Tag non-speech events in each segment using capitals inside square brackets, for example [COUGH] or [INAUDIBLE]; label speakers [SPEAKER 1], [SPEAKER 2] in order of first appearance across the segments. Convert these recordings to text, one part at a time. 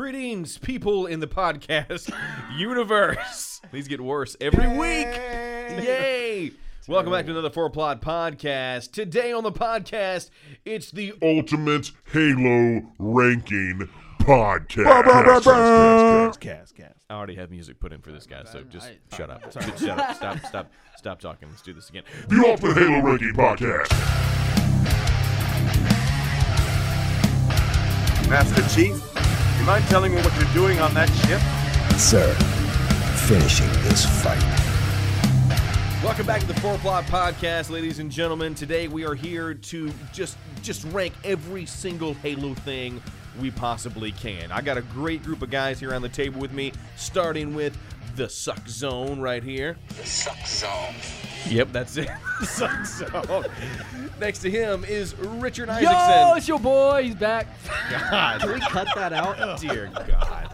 [SPEAKER 1] Greetings, people in the podcast [LAUGHS] universe. These get worse every week. Yay! Welcome back to another Four Plot Podcast. Today on the podcast, it's the
[SPEAKER 2] Ultimate Halo Ranking Podcast.
[SPEAKER 1] I already have music put in for this guy, so just shut up. Just shut up. Stop. Stop. Stop talking. Let's do this again.
[SPEAKER 2] The Ultimate Halo Ranking Podcast.
[SPEAKER 3] Master Chief, you mind telling me what you're doing on that ship?
[SPEAKER 4] Sir, finishing this fight.
[SPEAKER 1] Welcome back to the Four Plot Podcast, ladies and gentlemen. Today we are here to just just rank every single Halo thing we possibly can. I got a great group of guys here on the table with me, starting with the Suck Zone right here.
[SPEAKER 5] Suck zone.
[SPEAKER 1] Yep, that's it. [LAUGHS] Suck Zone. Next to him is Richard
[SPEAKER 6] Yo,
[SPEAKER 1] Isaacson.
[SPEAKER 6] it's your boy. He's back.
[SPEAKER 1] God,
[SPEAKER 7] we cut that
[SPEAKER 1] [LAUGHS]
[SPEAKER 7] out?
[SPEAKER 1] dear God.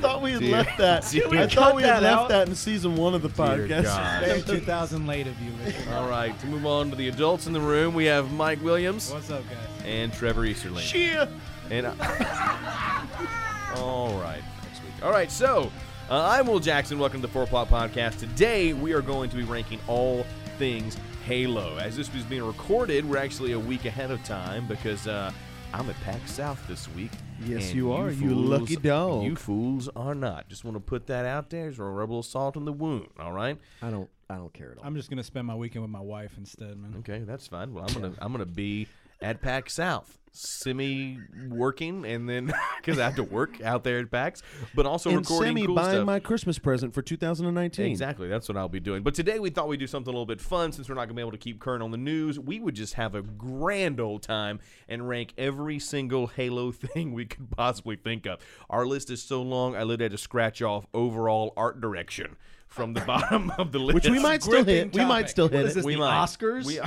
[SPEAKER 8] thought we had left that. I thought we had left that in season one of the [LAUGHS] podcast.
[SPEAKER 7] Very 2000 late of you. Richard.
[SPEAKER 1] All right, to move on to the adults in the room, we have Mike Williams
[SPEAKER 7] What's up, guys?
[SPEAKER 1] and Trevor Easterling.
[SPEAKER 8] Yeah.
[SPEAKER 1] And I- [LAUGHS] all right, next week. All right, so uh, I'm Will Jackson. Welcome to the Four Plot Podcast. Today we are going to be ranking all things Halo. As this was being recorded, we're actually a week ahead of time because uh, I'm at PAX South this week.
[SPEAKER 8] Yes,
[SPEAKER 1] and
[SPEAKER 8] you are, you lucky dog.
[SPEAKER 1] You fools are not. Just want to put that out there. Just want to rub a little salt in the wound. All right.
[SPEAKER 4] I don't. I don't care at all.
[SPEAKER 7] I'm just gonna spend my weekend with my wife instead, man.
[SPEAKER 1] Okay, that's fine. Well, I'm gonna I'm gonna be at PAX South, semi working, and then [LAUGHS] because I have to work out there at PAX, but also
[SPEAKER 8] And
[SPEAKER 1] recording
[SPEAKER 8] Sammy
[SPEAKER 1] cool
[SPEAKER 8] buying
[SPEAKER 1] stuff.
[SPEAKER 8] my Christmas present for 2019.
[SPEAKER 1] Exactly, that's what I'll be doing. But today we thought we'd do something a little bit fun since we're not gonna be able to keep current on the news. We would just have a grand old time and rank every single Halo [LAUGHS] thing we could possibly think of. Our list is so long, I literally had to scratch off overall art direction
[SPEAKER 8] [LAUGHS]
[SPEAKER 1] from the bottom of the list.
[SPEAKER 8] Which we might still hit. We might still hit it.
[SPEAKER 7] this,
[SPEAKER 1] We
[SPEAKER 7] the
[SPEAKER 1] might.
[SPEAKER 7] Oscars?
[SPEAKER 1] We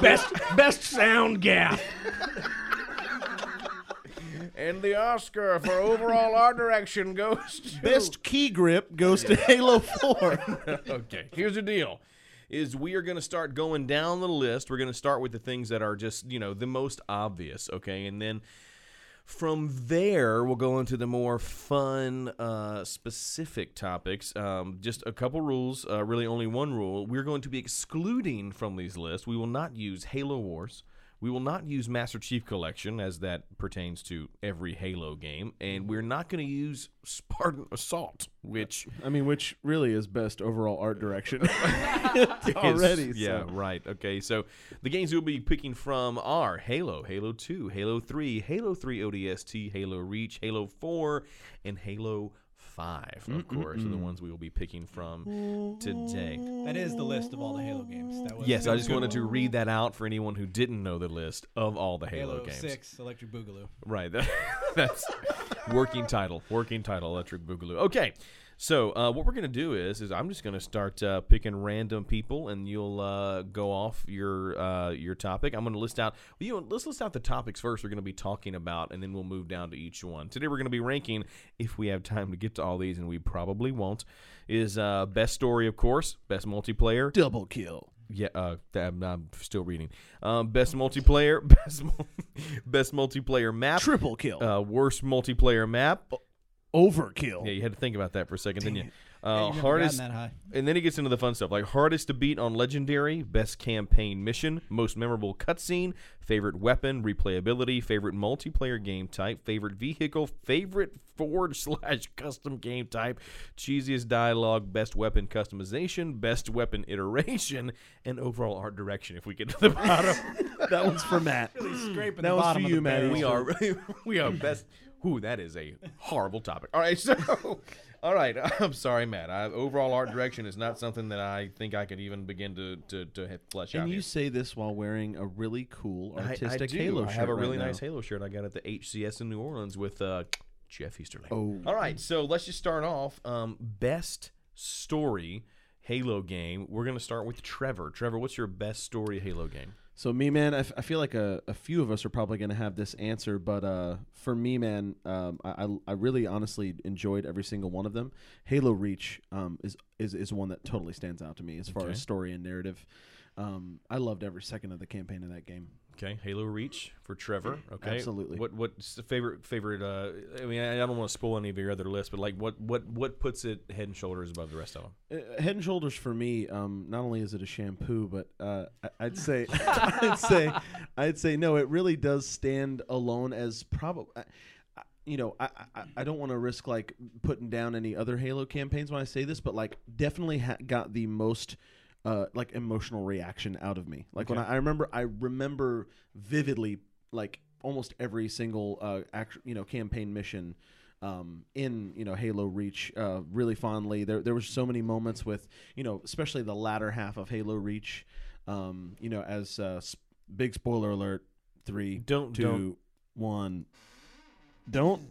[SPEAKER 6] Best best sound gap.
[SPEAKER 1] And the Oscar for overall art direction goes to.
[SPEAKER 8] Best key grip goes to Halo 4.
[SPEAKER 1] [LAUGHS] Okay, here's the deal. Is we are going to start going down the list. We're going to start with the things that are just, you know, the most obvious, okay? And then from there, we'll go into the more fun, uh, specific topics. Um, just a couple rules, uh, really only one rule. We're going to be excluding from these lists. We will not use Halo Wars. We will not use Master Chief Collection, as that pertains to every Halo game. And we're not going to use Spartan Assault, which
[SPEAKER 8] I mean, which really is best overall
[SPEAKER 1] [LAUGHS]
[SPEAKER 8] art direction [LAUGHS]
[SPEAKER 1] is-
[SPEAKER 8] already.
[SPEAKER 1] Yeah,
[SPEAKER 8] so.
[SPEAKER 1] right. Okay, so the games we'll be picking from are Halo, Halo 2, Halo 3, Halo 3 ODST, Halo Reach, Halo 4, and Halo 5, of course, are the ones we will be picking from today.
[SPEAKER 7] [LAUGHS] That is the list of all the Halo games. That was
[SPEAKER 1] Yes,
[SPEAKER 7] that
[SPEAKER 1] I
[SPEAKER 7] was
[SPEAKER 1] just
[SPEAKER 7] a good
[SPEAKER 1] wanted to
[SPEAKER 7] one.
[SPEAKER 1] read that out for anyone who didn't know the list of all the Halo,
[SPEAKER 7] Halo,
[SPEAKER 1] games.
[SPEAKER 7] Six, Electric Boogaloo.
[SPEAKER 1] Right. that- [LAUGHS] that's working title. Working title. Electric Boogaloo. Okay. So uh, what we're gonna do is, is I'm just gonna start uh, picking random people, and you'll uh, go off your uh, your topic. I'm gonna list out. Well, you know, let's list out the topics first. We're gonna be talking about, and then we'll move down to each one. Today we're gonna be ranking, if we have time to get to all these, and we probably won't. Is uh, best story, of course, best multiplayer,
[SPEAKER 8] Double kill.
[SPEAKER 1] yeah, uh, th- I'm, I'm still reading. Um, best multiplayer, [LAUGHS] best mul- best multiplayer map,
[SPEAKER 8] Triple kill.
[SPEAKER 1] uh, worst multiplayer map.
[SPEAKER 8] Overkill.
[SPEAKER 1] Yeah, you had to think about that for a second, didn't you? Uh,
[SPEAKER 7] You've never
[SPEAKER 1] hardest,
[SPEAKER 7] gotten that high.
[SPEAKER 1] and then he gets into the fun stuff like hardest to beat on legendary, best campaign mission, most memorable cutscene, favorite weapon, replayability, favorite multiplayer game type, favorite vehicle, favorite forge [LAUGHS] slash custom game type, cheesiest dialogue, best weapon customization, best weapon iteration, and overall art direction. If we get to the [LAUGHS] bottom,
[SPEAKER 8] That one's
[SPEAKER 1] [LAUGHS]
[SPEAKER 8] for Matt.
[SPEAKER 7] Scraping
[SPEAKER 8] That
[SPEAKER 7] the
[SPEAKER 8] was for
[SPEAKER 7] bottom of
[SPEAKER 8] you,
[SPEAKER 7] the
[SPEAKER 8] Maddie.
[SPEAKER 7] barrel.
[SPEAKER 1] we are [LAUGHS] we are best. Ooh, that is a horrible topic. All right, [LAUGHS] so all right. I'm sorry, Matt. I, overall art direction is not something that I think I could even begin to to, to hit- flesh out.
[SPEAKER 8] And you
[SPEAKER 1] here.
[SPEAKER 8] say this while wearing a really cool
[SPEAKER 1] I-
[SPEAKER 8] artistic
[SPEAKER 1] I, do.
[SPEAKER 8] Halo
[SPEAKER 1] I
[SPEAKER 8] shirt.
[SPEAKER 1] have a
[SPEAKER 8] right
[SPEAKER 1] really
[SPEAKER 8] now.
[SPEAKER 1] nice Halo shirt I got at the HCS in New Orleans with uh, Jeff Easterling.
[SPEAKER 8] Oh.
[SPEAKER 1] All right, so let's just start off. Um, best story Halo game. We're gonna start with Trevor. Trevor, what's your best story Halo game?
[SPEAKER 8] So me, man, I, f- I feel like a, a few of us are probably going to have this answer, but uh, for me, man, um, I, I I really honestly enjoyed every single one of them. Halo Reach um, is, is is one that totally stands out to me as far as story and narrative. Um, I loved every second of the campaign of that game.
[SPEAKER 1] Okay, Halo Reach for Trevor. Okay,
[SPEAKER 8] Absolutely.
[SPEAKER 1] What what's the favorite favorite? Uh, I mean, I I don't want to spoil any of your other lists, but like, what what what puts it head and shoulders above the rest of them?
[SPEAKER 8] Uh, Head and Shoulders for me, um, not only is it a shampoo, but uh, I- I'd say, [LAUGHS] I'd say, I'd say, no, it really does stand alone as uh, probably. You know, I I, I don't want to risk like putting down any other Halo campaigns when I say this, but like definitely ha- got the most uh, like emotional reaction out of me. Like when I, I remember, I remember vividly like almost every single uh, act, you know campaign mission um, in you know Halo Reach uh, really fondly. There there were so many moments with you know especially the latter half of Halo Reach. Um, you know as uh, s- big spoiler alert three
[SPEAKER 1] Don't-
[SPEAKER 8] two,
[SPEAKER 1] don't.
[SPEAKER 8] one. Don't.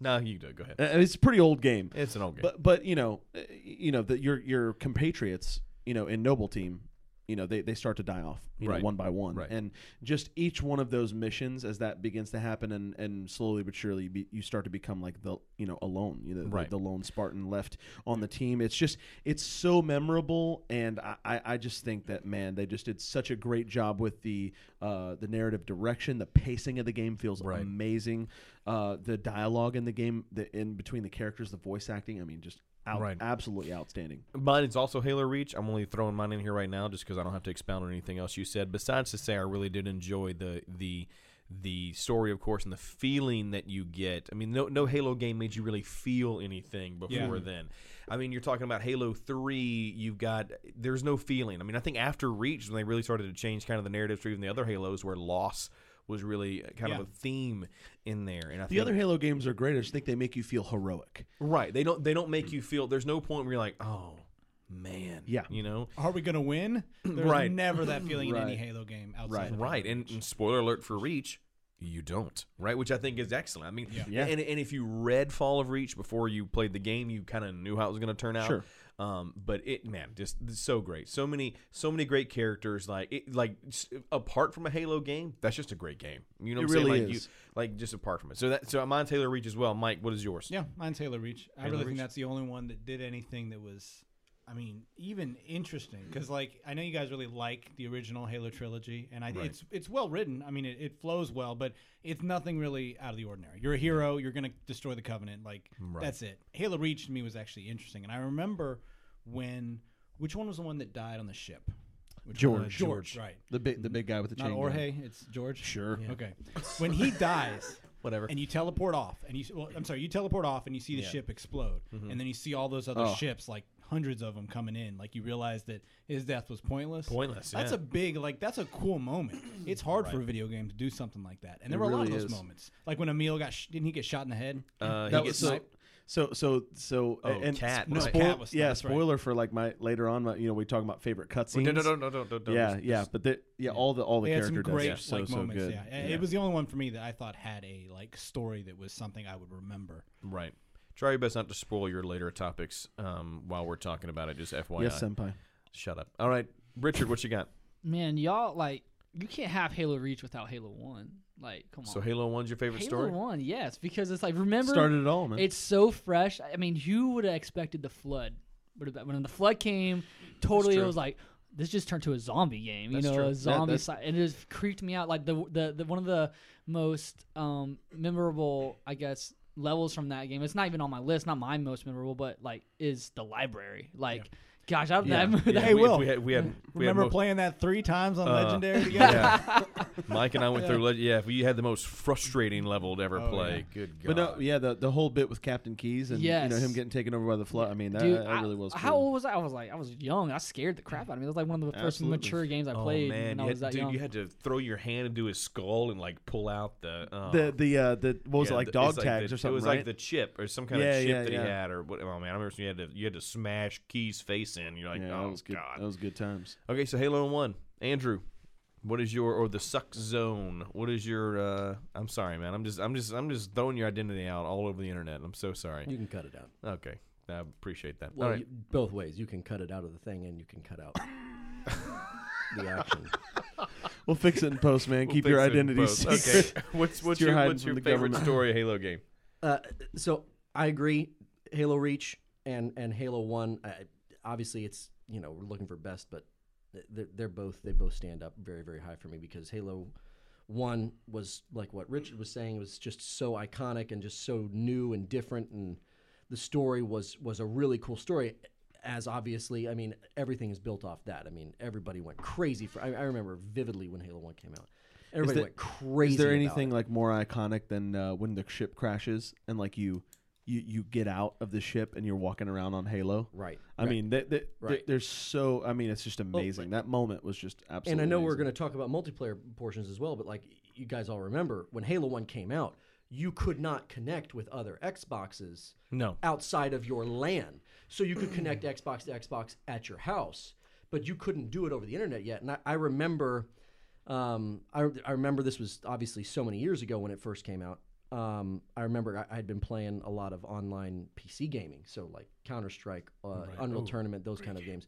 [SPEAKER 1] No, you do. Go ahead.
[SPEAKER 8] Uh, It's a pretty old game.
[SPEAKER 1] It's an old game.
[SPEAKER 8] But but you know, uh, you know that your your compatriots, you know, in Noble Team, you know, they, they start to die off, you
[SPEAKER 1] Right.
[SPEAKER 8] know, one by one,
[SPEAKER 1] Right.
[SPEAKER 8] and just each one of those missions as that begins to happen, and, and slowly but surely be, you start to become like the you know alone, you know, the-
[SPEAKER 1] Right.
[SPEAKER 8] the, lone Spartan left on the team. It's just it's so memorable, and I, I I just think that man, they just did such a great job with the uh, the narrative direction, the pacing of the game feels
[SPEAKER 1] Right.
[SPEAKER 8] amazing. Uh, the dialogue in the game, the in between the characters, the voice acting. I mean, just out,
[SPEAKER 1] Right.
[SPEAKER 8] absolutely outstanding.
[SPEAKER 1] Mine is also Halo Reach. I'm only throwing mine in here right now just because I don't have to expound on anything else you said. Besides to say, I really did enjoy the the the story, of course, and the feeling that you get. I mean, no no Halo game made you really feel anything before then. I mean, you're talking about Halo Three. You've got there's no feeling. I mean, I think after Reach, when they really started to change kind of the narratives for even the other Halos, where loss was really kind of
[SPEAKER 7] Yeah.
[SPEAKER 1] a theme in there. And I
[SPEAKER 8] The
[SPEAKER 1] think,
[SPEAKER 8] other Halo games are great. I just think they make you feel heroic.
[SPEAKER 1] right? They don't they don't make you feel. There's no point where you're like, oh man,
[SPEAKER 8] Yeah.
[SPEAKER 1] you know.
[SPEAKER 7] Are we gonna win? There's
[SPEAKER 1] Right.
[SPEAKER 7] never that feeling in any
[SPEAKER 8] Right.
[SPEAKER 7] Halo game outside.
[SPEAKER 8] Right.
[SPEAKER 7] of
[SPEAKER 1] right
[SPEAKER 7] Halo
[SPEAKER 1] and,
[SPEAKER 7] Reach.
[SPEAKER 1] and spoiler alert for reach you don't right which i think is excellent i mean
[SPEAKER 7] Yeah.
[SPEAKER 8] Yeah.
[SPEAKER 1] And, and if you read fall of reach before you played the game you kind of knew how it was going to turn out
[SPEAKER 8] Sure.
[SPEAKER 1] um, but it man just it's so great so many so many great characters like it, like s- apart from a halo game that's just a great game you know
[SPEAKER 8] It
[SPEAKER 1] what i'm
[SPEAKER 8] really
[SPEAKER 1] saying like
[SPEAKER 8] is.
[SPEAKER 1] you like just apart from it so that so mine's halo reach as well mike what is yours
[SPEAKER 7] Yeah, mine's Halo Reach. I
[SPEAKER 1] Halo
[SPEAKER 7] really
[SPEAKER 1] Reach.
[SPEAKER 7] think that's the only one that did anything that was, I mean, even interesting. Because like I know you guys really like the original Halo trilogy, and I it's it's well written. I mean, it, it flows well, but it's nothing really out of the ordinary. You're a hero. You're gonna destroy the Covenant. Like that's it. Halo Reach to me was actually interesting, and I remember when which one was the one that died on the ship? Which one?
[SPEAKER 8] George.
[SPEAKER 7] Uh, George. Right.
[SPEAKER 8] The big the big guy with the
[SPEAKER 7] Not
[SPEAKER 8] chain. gun.
[SPEAKER 7] Orhe. It's George.
[SPEAKER 8] Sure.
[SPEAKER 7] Okay. When he [LAUGHS] dies,
[SPEAKER 1] Whatever.
[SPEAKER 7] and you teleport off, and you well, I'm sorry, you teleport off, and you see the ship explode,
[SPEAKER 8] Mm-hmm.
[SPEAKER 7] and then you see all those other
[SPEAKER 8] Oh.
[SPEAKER 7] ships, like hundreds of them coming in. Like you realize that his death was pointless.
[SPEAKER 1] Pointless,
[SPEAKER 7] That's
[SPEAKER 1] yeah.
[SPEAKER 7] a big like that's a cool moment. It's hard for a video game to do something like that, and there were a lot of
[SPEAKER 8] really
[SPEAKER 7] those
[SPEAKER 8] is.
[SPEAKER 7] moments. Like when Emil got sh- didn't he get shot in the head?
[SPEAKER 1] uh,
[SPEAKER 8] That
[SPEAKER 1] he
[SPEAKER 8] was
[SPEAKER 1] gets
[SPEAKER 8] so, so so so
[SPEAKER 1] Oh,
[SPEAKER 8] and
[SPEAKER 1] Cat,
[SPEAKER 8] spo-
[SPEAKER 1] right.
[SPEAKER 8] spoil-
[SPEAKER 7] Cat was-
[SPEAKER 8] yeah,
[SPEAKER 7] that's right.
[SPEAKER 8] spoiler for like my later on. My, you know, we talk about favorite cutscenes.
[SPEAKER 1] no no no no no no, no
[SPEAKER 8] yeah,
[SPEAKER 1] just-
[SPEAKER 8] yeah, but the, yeah, all the all the
[SPEAKER 7] They had some
[SPEAKER 8] character
[SPEAKER 7] great
[SPEAKER 8] deaths are
[SPEAKER 7] like
[SPEAKER 8] so
[SPEAKER 7] moments.
[SPEAKER 8] so good.
[SPEAKER 7] Yeah. And it was the only one for me that I thought had a like story that was something I would remember.
[SPEAKER 1] right try your best not to spoil your later topics um, while we're talking about it just fyi
[SPEAKER 8] yes, senpai.
[SPEAKER 1] Shut up. All right, Richard, what you got?
[SPEAKER 5] Man, y'all like you can't have Halo Reach without Halo One. Like, come on.
[SPEAKER 1] So Halo One's your favorite
[SPEAKER 5] Halo
[SPEAKER 1] story?
[SPEAKER 5] One, yes, because it's like remember
[SPEAKER 8] Started it all, man.
[SPEAKER 5] It's so fresh. I mean, who would have expected the flood? Would have- When the flood came, totally it was like this just turned to a zombie game. You know, a zombie
[SPEAKER 8] that's-
[SPEAKER 5] side, and it just creeped me out. Like the the, the one of the most um, memorable, I guess, levels from that game. It's not even on my list. Not my most memorable, but like is the library. Like, gosh, I, [LAUGHS] that,
[SPEAKER 1] Yeah,
[SPEAKER 5] that-
[SPEAKER 7] Hey,
[SPEAKER 1] we,
[SPEAKER 7] Will.
[SPEAKER 1] We had, we had,
[SPEAKER 8] Mm.
[SPEAKER 1] we had
[SPEAKER 7] Remember
[SPEAKER 1] most-
[SPEAKER 7] playing that three times on
[SPEAKER 8] Uh,
[SPEAKER 7] Legendary together?
[SPEAKER 1] Yeah. Mike and I
[SPEAKER 8] [LAUGHS]
[SPEAKER 1] went through. le- Yeah, we had the most frustrating level to ever
[SPEAKER 8] Oh,
[SPEAKER 1] play. Good God.
[SPEAKER 8] But no, yeah, the the whole bit with Captain Keys and you
[SPEAKER 5] Yes.
[SPEAKER 8] know him getting taken over by the flood. I mean, that,
[SPEAKER 5] Dude,
[SPEAKER 8] that
[SPEAKER 5] I-
[SPEAKER 8] really was. Cool.
[SPEAKER 5] How old was I? I was like, I was young. I scared the crap out of me. That was like one of the first
[SPEAKER 8] Absolutely.
[SPEAKER 5] mature games I
[SPEAKER 1] Oh
[SPEAKER 5] played
[SPEAKER 1] man,
[SPEAKER 5] when I
[SPEAKER 1] you
[SPEAKER 5] was
[SPEAKER 1] had,
[SPEAKER 5] that
[SPEAKER 1] dude,
[SPEAKER 5] young.
[SPEAKER 1] you had to throw your hand into his skull and like pull out the uh,
[SPEAKER 8] the the uh, the what was
[SPEAKER 1] yeah,
[SPEAKER 8] it like
[SPEAKER 1] the-
[SPEAKER 8] dog
[SPEAKER 1] it's
[SPEAKER 8] tags
[SPEAKER 1] the-
[SPEAKER 8] or something?
[SPEAKER 1] It was
[SPEAKER 8] right?
[SPEAKER 1] like the chip or some kind
[SPEAKER 8] Yeah,
[SPEAKER 1] of chip
[SPEAKER 8] yeah,
[SPEAKER 1] that
[SPEAKER 8] yeah.
[SPEAKER 1] he had or what? Oh man, I remember you had to you had to smash Key's face in. You're like,
[SPEAKER 8] yeah, that
[SPEAKER 1] oh
[SPEAKER 8] was good.
[SPEAKER 1] God.
[SPEAKER 8] That was
[SPEAKER 1] [LAUGHS]
[SPEAKER 8] good times.
[SPEAKER 1] Okay, so Halo One, Andrew. What is your or the suck zone? What is your? uh I'm sorry, man. I'm just I'm just I'm just throwing your identity out all over the internet. I'm so sorry.
[SPEAKER 9] You can cut it out.
[SPEAKER 1] Okay, I appreciate that.
[SPEAKER 9] Well,
[SPEAKER 1] all right.
[SPEAKER 9] you, both ways. You can cut it out of the thing, and you can
[SPEAKER 1] [LAUGHS]
[SPEAKER 9] cut out the action.
[SPEAKER 8] We'll fix it in post, man. Keep
[SPEAKER 1] We'll
[SPEAKER 8] your
[SPEAKER 1] fix it in
[SPEAKER 8] identity
[SPEAKER 1] post.
[SPEAKER 8] secret. [LAUGHS]
[SPEAKER 1] Okay. [LAUGHS] What's what's
[SPEAKER 8] your
[SPEAKER 1] your,
[SPEAKER 8] hiding
[SPEAKER 1] what's
[SPEAKER 8] from
[SPEAKER 1] your
[SPEAKER 8] the
[SPEAKER 1] favorite
[SPEAKER 8] government.
[SPEAKER 1] story Halo game?
[SPEAKER 9] Uh, so I agree. Halo Reach and and Halo One. I, obviously, it's you know we're looking for best, but th- they're, they're both they both stand up very very high for me because Halo One was like what Richard was saying was just so iconic and just so new and different, and the story was was a really cool story. As obviously, I mean, everything is built off that. I mean, everybody went crazy for. I, I remember vividly when Halo One came out. Everybody
[SPEAKER 8] there-
[SPEAKER 9] went crazy.
[SPEAKER 8] Is there
[SPEAKER 9] about
[SPEAKER 8] anything
[SPEAKER 9] it.
[SPEAKER 8] like more iconic than uh, when the ship crashes and like you, you you get out of the ship and you're walking around on Halo?
[SPEAKER 9] Right,
[SPEAKER 8] I mean, that that
[SPEAKER 9] Right.
[SPEAKER 8] there's so. I mean, it's just amazing. that moment was just absolutely.
[SPEAKER 9] and I know we're
[SPEAKER 8] amazing.
[SPEAKER 9] going to talk about multiplayer portions as well, but like you guys all remember when Halo 1 came out, you could not connect with other Xboxes
[SPEAKER 1] No.
[SPEAKER 9] outside of your LAN. So you could connect Xbox to Xbox at your house, but you couldn't do it over the internet yet. And I, I remember, um, I, I remember this was obviously so many years ago when it first came out. Um, I remember I, I'd been playing a lot of online PC gaming, so like Counter Strike, uh, Unreal Tournament, those kind of games.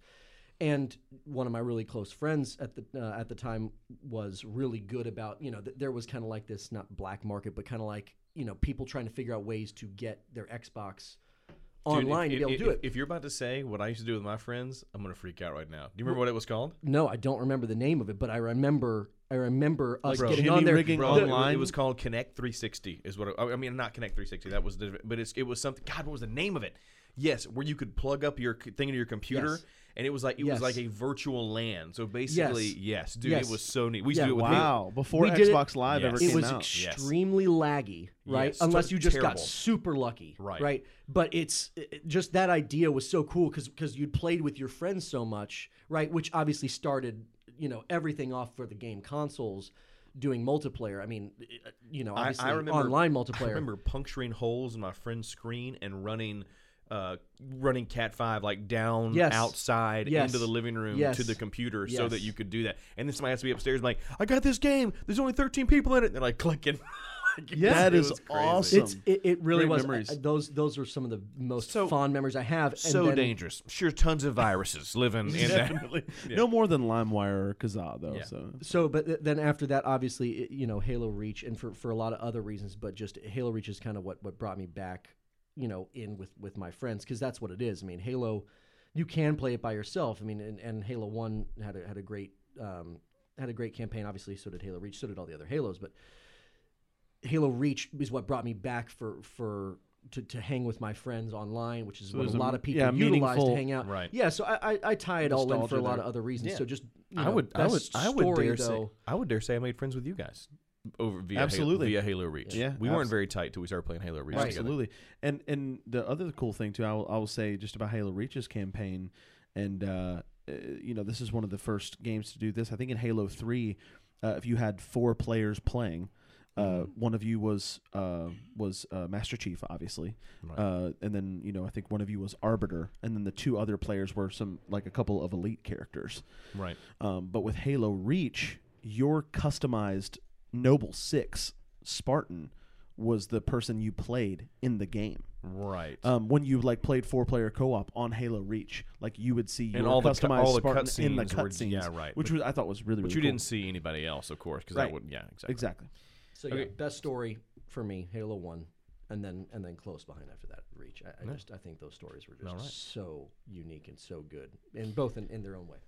[SPEAKER 9] And one of my really close friends at the uh, at the time was really good about you know th- there was kind of like this not black market, but kind of like you know people trying to figure out ways to get their Xbox
[SPEAKER 1] Dude,
[SPEAKER 9] online
[SPEAKER 1] if,
[SPEAKER 9] to be
[SPEAKER 1] if-
[SPEAKER 9] able to do
[SPEAKER 1] if-
[SPEAKER 9] it.
[SPEAKER 1] If you're about to say what I used to do with my friends, I'm gonna freak out right now. Do you remember what it was called?
[SPEAKER 9] no, I don't remember the name of it, but I remember I remember us
[SPEAKER 8] Bro,
[SPEAKER 9] getting
[SPEAKER 8] Jimmy
[SPEAKER 9] on there.
[SPEAKER 8] rigging
[SPEAKER 9] the-
[SPEAKER 1] Bro, it was-
[SPEAKER 8] online.
[SPEAKER 1] It was called Connect 360. Is what I, I mean. Not Connect 360. That was, the, but it's, it was something. God, what was the name of it? Yes, where you could plug up your c- thing into your computer,
[SPEAKER 9] Yes.
[SPEAKER 1] and it was like it was
[SPEAKER 9] Yes.
[SPEAKER 1] like a virtual LAN. So basically, yes, dude,
[SPEAKER 9] Yes.
[SPEAKER 1] it was so neat. We used
[SPEAKER 9] Yeah,
[SPEAKER 1] to do it with
[SPEAKER 8] wow before
[SPEAKER 9] we did it-
[SPEAKER 8] Xbox Live
[SPEAKER 1] Yes.
[SPEAKER 8] ever
[SPEAKER 9] it
[SPEAKER 8] came
[SPEAKER 9] was
[SPEAKER 8] out.
[SPEAKER 1] yes.
[SPEAKER 9] extremely laggy, right?
[SPEAKER 1] Yes,
[SPEAKER 9] Unless
[SPEAKER 1] ter-
[SPEAKER 9] you just got
[SPEAKER 1] terrible.
[SPEAKER 9] super lucky,
[SPEAKER 1] Right.
[SPEAKER 9] Right. But it's it- it- just that idea was so cool because you'd played with your friends so much, right? Which obviously started you know everything off for the game consoles doing multiplayer. I mean, uh, you know, obviously online multiplayer.
[SPEAKER 1] I remember puncturing holes in my friend's screen and running, uh, running Cat Five like down
[SPEAKER 9] Yes.
[SPEAKER 1] outside
[SPEAKER 9] Yes.
[SPEAKER 1] into the living room
[SPEAKER 9] Yes.
[SPEAKER 1] to the computer so that
[SPEAKER 9] Yes.
[SPEAKER 1] you could do that. And then somebody has to be upstairs, and like, I got this game. There's only 13 people in it. And they're like clicking. [LAUGHS]
[SPEAKER 8] Yeah, that
[SPEAKER 1] It
[SPEAKER 8] is
[SPEAKER 1] was crazy.
[SPEAKER 8] awesome.
[SPEAKER 9] it's it, it really
[SPEAKER 8] Great
[SPEAKER 9] was
[SPEAKER 8] memories.
[SPEAKER 9] I- those those were some of the most
[SPEAKER 1] So-
[SPEAKER 9] fond memories I have. And
[SPEAKER 1] so
[SPEAKER 9] then-
[SPEAKER 1] dangerous. Sure, tons of viruses [LAUGHS] living in that.
[SPEAKER 8] No more than LimeWire or Kazaa though.
[SPEAKER 1] Yeah.
[SPEAKER 8] So
[SPEAKER 9] So, but th- then after that, obviously, it, you know, Halo Reach, and for, for a lot of other reasons, but just Halo Reach is kind of what, what brought me back, you know, in with, with my friends, because that's what it is. I mean, Halo, you can play it by yourself. I mean, and, and Halo One had a, had a great um, had a great campaign. Obviously, so did Halo Reach, so did all the other Halos, but Halo Reach is what brought me back for for. To, to hang with my friends online, which is what a
[SPEAKER 8] there's a
[SPEAKER 9] lot
[SPEAKER 8] m-
[SPEAKER 9] of people
[SPEAKER 8] yeah,
[SPEAKER 9] utilize to
[SPEAKER 8] meaningful-
[SPEAKER 9] hang out.
[SPEAKER 1] Right.
[SPEAKER 9] Yeah, so I, I, I tie it all in for
[SPEAKER 8] Nostalgia
[SPEAKER 9] a lot
[SPEAKER 8] there.
[SPEAKER 9] of other reasons.
[SPEAKER 8] Yeah.
[SPEAKER 9] So just you
[SPEAKER 1] I
[SPEAKER 9] know,
[SPEAKER 1] would, I would,
[SPEAKER 9] best
[SPEAKER 1] I would
[SPEAKER 9] story,
[SPEAKER 1] dare say,
[SPEAKER 9] though.
[SPEAKER 1] I would dare say, I made friends with you guys over via
[SPEAKER 8] Absolutely.
[SPEAKER 1] Halo, via Halo Reach.
[SPEAKER 8] Yeah,
[SPEAKER 1] we weren't
[SPEAKER 8] abso-
[SPEAKER 1] very tight till we started playing Halo Reach. together.
[SPEAKER 8] Absolutely. And and the other cool thing too, I will, I will say just about Halo Reach's campaign, and uh, uh, you know this is one of the first games to do this. I think in Halo Three, uh, if you had four players playing. Uh,
[SPEAKER 1] Mm-hmm.
[SPEAKER 8] one of you was uh, was uh, Master Chief, obviously, uh, and then you know I think one of you was Arbiter, and then the two other players were some like a couple of elite characters.
[SPEAKER 1] Right.
[SPEAKER 8] Um, but with Halo Reach, your customized Noble Six Spartan was the person you played in the game.
[SPEAKER 1] Right.
[SPEAKER 8] Um, when you like played four player co op on Halo Reach, like you would see your
[SPEAKER 1] And all the cu-
[SPEAKER 8] customized
[SPEAKER 1] all the
[SPEAKER 8] Spartan in the
[SPEAKER 1] cutscenes were-
[SPEAKER 8] cutscenes.
[SPEAKER 1] yeah, right.
[SPEAKER 8] Which
[SPEAKER 1] But-
[SPEAKER 8] was, I thought was really,
[SPEAKER 1] but
[SPEAKER 8] really
[SPEAKER 1] you
[SPEAKER 8] cool.
[SPEAKER 1] didn't see anybody else, of course, because
[SPEAKER 8] Right.
[SPEAKER 1] that would, yeah, exactly.
[SPEAKER 8] exactly.
[SPEAKER 9] So yeah, best story for me, Halo One, and then and then close behind after that, Reach. I, I just I think those stories were just so unique and so good, and both in, in their own way.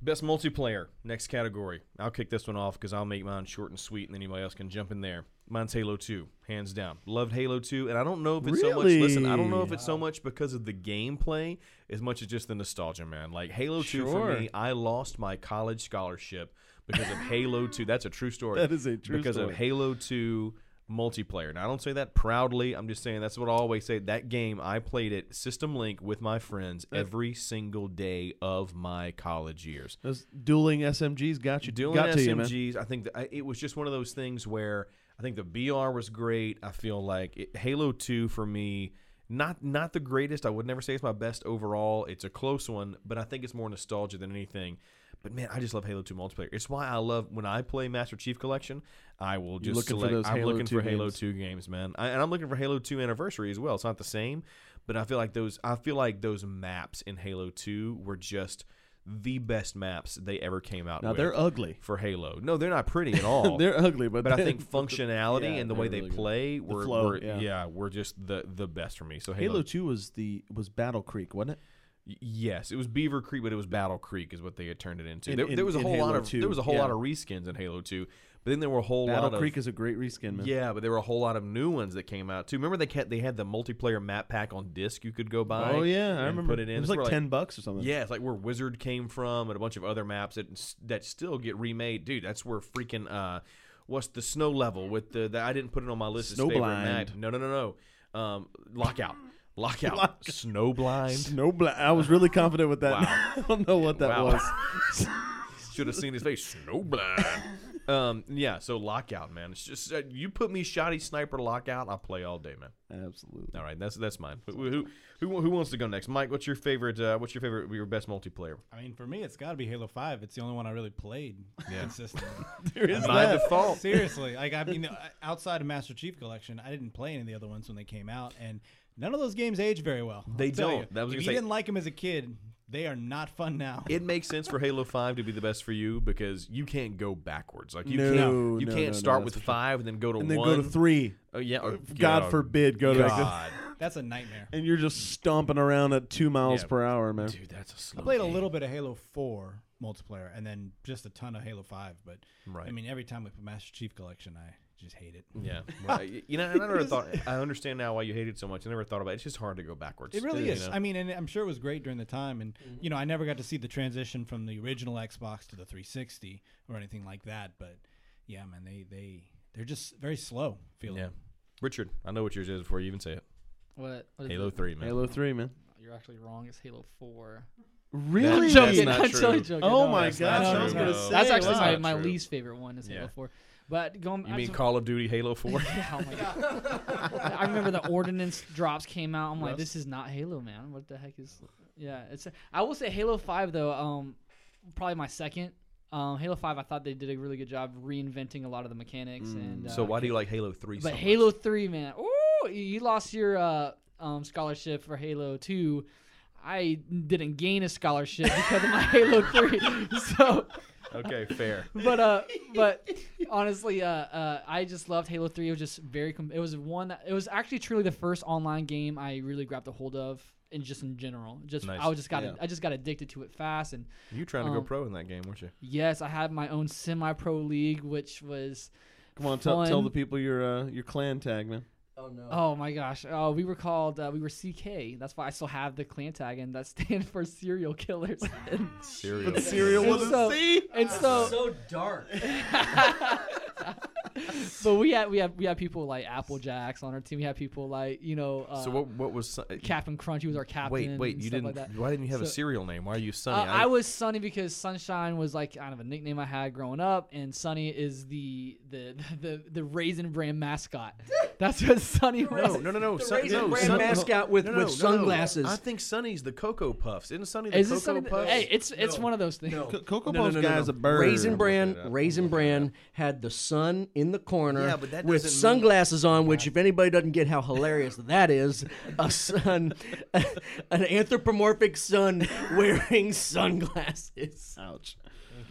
[SPEAKER 1] Best multiplayer, next category. I'll kick this one off because I'll make mine short and sweet, and anybody else can jump in there. Mine's Halo 2, hands down. Loved Halo 2, and I don't know if it's so much. Listen, I don't know if it's so much because of the gameplay as much as just the nostalgia, man. Like Halo 2 for me, I lost my college scholarship because of Halo 2. That's a true story.
[SPEAKER 8] That is a true
[SPEAKER 1] because
[SPEAKER 8] story.
[SPEAKER 1] of Halo 2 multiplayer. Now, I don't say that proudly. I'm just saying that's what I always say. That game, I played it System Link with my friends every single day of my college years.
[SPEAKER 8] Those dueling SMGs got you.
[SPEAKER 1] Doing
[SPEAKER 8] got
[SPEAKER 1] SMGs,
[SPEAKER 8] to you, man.
[SPEAKER 1] I think that I, it was just one of those things where I think the BR was great. I feel like it, Halo Two for me, not not the greatest. I would never say it's my best overall. It's a close one, but I think it's more nostalgia than anything. But man, I just love Halo Two multiplayer. It's why I love when I play Master Chief Collection. I will just
[SPEAKER 8] looking for
[SPEAKER 1] select.
[SPEAKER 8] those
[SPEAKER 1] I'm
[SPEAKER 8] Halo
[SPEAKER 1] looking
[SPEAKER 8] 2
[SPEAKER 1] for Halo
[SPEAKER 8] games.
[SPEAKER 1] Two games, man, I, and I'm looking for Halo Two Anniversary as well. It's not the same, but I feel like those. I feel like those maps in Halo Two were just the best maps they ever came out
[SPEAKER 8] Now
[SPEAKER 1] with
[SPEAKER 8] they're ugly.
[SPEAKER 1] for Halo. No, they're not pretty at all.
[SPEAKER 8] [LAUGHS] They're ugly, but
[SPEAKER 1] but I
[SPEAKER 8] they- [LAUGHS]
[SPEAKER 1] think functionality
[SPEAKER 8] yeah,
[SPEAKER 1] and the way
[SPEAKER 8] they're
[SPEAKER 1] they
[SPEAKER 8] really good.
[SPEAKER 1] play were,
[SPEAKER 8] flow,
[SPEAKER 1] were-
[SPEAKER 8] yeah.
[SPEAKER 1] yeah. were just the the best for me. So Halo,
[SPEAKER 8] Halo Two was the was Battle Creek, wasn't it?
[SPEAKER 1] y- yes, it was Beaver Creek, but it was Battle Creek is what they had turned it into.
[SPEAKER 8] In-
[SPEAKER 1] there,
[SPEAKER 8] in-
[SPEAKER 1] there was a
[SPEAKER 8] in
[SPEAKER 1] whole lot
[SPEAKER 8] Halo
[SPEAKER 1] of
[SPEAKER 8] 2,
[SPEAKER 1] there was a whole
[SPEAKER 8] yeah.
[SPEAKER 1] lot of reskins in Halo Two, But then there were a whole
[SPEAKER 8] Battle
[SPEAKER 1] lot of
[SPEAKER 8] Creek is a great reskin,
[SPEAKER 1] [LAUGHS]
[SPEAKER 8] man.
[SPEAKER 1] yeah, but there were a whole lot of new ones that came out too. Remember they had they had the multiplayer map pack on disc you could go buy.
[SPEAKER 8] Oh yeah, I
[SPEAKER 1] and
[SPEAKER 8] remember.
[SPEAKER 1] Put it in.
[SPEAKER 8] It was
[SPEAKER 1] It's
[SPEAKER 8] like
[SPEAKER 1] where,
[SPEAKER 8] ten bucks or something.
[SPEAKER 1] Yeah, it's like where Wizard came from and a bunch of other maps that that still get remade. Dude, that's where freaking uh, what's the snow level with the, the I didn't put it on my list. as favorite map.
[SPEAKER 8] Snowblind.
[SPEAKER 1] No, no, no, no. Um, lockout, lockout,
[SPEAKER 8] [LAUGHS]
[SPEAKER 1] snowblind.
[SPEAKER 8] No, bla- I was really confident with that.
[SPEAKER 1] Wow.
[SPEAKER 8] [LAUGHS] I don't know what that
[SPEAKER 1] Wow.
[SPEAKER 8] was.
[SPEAKER 1] Should have seen his face. Snowblind. um, yeah. So lockout, man. It's just uh, you put me shoddy sniper lockout. I'll play all day, man.
[SPEAKER 8] Absolutely.
[SPEAKER 1] All right, that's that's mine. Who who, who, who wants to go next? Mike, what's your favorite? Uh, what's your favorite? Your best multiplayer?
[SPEAKER 7] I mean, for me, it's got to be Halo Five. It's the only one I really played
[SPEAKER 1] [LAUGHS]
[SPEAKER 7] consistently.
[SPEAKER 1] By default.
[SPEAKER 7] Seriously, like I mean, uh, outside of Master Chief Collection, I didn't play any of the other ones when they came out, and none of those games age very well. I'll
[SPEAKER 1] They
[SPEAKER 7] tell
[SPEAKER 1] don't.
[SPEAKER 7] You.
[SPEAKER 1] That was
[SPEAKER 7] if
[SPEAKER 1] gonna
[SPEAKER 7] you
[SPEAKER 1] say-
[SPEAKER 7] didn't like them as a kid, they are not fun
[SPEAKER 1] [LAUGHS]
[SPEAKER 7] now. [LAUGHS]
[SPEAKER 1] It makes sense for Halo Five to be the best for you because you can't go backwards. Like you
[SPEAKER 8] No,
[SPEAKER 1] can't you
[SPEAKER 8] no,
[SPEAKER 1] can't
[SPEAKER 8] no, no,
[SPEAKER 1] start
[SPEAKER 8] that's
[SPEAKER 1] with
[SPEAKER 8] for sure.
[SPEAKER 1] five and then go to
[SPEAKER 8] And then
[SPEAKER 1] one.
[SPEAKER 8] go to three.
[SPEAKER 1] Oh, yeah. Or,
[SPEAKER 8] God
[SPEAKER 1] oh,
[SPEAKER 8] forbid, go back to.
[SPEAKER 1] God.
[SPEAKER 7] That's a nightmare.
[SPEAKER 8] And you're just stomping around at two miles
[SPEAKER 1] Yeah.
[SPEAKER 8] per hour, man.
[SPEAKER 1] Dude, that's a slow.
[SPEAKER 7] I played a
[SPEAKER 1] game.
[SPEAKER 7] little bit of Halo Four multiplayer, and then just a ton of Halo Five. But
[SPEAKER 1] Right. Mm.
[SPEAKER 7] I mean, every time we put Master Chief Collection, I just hate it.
[SPEAKER 8] [LAUGHS]
[SPEAKER 1] Yeah, well, I- you know, I never thought. I understand now why you hate it so much. I never thought about it. It's just hard to go backwards.
[SPEAKER 7] It really
[SPEAKER 1] you
[SPEAKER 7] is.
[SPEAKER 1] know?
[SPEAKER 7] I mean, and I'm sure it was great during the time. And you know, I never got to see the transition from the original Xbox to the 360 or anything like that. But yeah, man, they they they're just very slow feeling.
[SPEAKER 1] yeah. Richard, I know what yours is before you even say it.
[SPEAKER 5] What? what is
[SPEAKER 1] Halo
[SPEAKER 5] it?
[SPEAKER 1] Three, man.
[SPEAKER 8] Halo three, man.
[SPEAKER 5] You're actually wrong. It's Halo
[SPEAKER 1] [LAUGHS]
[SPEAKER 5] Four.
[SPEAKER 8] Really?
[SPEAKER 1] That's
[SPEAKER 5] Joking,
[SPEAKER 1] not
[SPEAKER 5] [LAUGHS] I'm
[SPEAKER 1] true.
[SPEAKER 5] totally joking.
[SPEAKER 8] oh
[SPEAKER 5] No,
[SPEAKER 8] my
[SPEAKER 5] that's
[SPEAKER 8] gosh,
[SPEAKER 1] God,
[SPEAKER 8] I
[SPEAKER 5] not true.
[SPEAKER 8] was
[SPEAKER 1] no.
[SPEAKER 8] gonna
[SPEAKER 1] No.
[SPEAKER 8] say
[SPEAKER 5] That's actually
[SPEAKER 8] wow.
[SPEAKER 5] my,
[SPEAKER 1] not
[SPEAKER 5] my
[SPEAKER 1] true.
[SPEAKER 5] least favorite one is Halo
[SPEAKER 1] Yeah.
[SPEAKER 5] 4. But going
[SPEAKER 1] You
[SPEAKER 5] I
[SPEAKER 1] mean
[SPEAKER 5] just-
[SPEAKER 1] Call of Duty Halo
[SPEAKER 8] [LAUGHS]
[SPEAKER 1] Four?
[SPEAKER 5] [LAUGHS] Yeah, oh my God.
[SPEAKER 1] [LAUGHS]
[SPEAKER 5] I remember the ordinance drops came out. I'm like, this is not Halo, man. What the heck is? Yeah, it's. I will say Halo Five though. Um, probably my second. Um, Halo Five. I thought they did a really good job reinventing a lot of the mechanics and. Uh,
[SPEAKER 1] Mm, so why do you like Halo Three? so
[SPEAKER 5] But
[SPEAKER 1] much?
[SPEAKER 5] Halo Three, man. Ooh, you lost your uh, um, scholarship for Halo Two. I didn't gain a scholarship because of my Halo Three. [LAUGHS] So
[SPEAKER 8] [LAUGHS]
[SPEAKER 1] Okay, fair.
[SPEAKER 5] but uh but honestly uh, uh i just loved halo 3 it was just very com- it was one that, it was actually truly the first online game i really grabbed a hold of and just in general just
[SPEAKER 1] Nice.
[SPEAKER 5] i was just got
[SPEAKER 8] Yeah.
[SPEAKER 5] i just got addicted to it fast and
[SPEAKER 1] You trying to go
[SPEAKER 8] Oh.
[SPEAKER 5] Um,
[SPEAKER 1] pro in that game, weren't you?
[SPEAKER 5] yes i had my own semi pro league which was
[SPEAKER 8] Come on, tell, tell
[SPEAKER 5] fun.
[SPEAKER 8] the people your uh, your clan tag, man.
[SPEAKER 9] Oh no.
[SPEAKER 5] oh my gosh oh we were called uh, we were ck that's why i still have the clan tag and that [LAUGHS] stands for serial killers and,
[SPEAKER 1] Serial. [LAUGHS]
[SPEAKER 8] Serial
[SPEAKER 5] and so, and
[SPEAKER 9] [LAUGHS]
[SPEAKER 5] so
[SPEAKER 9] so dark.
[SPEAKER 5] but we had we had we had people like apple jacks on our team we had people like you know uh,
[SPEAKER 1] So what? What was? Sun-
[SPEAKER 5] Captain Crunch. He was our captain.
[SPEAKER 1] Wait, wait.
[SPEAKER 5] and
[SPEAKER 1] You
[SPEAKER 5] stuff
[SPEAKER 1] didn't.
[SPEAKER 5] Like that.
[SPEAKER 1] why didn't you have a
[SPEAKER 5] So-
[SPEAKER 1] serial name? Why are you
[SPEAKER 5] Uh,
[SPEAKER 1] Sunny?
[SPEAKER 5] I was Sunny because Sunshine was like kind of a nickname I had growing up, and Sunny is the the [LAUGHS] the, the Raisin brand mascot. That's what Sunny was.
[SPEAKER 1] No, no, no, no.
[SPEAKER 9] The
[SPEAKER 1] Sun,
[SPEAKER 9] Raisin
[SPEAKER 1] no,
[SPEAKER 9] Bran
[SPEAKER 1] Sun-
[SPEAKER 9] mascot with,
[SPEAKER 1] no, no, no,
[SPEAKER 9] with
[SPEAKER 1] no, no.
[SPEAKER 9] sunglasses.
[SPEAKER 1] I think Sunny's the Cocoa Puffs. Isn't Sunny the
[SPEAKER 5] Is
[SPEAKER 1] Cocoa
[SPEAKER 5] this something?
[SPEAKER 1] Puffs?
[SPEAKER 5] hey, it's it's
[SPEAKER 9] No.
[SPEAKER 5] one of those things.
[SPEAKER 1] [LAUGHS]
[SPEAKER 9] No.
[SPEAKER 8] Co- Cocoa
[SPEAKER 9] No, no,
[SPEAKER 8] Puffs
[SPEAKER 9] no, no,
[SPEAKER 8] guy's
[SPEAKER 9] no.
[SPEAKER 8] a bird.
[SPEAKER 1] I'm
[SPEAKER 9] Raisin
[SPEAKER 1] looking
[SPEAKER 9] Bran,
[SPEAKER 1] it up.
[SPEAKER 9] Raisin Bran had the sun in the corner
[SPEAKER 1] Yeah, but that
[SPEAKER 9] with
[SPEAKER 1] doesn't mean-
[SPEAKER 9] sunglasses on. Which, if anybody doesn't get how hilarious that is, a sun, [LAUGHS] an anthropomorphic sun [LAUGHS] wearing sunglasses.
[SPEAKER 8] Ouch.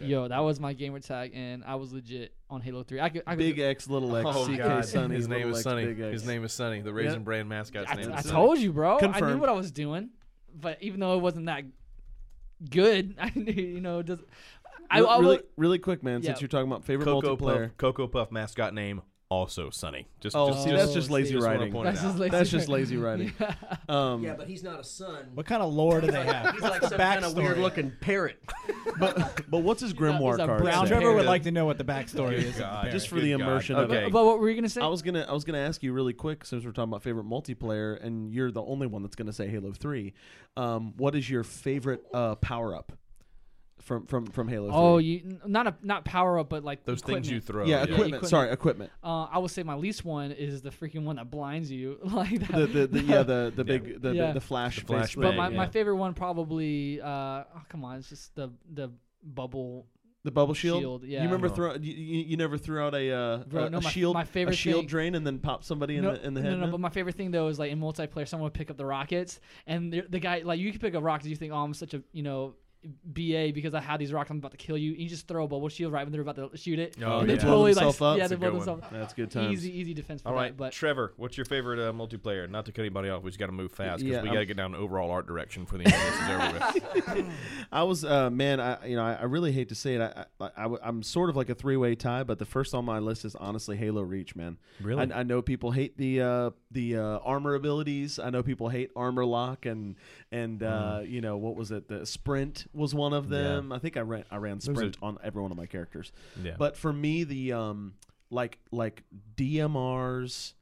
[SPEAKER 5] Yo, that was my gamer tag, and I was legit on Halo Three. I could, I could
[SPEAKER 8] Big X, little X,
[SPEAKER 1] Oh
[SPEAKER 8] CK
[SPEAKER 1] God!
[SPEAKER 8] Sunny.
[SPEAKER 1] His name
[SPEAKER 8] little
[SPEAKER 1] is
[SPEAKER 8] X,
[SPEAKER 1] Sunny.
[SPEAKER 8] Big X.
[SPEAKER 1] His name is Sunny. The Raisin Brand mascot's
[SPEAKER 5] I,
[SPEAKER 1] name
[SPEAKER 5] I
[SPEAKER 1] is Sunny.
[SPEAKER 5] told you, bro. I knew
[SPEAKER 8] Confirmed.
[SPEAKER 5] what I was doing, but even though it wasn't that good, [LAUGHS] I knew you know. Does I,
[SPEAKER 8] Re-
[SPEAKER 5] I
[SPEAKER 8] really,
[SPEAKER 5] will-
[SPEAKER 8] really quick, man.
[SPEAKER 5] Yeah.
[SPEAKER 8] Since you're talking about favorite
[SPEAKER 1] Cocoa Puff, [LAUGHS]
[SPEAKER 8] multiplayer,
[SPEAKER 1] Cocoa Puff mascot name also Sunny. Just,
[SPEAKER 8] Oh,
[SPEAKER 1] just,
[SPEAKER 8] see,
[SPEAKER 1] just-
[SPEAKER 8] that's just lazy
[SPEAKER 1] just wanna
[SPEAKER 8] writing.
[SPEAKER 1] point it
[SPEAKER 5] That's
[SPEAKER 1] out.
[SPEAKER 5] just lazy.
[SPEAKER 8] that's just lazy writing. Um,
[SPEAKER 9] Yeah, but he's not a sun.
[SPEAKER 7] What kind of lore do
[SPEAKER 9] [LAUGHS]
[SPEAKER 7] they have?
[SPEAKER 9] He's like some kind of weird looking parrot.
[SPEAKER 8] but, but what's his grimoire
[SPEAKER 5] he's a
[SPEAKER 8] card?
[SPEAKER 5] brown
[SPEAKER 8] say?
[SPEAKER 7] Trevor would
[SPEAKER 1] Yeah.
[SPEAKER 7] like to know what the backstory is. of the
[SPEAKER 1] God,
[SPEAKER 7] parrot.
[SPEAKER 8] Just for
[SPEAKER 1] Good
[SPEAKER 8] the
[SPEAKER 1] God.
[SPEAKER 8] immersion of it.
[SPEAKER 1] Okay.
[SPEAKER 5] But what were you gonna say?
[SPEAKER 8] I was gonna I was gonna ask you really quick since we're talking about favorite multiplayer and you're the only one that's gonna say Halo Three. Um, what is your favorite uh, power up from from from Halo?
[SPEAKER 5] Oh,
[SPEAKER 8] 3?
[SPEAKER 5] you n- not a not power up, but like
[SPEAKER 1] Those
[SPEAKER 5] equipment.
[SPEAKER 1] things you throw.
[SPEAKER 8] yeah, equipment.
[SPEAKER 5] equipment.
[SPEAKER 8] Sorry, equipment.
[SPEAKER 5] Uh, I will say my least one is the freaking one that blinds you [LAUGHS] like that.
[SPEAKER 8] The the, the yeah the the big the,
[SPEAKER 5] Yeah.
[SPEAKER 8] the, the flash
[SPEAKER 1] The flash
[SPEAKER 8] faceplate.
[SPEAKER 5] but my,
[SPEAKER 1] thing,
[SPEAKER 5] my
[SPEAKER 1] yeah.
[SPEAKER 5] favorite one probably. Uh, oh, come on, it's just the the bubble.
[SPEAKER 8] the bubble shield.
[SPEAKER 5] Shield,
[SPEAKER 8] You
[SPEAKER 5] yeah.
[SPEAKER 8] remember
[SPEAKER 1] No.
[SPEAKER 8] throw you, you you never threw out a uh,
[SPEAKER 5] Bro,
[SPEAKER 8] a,
[SPEAKER 5] no,
[SPEAKER 8] a
[SPEAKER 5] my-
[SPEAKER 8] shield
[SPEAKER 5] my favorite
[SPEAKER 8] a shield
[SPEAKER 5] thing-
[SPEAKER 8] drain and then pop somebody in
[SPEAKER 5] no,
[SPEAKER 8] the in the
[SPEAKER 5] no,
[SPEAKER 8] head.
[SPEAKER 5] no,
[SPEAKER 8] man?
[SPEAKER 5] But my favorite thing though is like in multiplayer, someone would pick up the rockets, and the, the guy like you could pick up rockets. You think, oh, I'm such a you know BA because I had these rocks. I'm about to kill you. And you just throw a bubble shield right when they're about to shoot it.
[SPEAKER 1] Oh,
[SPEAKER 5] And they
[SPEAKER 1] yeah.
[SPEAKER 5] totally like
[SPEAKER 8] Himself up.
[SPEAKER 5] yeah,
[SPEAKER 8] That's
[SPEAKER 5] they
[SPEAKER 1] a
[SPEAKER 5] blow
[SPEAKER 1] good one.
[SPEAKER 5] themselves. up.
[SPEAKER 8] That's good times.
[SPEAKER 5] Easy, easy defense for
[SPEAKER 1] All right,
[SPEAKER 5] that. But
[SPEAKER 1] Trevor, what's your favorite uh, multiplayer? Not to cut anybody off, we just got to move fast because
[SPEAKER 8] Yeah,
[SPEAKER 1] we
[SPEAKER 8] I'm-
[SPEAKER 1] got to get down to overall art direction for the end of this is over with.
[SPEAKER 8] [LAUGHS] I was, uh, man, I you know, I, I really hate to say it. I, I, I w- I'm sort of like a three way tie, but the first on my list is honestly Halo Reach, man. Really, I, I know people hate the uh, the uh, armor abilities. I know people hate armor lock and and uh, you know what was it? The sprint was one of them. I think I ran I ran sprint on every one of my characters.
[SPEAKER 1] Yeah.
[SPEAKER 8] But for me, the um, like like DMRs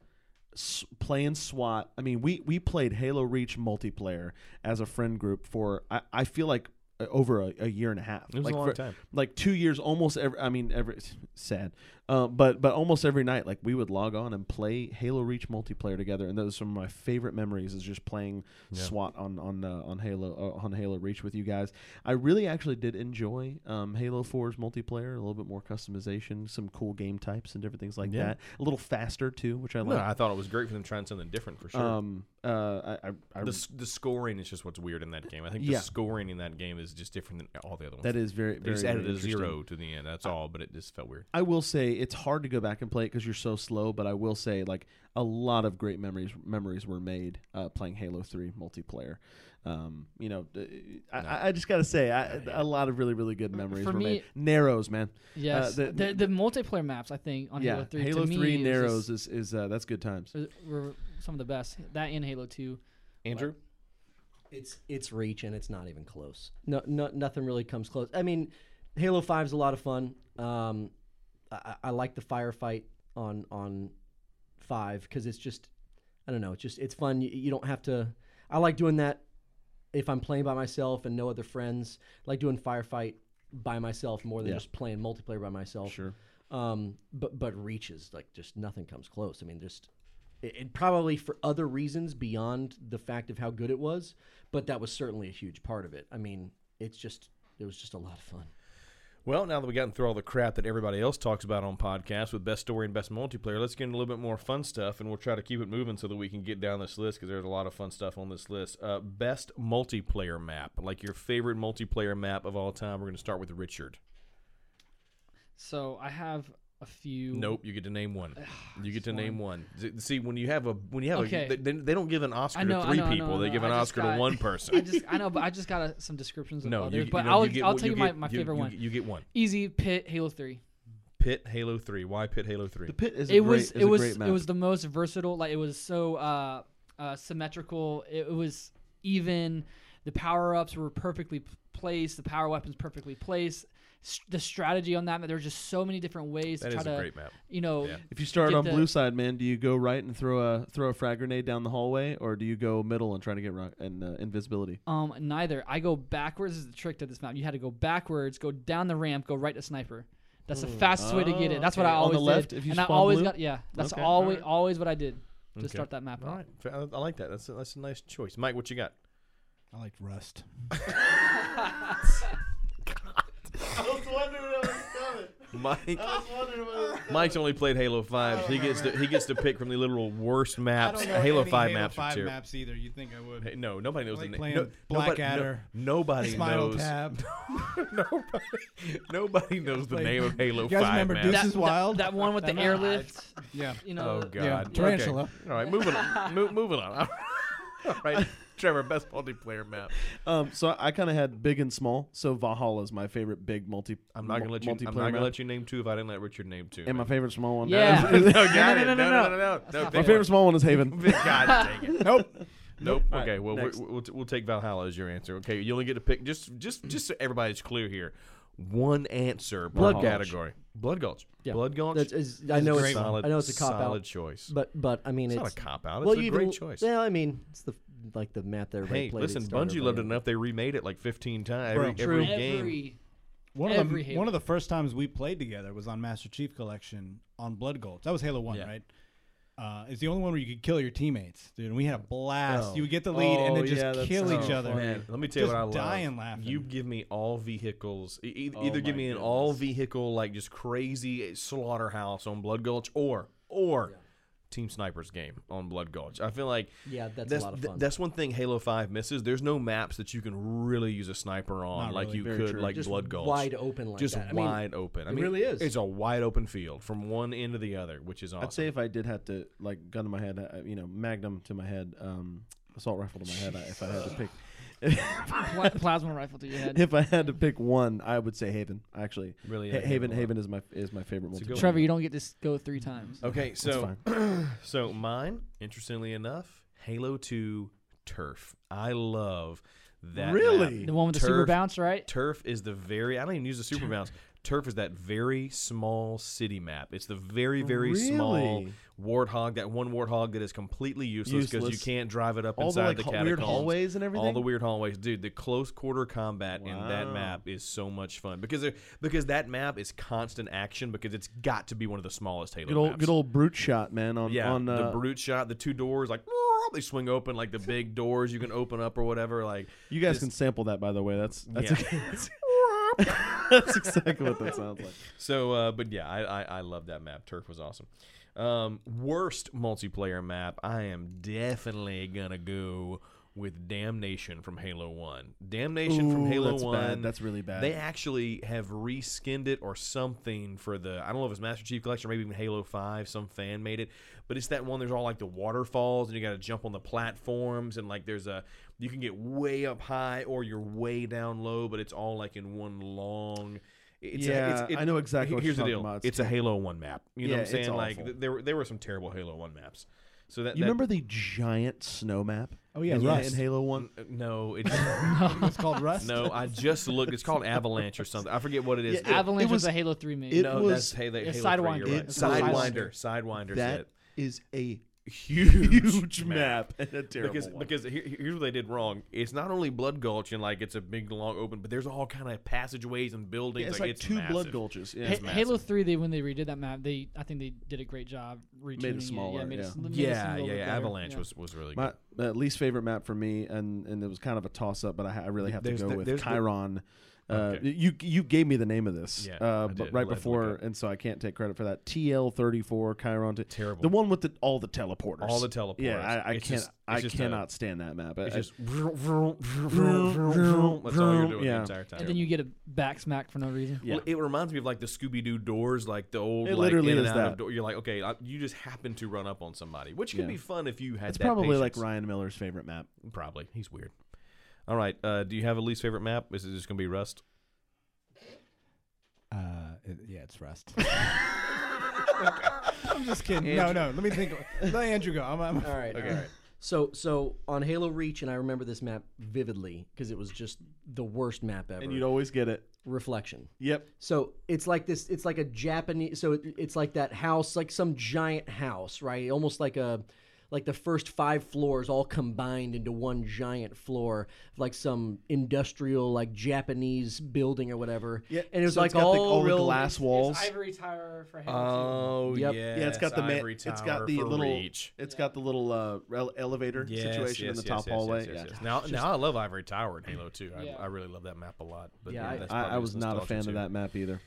[SPEAKER 8] s- playing SWAT. I mean, we we played Halo Reach multiplayer as a friend group for I, I feel like uh, over a, a year and a half. It
[SPEAKER 1] was
[SPEAKER 8] like
[SPEAKER 1] a long
[SPEAKER 8] for-
[SPEAKER 1] time.
[SPEAKER 8] Like two years, almost every. I mean, every sad, uh, but but almost every night, like we would log on and play Halo Reach multiplayer together, and those are some of my favorite memories. Is just playing SWAT on on uh, on Halo uh, on Halo Reach with you guys. I really actually did enjoy um, Halo 4's multiplayer, a little bit more customization, some cool game types and different things like that. A little faster too, which I
[SPEAKER 1] No,
[SPEAKER 8] like.
[SPEAKER 1] I thought it was great for them trying something different for sure.
[SPEAKER 8] Um, uh, I, I, I
[SPEAKER 1] the, s- the scoring is just what's weird in that game. I think
[SPEAKER 8] Yeah.
[SPEAKER 1] the scoring in that game is just different than all the other ones.
[SPEAKER 8] that is very,
[SPEAKER 1] they
[SPEAKER 8] very
[SPEAKER 1] just added
[SPEAKER 8] very
[SPEAKER 1] a
[SPEAKER 8] interesting.
[SPEAKER 1] zero to the end. That's all, but it just felt weird.
[SPEAKER 8] I will say it's hard to go back and play it because you're so slow. But I will say, like a lot of great memories memories were made uh, playing Halo Three multiplayer. Um, you know, d- I, I- I just gotta say, I, a lot of really really good memories
[SPEAKER 5] Uh, for
[SPEAKER 8] were
[SPEAKER 5] me-
[SPEAKER 8] made. Narrows, man. Uh,
[SPEAKER 5] yes,
[SPEAKER 8] the-
[SPEAKER 5] Uh, the, the, multiplayer maps I think on
[SPEAKER 8] yeah,
[SPEAKER 5] Halo Three
[SPEAKER 8] Halo
[SPEAKER 5] to me,
[SPEAKER 8] Three
[SPEAKER 5] was
[SPEAKER 8] Narrows
[SPEAKER 5] just-
[SPEAKER 8] is is uh, that's good times.
[SPEAKER 5] was- were some of the best. That and Halo Two.
[SPEAKER 1] Andrew,
[SPEAKER 9] It's it's reach and it's not even close. No, no nothing really comes close. I mean, Halo Five's a lot of fun. Um, I, I- I like the firefight on on five because it's just I don't know. It's just it's fun. You, you don't have to. I like doing that if I'm playing by myself and no other friends. I like doing firefight by myself more than just playing multiplayer by myself. Sure. Um, but but reaches like just nothing comes close. I mean, just it, it probably for other reasons beyond the fact of how good it was, but that was certainly a huge part of it. I mean, it's just it was just a lot of fun.
[SPEAKER 1] Well, now that we've gotten through all the crap that everybody else talks about on podcasts with best story and best multiplayer, let's get into a little bit more fun stuff, and we'll try to keep it moving so that we can get down this list because there's a lot of fun stuff on this list. Uh, best multiplayer map, like your favorite multiplayer map of all time. We're going to start with Richard.
[SPEAKER 5] So I have a few.
[SPEAKER 1] Nope, you get to name
[SPEAKER 5] Ah,
[SPEAKER 1] one. You get to name one. Z- See, when you have a when you have
[SPEAKER 5] Okay.
[SPEAKER 1] a they, they don't give an Oscar
[SPEAKER 5] I know,
[SPEAKER 1] to
[SPEAKER 5] I
[SPEAKER 1] three
[SPEAKER 5] know, I know,
[SPEAKER 1] people.
[SPEAKER 5] I
[SPEAKER 1] they
[SPEAKER 5] know.
[SPEAKER 1] give an
[SPEAKER 5] I just
[SPEAKER 1] Oscar to
[SPEAKER 5] got-
[SPEAKER 1] one
[SPEAKER 5] [LAUGHS] I
[SPEAKER 1] person.
[SPEAKER 5] just I know, but I just got a, some descriptions of
[SPEAKER 1] no,
[SPEAKER 5] others.
[SPEAKER 1] you,
[SPEAKER 5] but
[SPEAKER 1] no,
[SPEAKER 5] I'll,
[SPEAKER 1] you get
[SPEAKER 5] I'll
[SPEAKER 1] one-
[SPEAKER 5] tell you, my,
[SPEAKER 1] get-
[SPEAKER 5] my
[SPEAKER 1] you-
[SPEAKER 5] favorite
[SPEAKER 1] you-
[SPEAKER 5] one.
[SPEAKER 1] You get one.
[SPEAKER 5] Easy Pit Halo Three.
[SPEAKER 1] Pit Halo Three. Why Pit Halo Three?
[SPEAKER 8] The pit is a
[SPEAKER 5] it
[SPEAKER 8] great,
[SPEAKER 5] was
[SPEAKER 8] is
[SPEAKER 5] it
[SPEAKER 8] a
[SPEAKER 5] was
[SPEAKER 8] great map.
[SPEAKER 5] it was the most versatile. Like it was so uh, uh, symmetrical. It was even. The power ups were perfectly p- placed. The power weapons perfectly placed. S- the strategy on that map. There were just so many different ways
[SPEAKER 1] That
[SPEAKER 5] to try
[SPEAKER 1] is a
[SPEAKER 5] to
[SPEAKER 1] great map.
[SPEAKER 5] you know
[SPEAKER 1] Yeah.
[SPEAKER 8] if you start
[SPEAKER 5] get
[SPEAKER 8] on
[SPEAKER 5] the-
[SPEAKER 8] blue side, man, do you go right and throw a throw a frag grenade down the hallway, or do you go middle and try to get right and uh, invisibility?
[SPEAKER 5] Um, neither. I go backwards. This is the trick to this map. You had to go backwards, go down the ramp, go right to sniper. That's the fastest way to get it. That's what
[SPEAKER 8] okay.
[SPEAKER 5] I
[SPEAKER 8] On
[SPEAKER 5] always
[SPEAKER 8] the left,
[SPEAKER 5] did.
[SPEAKER 8] if you
[SPEAKER 5] and I
[SPEAKER 8] spawn
[SPEAKER 5] always
[SPEAKER 8] blue?
[SPEAKER 5] got yeah. That's
[SPEAKER 8] Okay,
[SPEAKER 5] always
[SPEAKER 8] alright.
[SPEAKER 5] always what I did to start that map.
[SPEAKER 1] All
[SPEAKER 5] out.
[SPEAKER 1] right, Fa- I I like that. That's a, that's a nice choice, Mike. What you got?
[SPEAKER 7] I liked Rust.
[SPEAKER 1] Mike. Mike's only played Halo Five. He gets to, he gets to pick from the literal worst maps. [LAUGHS] Halo Five maps are terrible.
[SPEAKER 7] maps either. You think I would?
[SPEAKER 1] Hey, no, nobody knows
[SPEAKER 7] like
[SPEAKER 1] the name.
[SPEAKER 7] playing
[SPEAKER 1] No, nobody, no,
[SPEAKER 7] Blackadder,
[SPEAKER 1] nobody
[SPEAKER 7] Smile
[SPEAKER 1] knows. [LAUGHS]
[SPEAKER 7] tab.
[SPEAKER 1] nobody, nobody knows the
[SPEAKER 7] Played-
[SPEAKER 1] name of Halo
[SPEAKER 7] You guys
[SPEAKER 1] Five
[SPEAKER 7] remember
[SPEAKER 1] map.
[SPEAKER 7] Deuce
[SPEAKER 5] That,
[SPEAKER 7] This is
[SPEAKER 5] that-
[SPEAKER 7] wild.
[SPEAKER 5] That, one with the airlift.
[SPEAKER 7] yeah.
[SPEAKER 5] You know.
[SPEAKER 1] Oh God! Okay.
[SPEAKER 7] Tarantula.
[SPEAKER 1] All right, moving on. Mo- moving on. All right, Trevor, best multiplayer map.
[SPEAKER 8] Um, so I kind of had big and small. So Valhalla is my favorite big multi.
[SPEAKER 1] I'm not gonna let you. I'm
[SPEAKER 8] multiplayer
[SPEAKER 1] not gonna
[SPEAKER 8] map.
[SPEAKER 1] let you name two if I didn't let Richard name two.
[SPEAKER 8] And my favorite small one.
[SPEAKER 5] Yeah.
[SPEAKER 1] [LAUGHS]
[SPEAKER 8] [LAUGHS]
[SPEAKER 1] no, got
[SPEAKER 5] no,
[SPEAKER 1] it.
[SPEAKER 5] no, no,
[SPEAKER 1] no,
[SPEAKER 5] no.
[SPEAKER 1] no, no,
[SPEAKER 8] my
[SPEAKER 1] big
[SPEAKER 8] favorite
[SPEAKER 1] one.
[SPEAKER 8] small one
[SPEAKER 1] [LAUGHS]
[SPEAKER 8] is Haven.
[SPEAKER 1] God dang it.
[SPEAKER 7] Nope.
[SPEAKER 1] Nope. Okay. Well, we're,
[SPEAKER 8] next.
[SPEAKER 1] we'll, t- we'll take Valhalla as your answer. Okay. You only get to pick just just just so everybody's clear here. One answer per
[SPEAKER 9] Blood Gulch.
[SPEAKER 1] category. Blood Gulch. Blood Gulch.
[SPEAKER 9] That's, is, I know it's
[SPEAKER 1] solid,
[SPEAKER 9] I know it's a cop
[SPEAKER 1] solid
[SPEAKER 9] out,
[SPEAKER 1] choice.
[SPEAKER 9] but but I mean
[SPEAKER 1] It's
[SPEAKER 9] it's,
[SPEAKER 1] not a cop-out,
[SPEAKER 9] well,
[SPEAKER 1] it's a
[SPEAKER 9] you
[SPEAKER 1] great
[SPEAKER 9] even-
[SPEAKER 1] choice.
[SPEAKER 9] Well, I mean it's the like the map that everybody
[SPEAKER 1] hey,
[SPEAKER 9] played.
[SPEAKER 1] listen,
[SPEAKER 9] at Starter
[SPEAKER 1] Bungie loved it
[SPEAKER 9] Blade.
[SPEAKER 1] enough. They remade it like 15 times every,
[SPEAKER 7] Bro,
[SPEAKER 1] every
[SPEAKER 7] true.
[SPEAKER 1] game.
[SPEAKER 5] Every.
[SPEAKER 7] One
[SPEAKER 5] Every
[SPEAKER 7] of the
[SPEAKER 5] Halo.
[SPEAKER 7] one of the first times we played together was on Master Chief Collection on Blood Gold. That was Halo One,
[SPEAKER 1] Yeah.
[SPEAKER 7] right? Uh, it's the only one where you could kill your teammates, dude. And we had a blast. You would get the lead and
[SPEAKER 8] Oh,
[SPEAKER 7] then just
[SPEAKER 8] yeah, that's
[SPEAKER 7] kill
[SPEAKER 8] so
[SPEAKER 7] each other.
[SPEAKER 1] Man, let me tell you
[SPEAKER 7] Just
[SPEAKER 1] what I love.
[SPEAKER 7] dying laughing.
[SPEAKER 1] You give me all vehicles. E- e-
[SPEAKER 8] Oh
[SPEAKER 1] either give
[SPEAKER 8] my
[SPEAKER 1] me an all vehicle like just crazy slaughterhouse on Blood Gulch, or or Team Snipers game on Blood Gulch. I feel like
[SPEAKER 9] Yeah, that's a lot of
[SPEAKER 1] th-
[SPEAKER 9] fun.
[SPEAKER 1] that's one thing Halo Five misses. There's no maps that you can really use a sniper on
[SPEAKER 7] Not
[SPEAKER 1] like
[SPEAKER 7] really,
[SPEAKER 1] you
[SPEAKER 8] very
[SPEAKER 1] could
[SPEAKER 8] true.
[SPEAKER 1] like
[SPEAKER 9] Just
[SPEAKER 1] Blood Gulch.
[SPEAKER 9] wide open like
[SPEAKER 1] just
[SPEAKER 9] that. I mean,
[SPEAKER 1] wide open. I
[SPEAKER 9] it
[SPEAKER 1] mean,
[SPEAKER 9] really is.
[SPEAKER 1] It's a wide open field from one end to the other, which is awesome.
[SPEAKER 8] I'd say if I did have to like gun to my head, uh, you know, magnum to my head, um, assault rifle to my head, I, if I had to [LAUGHS] pick,
[SPEAKER 5] Pla- plasma rifle to
[SPEAKER 8] [LAUGHS]
[SPEAKER 5] your head.
[SPEAKER 8] if I had to pick one, I would say Haven. Actually,
[SPEAKER 1] Really,
[SPEAKER 8] Ha-
[SPEAKER 1] I hate
[SPEAKER 8] Haven.
[SPEAKER 1] it a lot.
[SPEAKER 8] Haven is my is my favorite
[SPEAKER 1] It's a
[SPEAKER 8] multiplayer.
[SPEAKER 1] good one.
[SPEAKER 5] Trevor, you don't get to s- go three times.
[SPEAKER 1] Okay, so
[SPEAKER 8] fine.
[SPEAKER 1] [CLEARS THROAT] so mine, interestingly enough, Halo 2 Turf. I love that.
[SPEAKER 8] Really?
[SPEAKER 1] map.
[SPEAKER 5] The one with the super
[SPEAKER 1] Turf-
[SPEAKER 5] bounce, right?
[SPEAKER 1] Turf is the very I don't even use the super bounce. Turf is that very small city map. It's the very very small
[SPEAKER 8] Really?
[SPEAKER 1] warthog. That one warthog that is completely useless because you
[SPEAKER 8] Useless.
[SPEAKER 1] can't drive it up
[SPEAKER 8] All the,
[SPEAKER 1] inside
[SPEAKER 8] like,
[SPEAKER 1] the,
[SPEAKER 8] ho- weird
[SPEAKER 1] catacombs.
[SPEAKER 8] hallways and
[SPEAKER 1] All the
[SPEAKER 8] everything?
[SPEAKER 1] weird hallways, dude. The close quarter combat in that
[SPEAKER 8] Wow.
[SPEAKER 1] map is so much fun because there- because that map is constant action because it's got to be one of the smallest Halo
[SPEAKER 8] Good old,
[SPEAKER 1] maps.
[SPEAKER 8] good old brute shot, man. On
[SPEAKER 1] Yeah,
[SPEAKER 8] on uh,
[SPEAKER 1] the brute shot, the two doors, like [LAUGHS] "Meow," they swing open, like the big doors you can open up or whatever. Like
[SPEAKER 8] You guys
[SPEAKER 1] this-
[SPEAKER 8] can sample that, by the way. That's that's,
[SPEAKER 1] Yeah.
[SPEAKER 8] [LAUGHS] that's exactly what that sounds like.
[SPEAKER 1] so, uh, but yeah, I, I I love that map. Turf was awesome. Um, worst multiplayer map, I am definitely gonna go with Damnation from Halo One. Damnation from
[SPEAKER 8] Ooh,
[SPEAKER 1] Halo
[SPEAKER 8] that's
[SPEAKER 1] One,
[SPEAKER 8] bad. That's really bad.
[SPEAKER 1] They actually have reskinned it or something for the I don't know if it's Master Chief Collection or maybe even Halo Five. Some fan made it, but it's that one. There's all like the waterfalls and you got to jump on the platforms and like there's a you can get way up high or you're way down low, but it's all like in one long. It's a,
[SPEAKER 8] Yeah,
[SPEAKER 1] it's, it-
[SPEAKER 8] I know exactly what
[SPEAKER 1] Here's
[SPEAKER 8] you're
[SPEAKER 1] the
[SPEAKER 8] talking
[SPEAKER 1] deal:
[SPEAKER 8] about.
[SPEAKER 1] it's, a Halo One map. You know
[SPEAKER 8] Yeah,
[SPEAKER 1] what I'm saying?
[SPEAKER 8] it's
[SPEAKER 1] like
[SPEAKER 8] awful.
[SPEAKER 1] th- there were there were some terrible Halo One maps. So that
[SPEAKER 8] You
[SPEAKER 1] that- [LAUGHS]
[SPEAKER 8] remember the giant snow map?
[SPEAKER 7] Oh, yeah,
[SPEAKER 8] in,
[SPEAKER 7] Rust.
[SPEAKER 8] in Halo One.
[SPEAKER 1] No,
[SPEAKER 8] [LAUGHS]
[SPEAKER 1] [LAUGHS] it,
[SPEAKER 7] it's called Rust.
[SPEAKER 1] no. I just looked. It's called Avalanche or something. I forget what it is. It-
[SPEAKER 5] Avalanche
[SPEAKER 8] it
[SPEAKER 5] was,
[SPEAKER 8] was-
[SPEAKER 5] a Halo Three made.
[SPEAKER 8] it
[SPEAKER 1] No, that's
[SPEAKER 8] was-
[SPEAKER 1] Halo,
[SPEAKER 5] it's
[SPEAKER 1] Halo 3,
[SPEAKER 5] Sidewinder.
[SPEAKER 1] you're right.
[SPEAKER 8] It's
[SPEAKER 1] Sidewinder. Sidewinder.
[SPEAKER 8] That is a
[SPEAKER 1] huge,
[SPEAKER 8] huge map and a terrible
[SPEAKER 1] Because
[SPEAKER 8] one.
[SPEAKER 1] because here, here's what they did wrong. It's not only Blood Gulch and like it's a big long open, but there's all kind of passageways and buildings.
[SPEAKER 8] Yeah, it's
[SPEAKER 1] like,
[SPEAKER 8] like two
[SPEAKER 1] massive.
[SPEAKER 8] blood gulches. Yeah,
[SPEAKER 5] Ha-
[SPEAKER 8] it's massive.
[SPEAKER 5] Halo Three, they when they redid that map, they I think they did a great job retuning
[SPEAKER 8] smaller,
[SPEAKER 5] Yeah, made it,
[SPEAKER 8] yeah.
[SPEAKER 5] s- made it seem a
[SPEAKER 1] Yeah,
[SPEAKER 5] little
[SPEAKER 1] yeah,
[SPEAKER 5] bit
[SPEAKER 1] yeah.
[SPEAKER 5] better.
[SPEAKER 1] Avalanche
[SPEAKER 5] Yeah.
[SPEAKER 1] was was really good.
[SPEAKER 8] My uh, least favorite map for me, and and it was kind of a toss up, but I, ha- I really have
[SPEAKER 1] There's
[SPEAKER 8] to go
[SPEAKER 1] the-
[SPEAKER 8] with
[SPEAKER 1] there's the-
[SPEAKER 8] Chiron. Uh,
[SPEAKER 1] Okay.
[SPEAKER 8] You you gave me the name of this,
[SPEAKER 1] Yeah, I
[SPEAKER 8] uh, but
[SPEAKER 1] did. I
[SPEAKER 8] right
[SPEAKER 1] had to look
[SPEAKER 8] before,
[SPEAKER 1] up.
[SPEAKER 8] and so I can't take credit for that. TL thirty four Chiron, t-
[SPEAKER 1] Terrible.
[SPEAKER 8] the one with the, all the teleporters,
[SPEAKER 1] All the teleporters.
[SPEAKER 8] Yeah, I, I
[SPEAKER 1] It's
[SPEAKER 8] can't,
[SPEAKER 1] just-
[SPEAKER 8] I
[SPEAKER 1] it's just a-
[SPEAKER 8] cannot stand that map. I-
[SPEAKER 1] it's
[SPEAKER 8] I-
[SPEAKER 1] just [LAUGHS] vroom, vroom, vroom, vroom, vroom. that's all you're doing the
[SPEAKER 8] Yeah.
[SPEAKER 1] entire time.
[SPEAKER 5] And then you get a back smack for no reason.
[SPEAKER 8] Yeah.
[SPEAKER 1] Well, it reminds me of like the Scooby Doo doors, like the old.
[SPEAKER 8] It
[SPEAKER 1] like,
[SPEAKER 8] literally
[SPEAKER 1] in and
[SPEAKER 8] is
[SPEAKER 1] out of
[SPEAKER 8] that.
[SPEAKER 1] Door. You're like, okay, I, you just happen to run up on somebody, which could
[SPEAKER 8] Yeah.
[SPEAKER 1] be fun if you had.
[SPEAKER 8] it's
[SPEAKER 1] that
[SPEAKER 8] probably like
[SPEAKER 1] patience.
[SPEAKER 8] Ryan Miller's favorite map.
[SPEAKER 1] Probably. He's weird. All right. Uh, do you have a least favorite map? Is it just going to be Rust?
[SPEAKER 7] Uh, it, yeah, it's Rust. [LAUGHS] I'm just kidding. No, no. Let me think. Let Andrew go. I'm, I'm,
[SPEAKER 9] All right. All right. So so on Halo Reach, and I remember this map vividly because it was just the worst map ever.
[SPEAKER 8] And you'd always get it.
[SPEAKER 9] Reflection.
[SPEAKER 8] Yep.
[SPEAKER 9] So it's like this. It's like a Japanese. So it, it's like that house, like some giant house, right? Almost like a, like the first five floors all combined into one giant floor, like some industrial, like Japanese building or whatever.
[SPEAKER 8] Yeah.
[SPEAKER 9] And it was
[SPEAKER 8] so
[SPEAKER 9] like
[SPEAKER 8] it's got
[SPEAKER 9] all,
[SPEAKER 8] the, all
[SPEAKER 9] real
[SPEAKER 8] the glass walls. Um,
[SPEAKER 5] Ivory Tower for
[SPEAKER 1] Oh,
[SPEAKER 9] Yep.
[SPEAKER 1] yes,
[SPEAKER 8] Yeah, it's got the ma-
[SPEAKER 1] Ivory
[SPEAKER 8] it's
[SPEAKER 1] Tower
[SPEAKER 8] got the
[SPEAKER 1] for
[SPEAKER 8] little
[SPEAKER 1] Reach.
[SPEAKER 8] it's got the little uh, rel- elevator
[SPEAKER 1] Yes,
[SPEAKER 8] situation
[SPEAKER 1] yes,
[SPEAKER 8] in the
[SPEAKER 1] yes,
[SPEAKER 8] top
[SPEAKER 1] yes,
[SPEAKER 8] hallway.
[SPEAKER 1] yes, yes,
[SPEAKER 8] yeah.
[SPEAKER 1] yes. Now, now I love Ivory Tower in Halo 2.
[SPEAKER 5] Yeah.
[SPEAKER 1] I, I really love that map a lot. But
[SPEAKER 9] Yeah,
[SPEAKER 1] yeah,
[SPEAKER 9] I-
[SPEAKER 1] that's
[SPEAKER 8] I,
[SPEAKER 1] probably
[SPEAKER 8] I
[SPEAKER 1] just
[SPEAKER 8] was not a
[SPEAKER 1] nostalgia
[SPEAKER 8] fan
[SPEAKER 1] too.
[SPEAKER 8] of that map either.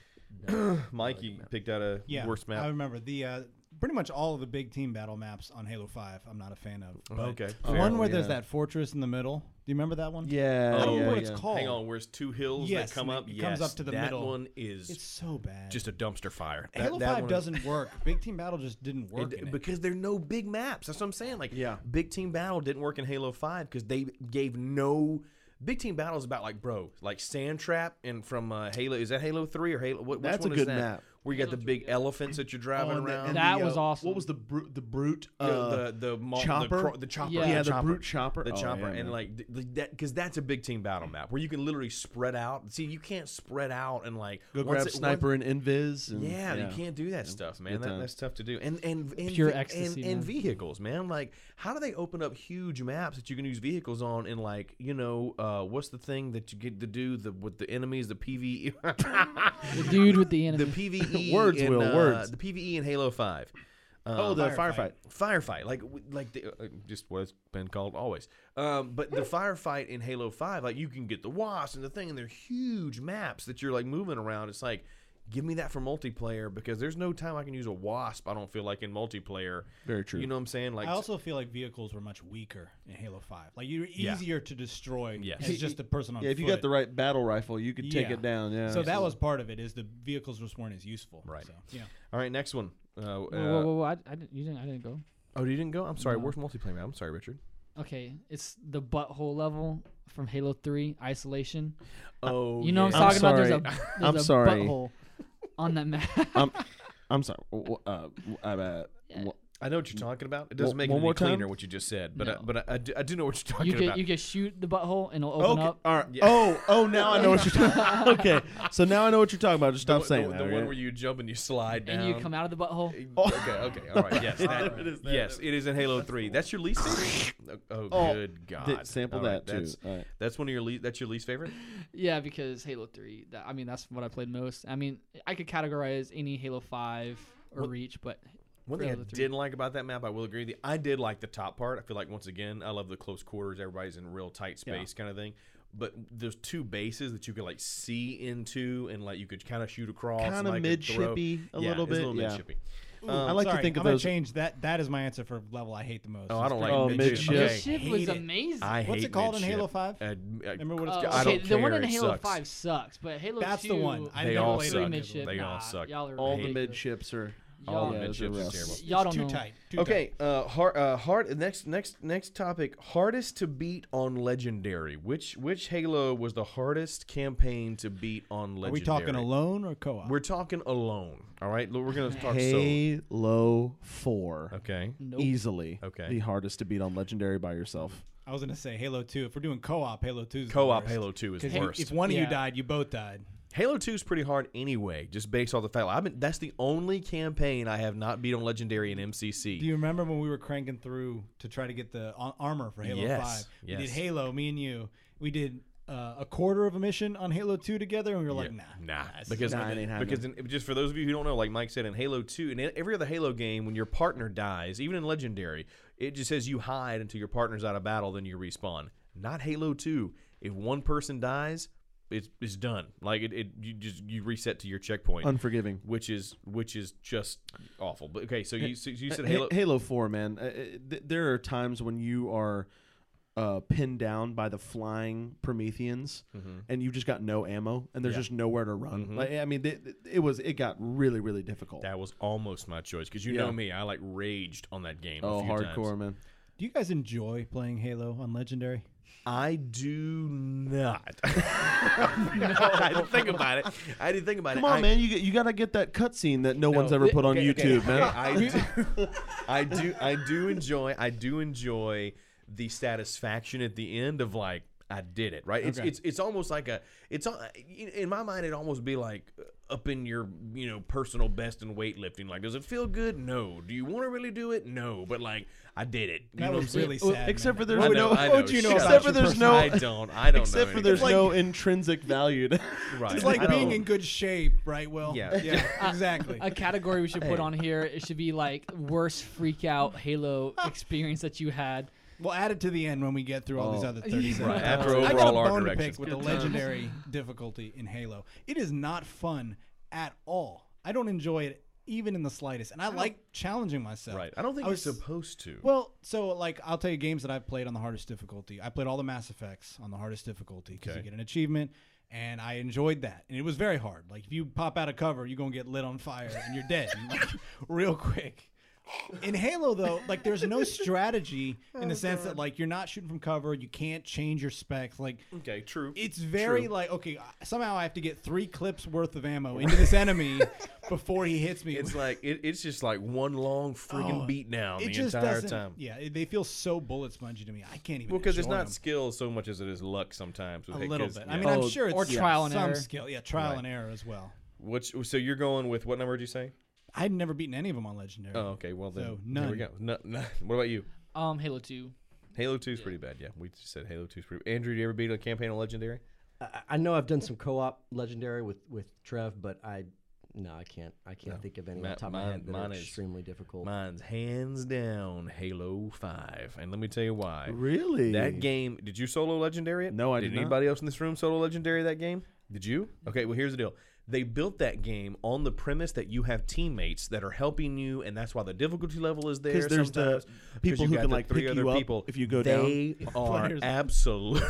[SPEAKER 1] Mike, you picked out a
[SPEAKER 7] yeah,
[SPEAKER 1] worst
[SPEAKER 7] I
[SPEAKER 1] map.
[SPEAKER 7] remember the uh, pretty much all of the big team battle maps on Halo Five. I'm not a fan of. But
[SPEAKER 1] okay.
[SPEAKER 7] The
[SPEAKER 1] Fair.
[SPEAKER 7] one where there's
[SPEAKER 8] Yeah.
[SPEAKER 7] that fortress in the middle. Do you remember that one?
[SPEAKER 8] Yeah,
[SPEAKER 7] I don't
[SPEAKER 8] Oh, yeah,
[SPEAKER 7] remember what it's
[SPEAKER 8] yeah.
[SPEAKER 7] called.
[SPEAKER 1] Hang on, where's two hills
[SPEAKER 7] Yes,
[SPEAKER 1] that come
[SPEAKER 7] and it
[SPEAKER 1] up? yes,
[SPEAKER 7] comes up to the
[SPEAKER 1] that
[SPEAKER 7] middle.
[SPEAKER 1] one is
[SPEAKER 7] It's so bad.
[SPEAKER 1] just a dumpster fire. That,
[SPEAKER 7] Halo
[SPEAKER 1] that
[SPEAKER 7] Five
[SPEAKER 1] one-
[SPEAKER 7] doesn't work. Big team battle just didn't work.
[SPEAKER 1] It-
[SPEAKER 7] in it.
[SPEAKER 1] because there are no big maps. That's what I'm saying. Like,
[SPEAKER 8] Yeah.
[SPEAKER 1] big team battle didn't work in Halo Five because they gave no. Big team battle is about like bro, like sand trap, and from uh, Halo is that Halo Three or Halo? What, which
[SPEAKER 8] That's a
[SPEAKER 1] one is
[SPEAKER 8] good
[SPEAKER 1] that?
[SPEAKER 8] map.
[SPEAKER 1] Where you got the big elephants that you're driving
[SPEAKER 8] Oh, and the-
[SPEAKER 1] around.
[SPEAKER 8] and
[SPEAKER 5] That
[SPEAKER 8] the,
[SPEAKER 5] was
[SPEAKER 8] uh,
[SPEAKER 5] awesome.
[SPEAKER 8] What was the brute? The brute? Uh,
[SPEAKER 1] the, the, the mo-
[SPEAKER 8] chopper?
[SPEAKER 1] the, cro- the chopper,
[SPEAKER 5] Yeah.
[SPEAKER 1] the
[SPEAKER 5] Yeah,
[SPEAKER 8] the
[SPEAKER 1] chopper.
[SPEAKER 8] brute chopper.
[SPEAKER 1] the
[SPEAKER 8] Oh,
[SPEAKER 1] chopper,
[SPEAKER 8] yeah,
[SPEAKER 1] and
[SPEAKER 8] man.
[SPEAKER 1] like th- th- that because that's a big team battle map where you can literally spread out. See, you can't spread out and like
[SPEAKER 8] go
[SPEAKER 1] once
[SPEAKER 8] grab
[SPEAKER 1] it-
[SPEAKER 8] sniper and invis. And,
[SPEAKER 1] yeah, you can't do that stuff, man.
[SPEAKER 8] good
[SPEAKER 1] That,
[SPEAKER 8] times.
[SPEAKER 1] that's tough to do. And and and,
[SPEAKER 5] Pure
[SPEAKER 1] ve-
[SPEAKER 5] ecstasy,
[SPEAKER 1] and, and
[SPEAKER 5] man.
[SPEAKER 1] vehicles, man. Like, how do they open up huge maps that you can use vehicles on? And like, you know, uh, what's the thing that you get to do the with the enemies, the E? PVE, [LAUGHS]
[SPEAKER 5] The dude with the
[SPEAKER 1] the
[SPEAKER 8] [LAUGHS]
[SPEAKER 5] enemy.
[SPEAKER 1] PVE
[SPEAKER 8] Words,
[SPEAKER 1] in,
[SPEAKER 8] Will,
[SPEAKER 1] uh,
[SPEAKER 8] words.
[SPEAKER 1] the PVE in Halo Five.
[SPEAKER 8] Oh,
[SPEAKER 1] Um,
[SPEAKER 8] the firefight.
[SPEAKER 1] firefight like w- like the, uh, just what it's been called always um, but the firefight in halo 5 like you can get the wasp and the thing and they're huge maps that you're like moving around it's like Give me that for multiplayer because there's no time I can use a wasp. I don't feel like in multiplayer.
[SPEAKER 8] Very true.
[SPEAKER 1] You know what I'm saying? Like
[SPEAKER 7] I also feel like vehicles were much weaker in Halo Five. Like you're
[SPEAKER 1] Yeah.
[SPEAKER 7] easier to destroy
[SPEAKER 1] Yes.
[SPEAKER 7] as just a person on
[SPEAKER 8] yeah, if you
[SPEAKER 7] foot.
[SPEAKER 8] got the right battle rifle, you could take
[SPEAKER 7] Yeah.
[SPEAKER 8] it down. Yeah.
[SPEAKER 7] So that was part of it. Is the vehicles just weren't as useful.
[SPEAKER 1] Right.
[SPEAKER 7] So, yeah.
[SPEAKER 1] all right, next one. Uh,
[SPEAKER 5] Whoa,
[SPEAKER 1] uh,
[SPEAKER 5] whoa, whoa, whoa, I, I didn't, you didn't, I didn't go.
[SPEAKER 1] Oh, you didn't go? I'm sorry.
[SPEAKER 5] No.
[SPEAKER 1] Where's multiplayer? man? I'm sorry, Richard.
[SPEAKER 5] Okay, it's the butthole level from Halo Three Isolation.
[SPEAKER 1] Oh,
[SPEAKER 5] You know what
[SPEAKER 8] yeah.
[SPEAKER 5] I'm
[SPEAKER 8] I'm
[SPEAKER 5] talking about? There's a,
[SPEAKER 8] sorry.
[SPEAKER 5] there's
[SPEAKER 8] I'm
[SPEAKER 5] a
[SPEAKER 8] sorry.
[SPEAKER 5] butthole on that map.
[SPEAKER 8] I'm, I'm sorry. W- w- Uh, w- uh, uh, w-
[SPEAKER 1] I know what you're talking about. It doesn't
[SPEAKER 8] Wha-
[SPEAKER 1] make it
[SPEAKER 8] Mm. one
[SPEAKER 1] any
[SPEAKER 8] more time?
[SPEAKER 1] cleaner what you just said, but I,
[SPEAKER 5] No.
[SPEAKER 1] but I, I, do, I do know what you're talking
[SPEAKER 5] you could
[SPEAKER 1] about.
[SPEAKER 5] you could shoot the butthole and it'll open
[SPEAKER 8] okay.
[SPEAKER 5] up.
[SPEAKER 8] All right.
[SPEAKER 1] Yeah.
[SPEAKER 8] Oh, oh, now I know what you're talking. [LAUGHS] okay, so now I know what you're talking about. Just
[SPEAKER 1] the,
[SPEAKER 8] stop saying
[SPEAKER 1] the,
[SPEAKER 8] that.
[SPEAKER 1] the one
[SPEAKER 8] okay?
[SPEAKER 1] where you jump and you slide down.
[SPEAKER 5] And you come out of the butthole.
[SPEAKER 1] [LAUGHS] Okay, okay, all right.
[SPEAKER 8] [LAUGHS]
[SPEAKER 1] Yes, that, yes, it is in Halo Three. That's your least favorite. Oh,
[SPEAKER 8] Oh,
[SPEAKER 1] good God!
[SPEAKER 8] Th- sample
[SPEAKER 1] All right,
[SPEAKER 8] that too.
[SPEAKER 1] That's,
[SPEAKER 8] All right.
[SPEAKER 1] that's one of your least. That's your least favorite.
[SPEAKER 5] Yeah, because Halo Three. That, I mean, that's what I played most. I mean, I could categorize any Halo Five or Reach, but
[SPEAKER 1] One
[SPEAKER 5] for
[SPEAKER 1] thing I
[SPEAKER 5] Halo 3.
[SPEAKER 1] didn't like about that map, I will agree with you. I did like the top part. I feel like once again, I love the close quarters. Everybody's in real tight space, kind of thing. But there's two bases that you could like see into, and like you could kind of shoot across, and,
[SPEAKER 8] Kinda
[SPEAKER 1] like, could throw-
[SPEAKER 8] mid-shippy a
[SPEAKER 1] yeah,
[SPEAKER 8] little
[SPEAKER 1] it's a
[SPEAKER 8] bit,
[SPEAKER 1] little
[SPEAKER 8] yeah.
[SPEAKER 1] mid-shippy.
[SPEAKER 8] I like to
[SPEAKER 7] Sorry,
[SPEAKER 8] think of
[SPEAKER 7] I'm gonna
[SPEAKER 8] those.
[SPEAKER 7] change that. That is my answer for level I hate the most.
[SPEAKER 1] Oh, I
[SPEAKER 7] It's
[SPEAKER 1] don't like
[SPEAKER 8] Oh,
[SPEAKER 7] freaking
[SPEAKER 8] midship.
[SPEAKER 1] midship.
[SPEAKER 5] the ship was
[SPEAKER 7] Hate it.
[SPEAKER 5] amazing.
[SPEAKER 1] I
[SPEAKER 7] What's
[SPEAKER 1] hate
[SPEAKER 7] it called in
[SPEAKER 1] mid-ship.
[SPEAKER 7] Halo 5
[SPEAKER 1] Uh, m- uh,
[SPEAKER 7] Remember what it's
[SPEAKER 5] Oh,
[SPEAKER 7] called?
[SPEAKER 1] I
[SPEAKER 5] okay,
[SPEAKER 1] don't
[SPEAKER 5] the one
[SPEAKER 1] care,
[SPEAKER 5] in
[SPEAKER 1] it
[SPEAKER 5] Halo
[SPEAKER 1] sucks.
[SPEAKER 5] Five sucks, but Halo
[SPEAKER 7] That's
[SPEAKER 5] 2,
[SPEAKER 7] the one. I
[SPEAKER 1] They
[SPEAKER 7] never
[SPEAKER 1] all
[SPEAKER 7] played
[SPEAKER 1] suck.
[SPEAKER 7] it.
[SPEAKER 5] Midship,
[SPEAKER 1] They all
[SPEAKER 5] nah,
[SPEAKER 1] suck.
[SPEAKER 5] Y'all are
[SPEAKER 8] All the
[SPEAKER 5] ridiculous.
[SPEAKER 8] midships are.
[SPEAKER 5] Y'all-
[SPEAKER 1] All the
[SPEAKER 8] yeah, those are
[SPEAKER 1] midships is
[SPEAKER 8] rough.
[SPEAKER 1] terrible.
[SPEAKER 5] Y'all don't
[SPEAKER 7] too
[SPEAKER 5] know.
[SPEAKER 7] tight. Too
[SPEAKER 1] Okay, uh, hard, uh, hard. Next, next, next topic. Hardest to beat on Legendary. Which which Halo was the hardest campaign to beat on Legendary?
[SPEAKER 7] Tight. Are we talking alone or co-op?
[SPEAKER 1] We're talking alone. All right, Look, we're gonna talk solo.
[SPEAKER 8] Halo Four.
[SPEAKER 1] Okay.
[SPEAKER 5] Nope.
[SPEAKER 8] Easily,
[SPEAKER 1] Okay.
[SPEAKER 8] the hardest to beat on Legendary by yourself.
[SPEAKER 7] I was gonna say Halo Two. If we're doing co-op, Halo Two.
[SPEAKER 1] Co-op Halo Two is
[SPEAKER 7] you-
[SPEAKER 1] worst.
[SPEAKER 7] If one of you
[SPEAKER 5] Yeah.
[SPEAKER 7] died, you both died.
[SPEAKER 1] Halo Two is pretty hard anyway, just based off the fact I've been. That's the only campaign I have not beat on Legendary in MCC.
[SPEAKER 7] Do you remember when we were cranking through to try to get the ar- armor for Halo
[SPEAKER 1] Yes,
[SPEAKER 7] Five? We did
[SPEAKER 1] yes.
[SPEAKER 7] Halo, me and you. We did uh, a quarter of a mission on Halo Two together, and we were
[SPEAKER 1] Yeah.
[SPEAKER 7] like, nah,
[SPEAKER 1] nah, because
[SPEAKER 8] Nah, it ain't happening.
[SPEAKER 1] because in, just for those of you who don't know, like Mike said, in Halo Two and in every other Halo game, when your partner dies, even in Legendary, it just says you hide until your partner's out of battle, then you respawn. Not Halo Two. If one person dies, it's it's done. Like it, it you just you reset to your checkpoint,
[SPEAKER 8] Unforgiving.
[SPEAKER 1] which is which is just awful. But okay, so you so you said
[SPEAKER 8] Uh,
[SPEAKER 1] Halo.
[SPEAKER 8] Ha- Halo Four, man. Uh, uh, th- there are times when you are uh, pinned down by the flying Prometheans,
[SPEAKER 1] Mm-hmm.
[SPEAKER 8] and you just got no ammo, and there's just nowhere to run. Like, I mean, th- th- it was it got really really difficult.
[SPEAKER 1] That was almost my choice because you
[SPEAKER 8] Yeah.
[SPEAKER 1] know me, I like raged on that game.
[SPEAKER 8] oh,
[SPEAKER 1] a few
[SPEAKER 8] hardcore,
[SPEAKER 1] Times.
[SPEAKER 8] man.
[SPEAKER 7] Do you guys enjoy playing Halo on Legendary?
[SPEAKER 1] I do not. [LAUGHS]
[SPEAKER 8] [LAUGHS]
[SPEAKER 1] I didn't think about it. I didn't think about
[SPEAKER 8] Come
[SPEAKER 1] it.
[SPEAKER 8] on,
[SPEAKER 1] I,
[SPEAKER 8] man. You you gotta get that cutscene that no, one's ever
[SPEAKER 1] Okay,
[SPEAKER 8] put on
[SPEAKER 1] okay,
[SPEAKER 8] YouTube, man.
[SPEAKER 1] okay, [LAUGHS] I do, I
[SPEAKER 8] [LAUGHS]
[SPEAKER 1] do, I do enjoy, I do enjoy the satisfaction at the end of like I did it, right? It's
[SPEAKER 7] Okay.
[SPEAKER 1] it's it's almost like a it's al- in my mind it'd almost be like upping your you know personal best in weightlifting. Like, does it feel good? No. Do you want to really do it? No. But like, I did it. You
[SPEAKER 7] That
[SPEAKER 1] know what
[SPEAKER 7] was
[SPEAKER 1] I'm
[SPEAKER 7] really
[SPEAKER 1] saying?
[SPEAKER 7] sad. man.
[SPEAKER 8] Except for
[SPEAKER 1] I
[SPEAKER 8] there's
[SPEAKER 1] know,
[SPEAKER 8] no.
[SPEAKER 1] I know.
[SPEAKER 7] what you know
[SPEAKER 1] Shut
[SPEAKER 7] about
[SPEAKER 1] up.
[SPEAKER 8] Except for there's no.
[SPEAKER 1] I don't. I don't.
[SPEAKER 8] Except
[SPEAKER 1] know
[SPEAKER 8] for there's
[SPEAKER 1] anything.
[SPEAKER 8] no intrinsic
[SPEAKER 1] [LAUGHS]
[SPEAKER 8] value. To,
[SPEAKER 1] Right.
[SPEAKER 7] It's like
[SPEAKER 1] I
[SPEAKER 7] being
[SPEAKER 1] don't-
[SPEAKER 7] in good shape, right? Will?
[SPEAKER 1] Yeah. [LAUGHS]
[SPEAKER 7] yeah, [LAUGHS] exactly.
[SPEAKER 5] A category we should put on here. It should be like worst freak out
[SPEAKER 7] [LAUGHS]
[SPEAKER 5] Halo experience that you had.
[SPEAKER 7] We'll add it to the end when we get through all these
[SPEAKER 8] Oh.
[SPEAKER 7] other 37.
[SPEAKER 1] Right, after
[SPEAKER 7] I got
[SPEAKER 1] overall
[SPEAKER 7] a
[SPEAKER 1] art
[SPEAKER 7] bone to
[SPEAKER 1] direction.
[SPEAKER 7] pick with the legendary difficulty in Halo. It is not fun at all. I don't enjoy it even in the slightest, and I, like challenging myself.
[SPEAKER 1] Right. I don't think
[SPEAKER 7] I
[SPEAKER 1] you're
[SPEAKER 7] was-
[SPEAKER 1] supposed to.
[SPEAKER 7] Well, so like I'll tell you games that I've played on the hardest difficulty. I played all the Mass Effects on the hardest difficulty because
[SPEAKER 1] Okay.
[SPEAKER 7] you get an achievement, and I enjoyed that. And it was very hard. Like if you pop out of cover, you're gonna get lit on fire and you're dead like, [LAUGHS] real quick. In Halo though, like there's no strategy in the sense that like you're not shooting from cover, you can't change your specs. Like
[SPEAKER 1] okay. True.
[SPEAKER 7] it's very like okay, somehow I have to get three clips worth of ammo into
[SPEAKER 1] [LAUGHS]
[SPEAKER 7] this enemy before he hits me.
[SPEAKER 1] It's like it, it's just like one long freaking
[SPEAKER 7] Oh,
[SPEAKER 1] beat down
[SPEAKER 7] it
[SPEAKER 1] the
[SPEAKER 7] just
[SPEAKER 1] entire
[SPEAKER 7] doesn't.
[SPEAKER 1] time.
[SPEAKER 7] Yeah, it- they feel so bullet spongy to me. I can't even.
[SPEAKER 1] Well, because it's
[SPEAKER 7] enjoy
[SPEAKER 1] not
[SPEAKER 7] them.
[SPEAKER 1] skill so much as it is luck sometimes. with
[SPEAKER 7] a
[SPEAKER 1] it,
[SPEAKER 7] little
[SPEAKER 1] 'cause-
[SPEAKER 7] bit.
[SPEAKER 1] yeah.
[SPEAKER 7] I mean, I'm
[SPEAKER 8] Oh,
[SPEAKER 7] sure it's
[SPEAKER 5] or
[SPEAKER 7] yeah,
[SPEAKER 5] trial and
[SPEAKER 7] some
[SPEAKER 5] error.
[SPEAKER 7] skill. Yeah, trial
[SPEAKER 1] Right.
[SPEAKER 7] and error as well.
[SPEAKER 1] Which, so you're going with what number did you say?
[SPEAKER 7] I'd never beaten any of them on legendary.
[SPEAKER 1] Oh, okay. Well then,
[SPEAKER 7] So,
[SPEAKER 1] here we
[SPEAKER 7] none.
[SPEAKER 1] go. No, no. [LAUGHS] What about you?
[SPEAKER 5] Um, Halo Two.
[SPEAKER 1] Halo Two is pretty bad. Yeah, we just said Halo Two is pretty. Andrew, did you ever beat a campaign on Legendary?
[SPEAKER 9] I, I know I've done some co-op legendary with with Trev, but I no, I can't. I can't think of any
[SPEAKER 1] Ma-
[SPEAKER 9] on top of my
[SPEAKER 1] mine-
[SPEAKER 9] head that
[SPEAKER 1] mine
[SPEAKER 9] are
[SPEAKER 1] is-
[SPEAKER 9] extremely difficult.
[SPEAKER 1] Mine's hands down Halo Five, and let me tell you why.
[SPEAKER 8] really?
[SPEAKER 1] That game. Did you solo legendary it?
[SPEAKER 8] No, I did
[SPEAKER 1] didn't.
[SPEAKER 8] not.
[SPEAKER 1] Anybody else in this room solo legendary that game? Did you? Okay. Well, here's the deal. They built that game on the premise that you have teammates that are helping you, and that's why the difficulty level is there.
[SPEAKER 8] Because there's the
[SPEAKER 1] sometimes, 'cause
[SPEAKER 8] people
[SPEAKER 1] you
[SPEAKER 8] who
[SPEAKER 1] got
[SPEAKER 8] can,
[SPEAKER 1] the
[SPEAKER 8] like,
[SPEAKER 1] three
[SPEAKER 8] pick
[SPEAKER 1] other
[SPEAKER 8] you up
[SPEAKER 1] people.
[SPEAKER 8] if you go down.
[SPEAKER 1] they are
[SPEAKER 8] [LAUGHS]
[SPEAKER 7] Players.
[SPEAKER 1] absolute.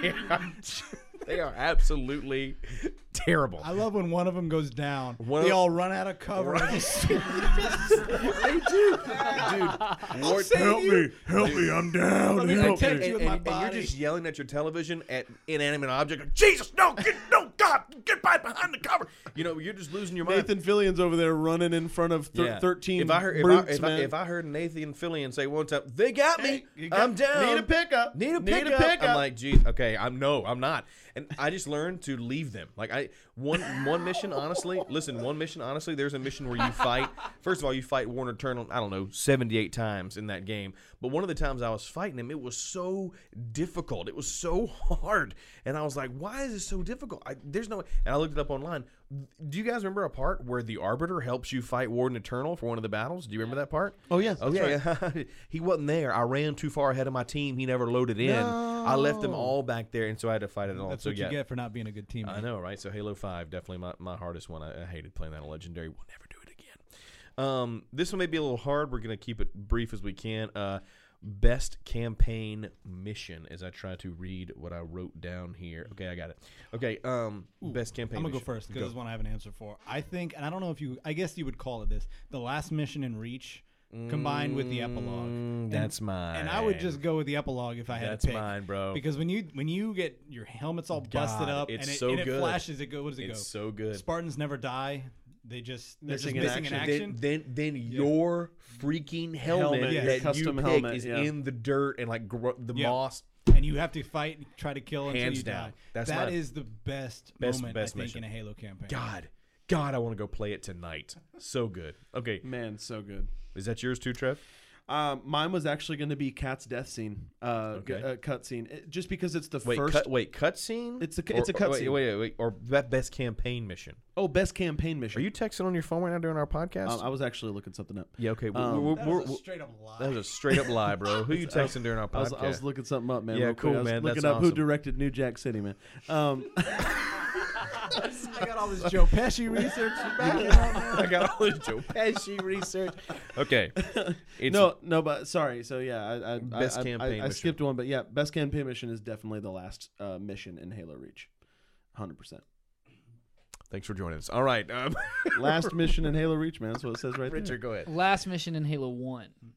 [SPEAKER 1] they, are, they are absolutely terrible.
[SPEAKER 7] I love when one of them goes down.
[SPEAKER 1] One
[SPEAKER 7] they
[SPEAKER 1] of-
[SPEAKER 7] all run out of cover. [LAUGHS]
[SPEAKER 1] Ward-
[SPEAKER 2] Help me! Help me! I'm down!
[SPEAKER 7] me
[SPEAKER 2] help
[SPEAKER 7] protect
[SPEAKER 2] me!
[SPEAKER 7] you.
[SPEAKER 1] and,
[SPEAKER 7] with
[SPEAKER 1] and- and
[SPEAKER 7] my
[SPEAKER 1] you're
[SPEAKER 7] body.
[SPEAKER 1] just yelling at your television at inanimate object. like, Jesus, no, get, no, God, get by behind the cover. You know, you're just losing your mind.
[SPEAKER 8] Nathan Fillion's over there running in front of thir-
[SPEAKER 1] Yeah.
[SPEAKER 8] thirteen.
[SPEAKER 1] If I heard, if,
[SPEAKER 8] brutes,
[SPEAKER 1] I, if, I,
[SPEAKER 8] man.
[SPEAKER 1] if I heard Nathan Fillion say one time, "They got me,
[SPEAKER 8] you
[SPEAKER 1] I'm
[SPEAKER 8] got-
[SPEAKER 1] down,"
[SPEAKER 8] need a pickup,
[SPEAKER 1] need a
[SPEAKER 8] need a
[SPEAKER 1] pickup.
[SPEAKER 8] pickup.
[SPEAKER 1] I'm like, geez, okay, I'm no, I'm not, and I just learned to leave them. Like I one one mission, honestly, listen, one mission, honestly, there's a mission where you fight. First of all, you fight Warner Turner, I don't know, 78 times in that game, but one of the times I was fighting him, it was so difficult, it was so [LAUGHS] hard, and I was like, why is this so difficult? I, there's no, and I looked it up online. Do you guys remember a part where the Arbiter helps you fight Warden Eternal for one of the battles? Do you remember that part?
[SPEAKER 8] oh yeah,
[SPEAKER 1] Oh yeah, yeah. [LAUGHS] he wasn't there. I ran too far ahead of my team. He never loaded in. I left them all back there, and so I had to fight it all.
[SPEAKER 7] That's
[SPEAKER 1] so
[SPEAKER 7] what
[SPEAKER 1] yeah,
[SPEAKER 7] you get for not being a good team.
[SPEAKER 1] I know, right? So Halo Five, definitely my, my hardest one. I, I hated playing that on Legendary. We'll never do it again. Um, this one may be a little hard. We're gonna keep it brief as we can. Uh, best campaign mission. As I try to read what I wrote down here. Okay, I got it. Okay, um, best campaign.
[SPEAKER 7] I'm gonna go
[SPEAKER 1] mission.
[SPEAKER 7] first because this is one I have an answer for. I think, and I don't know if you, I guess you would call it this: the last mission in Reach, combined with the epilogue. And-
[SPEAKER 1] Mm, that's mine.
[SPEAKER 7] And I would just go with the epilogue if I had
[SPEAKER 1] That's
[SPEAKER 7] to pick.
[SPEAKER 1] mine, bro.
[SPEAKER 7] Because when you when you get your helmets all busted
[SPEAKER 1] God,
[SPEAKER 7] up
[SPEAKER 1] it's
[SPEAKER 7] and it,
[SPEAKER 1] so
[SPEAKER 7] and it
[SPEAKER 1] good.
[SPEAKER 7] flashes, it go. What does it go?
[SPEAKER 1] It's so good.
[SPEAKER 7] Spartans never die. They just they're
[SPEAKER 8] Missing in
[SPEAKER 7] just missing in
[SPEAKER 8] action.
[SPEAKER 7] action.
[SPEAKER 1] Then, then, then your freaking helmet,
[SPEAKER 8] Helmet,
[SPEAKER 7] yeah.
[SPEAKER 1] that
[SPEAKER 8] Custom
[SPEAKER 1] you pick
[SPEAKER 8] helmet,
[SPEAKER 1] is
[SPEAKER 8] yeah.
[SPEAKER 1] in the dirt and like gro- the
[SPEAKER 7] Yeah.
[SPEAKER 1] moss.
[SPEAKER 7] and you have to fight and try to kill until
[SPEAKER 1] Hands
[SPEAKER 7] you
[SPEAKER 1] down.
[SPEAKER 7] die.
[SPEAKER 1] That's
[SPEAKER 7] That
[SPEAKER 1] mine.
[SPEAKER 7] is the best,
[SPEAKER 1] Best-
[SPEAKER 7] moment
[SPEAKER 1] best
[SPEAKER 7] I think
[SPEAKER 1] mission.
[SPEAKER 7] in a Halo campaign.
[SPEAKER 1] God, God, I want to go play it tonight. So good. Okay,
[SPEAKER 8] man, so good.
[SPEAKER 1] is that yours too, Trev?
[SPEAKER 8] Um, mine was actually going to be Cat's death scene, uh, g-
[SPEAKER 1] Okay.
[SPEAKER 8] uh, cut scene, It- just because it's the
[SPEAKER 1] Wait,
[SPEAKER 8] first.
[SPEAKER 1] cut, wait, cutscene.
[SPEAKER 8] It's a cu-
[SPEAKER 1] Or-
[SPEAKER 8] it's a
[SPEAKER 1] or-
[SPEAKER 8] cut
[SPEAKER 1] wait,
[SPEAKER 8] scene.
[SPEAKER 1] Wait, wait, wait, or that best campaign mission.
[SPEAKER 8] Oh, best campaign
[SPEAKER 1] Are
[SPEAKER 8] mission.
[SPEAKER 1] you texting on your phone right now during our podcast?
[SPEAKER 8] Um, I was actually looking something up.
[SPEAKER 1] yeah. Okay.
[SPEAKER 8] um,
[SPEAKER 1] we're,
[SPEAKER 7] that
[SPEAKER 1] we're,
[SPEAKER 7] is a
[SPEAKER 1] we're-
[SPEAKER 7] straight up lie.
[SPEAKER 1] that was a straight up lie, [LAUGHS] bro. Who you texting during our podcast?
[SPEAKER 8] I was, I was looking something up, man.
[SPEAKER 1] Yeah,
[SPEAKER 8] real quick.
[SPEAKER 1] cool,
[SPEAKER 8] I was
[SPEAKER 1] man.
[SPEAKER 8] Looking
[SPEAKER 1] That's
[SPEAKER 8] up who
[SPEAKER 1] awesome.
[SPEAKER 8] directed New Jack City, man. Um, [LAUGHS]
[SPEAKER 7] I got
[SPEAKER 1] [LAUGHS]
[SPEAKER 7] all this Joe Pesci research. back in on there.
[SPEAKER 1] I got all this [LAUGHS] Joe Pesci [LAUGHS] research. Okay. It's,
[SPEAKER 8] no, no, but sorry. So yeah, I, I,
[SPEAKER 1] Best
[SPEAKER 8] I, I-
[SPEAKER 1] campaign
[SPEAKER 8] I, I
[SPEAKER 1] mission.
[SPEAKER 8] skipped one, but yeah, best campaign mission is definitely the last uh, mission in Halo Reach, hundred percent.
[SPEAKER 1] Thanks for joining us. All right, um, [LAUGHS]
[SPEAKER 8] Last mission in Halo Reach, man. That's what it says right
[SPEAKER 1] Richard, go ahead.
[SPEAKER 5] Last mission in Halo One.
[SPEAKER 8] there.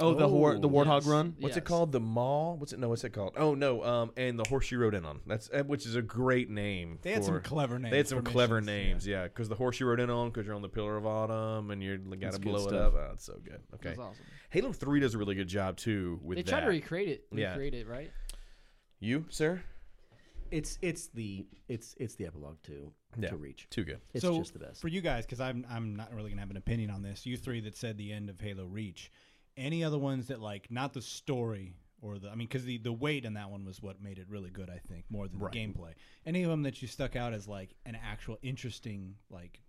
[SPEAKER 8] Oh, the war, the
[SPEAKER 1] Oh,
[SPEAKER 8] Warthog
[SPEAKER 5] yes.
[SPEAKER 8] Run.
[SPEAKER 1] What's it
[SPEAKER 5] Yes.
[SPEAKER 1] called? The Mall? What's it? No, what's it called? Oh no, um, and the horse you rode in on. That's uh, which is a great name.
[SPEAKER 7] They had
[SPEAKER 1] for-
[SPEAKER 7] some clever names.
[SPEAKER 1] They had some
[SPEAKER 7] for
[SPEAKER 1] clever
[SPEAKER 7] missions, yeah.
[SPEAKER 1] names, yeah. Because the horse you rode in on, because you're on the Pillar of Autumn, and you got to
[SPEAKER 8] good
[SPEAKER 1] blow it up.
[SPEAKER 8] stuff.
[SPEAKER 1] Oh, it's so good. Okay,
[SPEAKER 5] That's awesome.
[SPEAKER 1] Halo Three does a really good job too with
[SPEAKER 5] They
[SPEAKER 1] that.
[SPEAKER 5] tried to recreate it.
[SPEAKER 1] Yeah.
[SPEAKER 5] Recreate it, right?
[SPEAKER 1] you, sir,
[SPEAKER 9] It's it's the it's it's the epilogue to
[SPEAKER 1] Yeah.
[SPEAKER 9] to reach.
[SPEAKER 1] too good.
[SPEAKER 9] It's
[SPEAKER 7] so
[SPEAKER 9] just the best.
[SPEAKER 7] for you guys because I'm I'm not really gonna have an opinion on this. You three that said the end of Halo Reach. Any other ones that like not the story or the I mean because the the weight in that one was what made it really good. I think more than the gameplay. Any of them that you stuck out as like an actual interesting like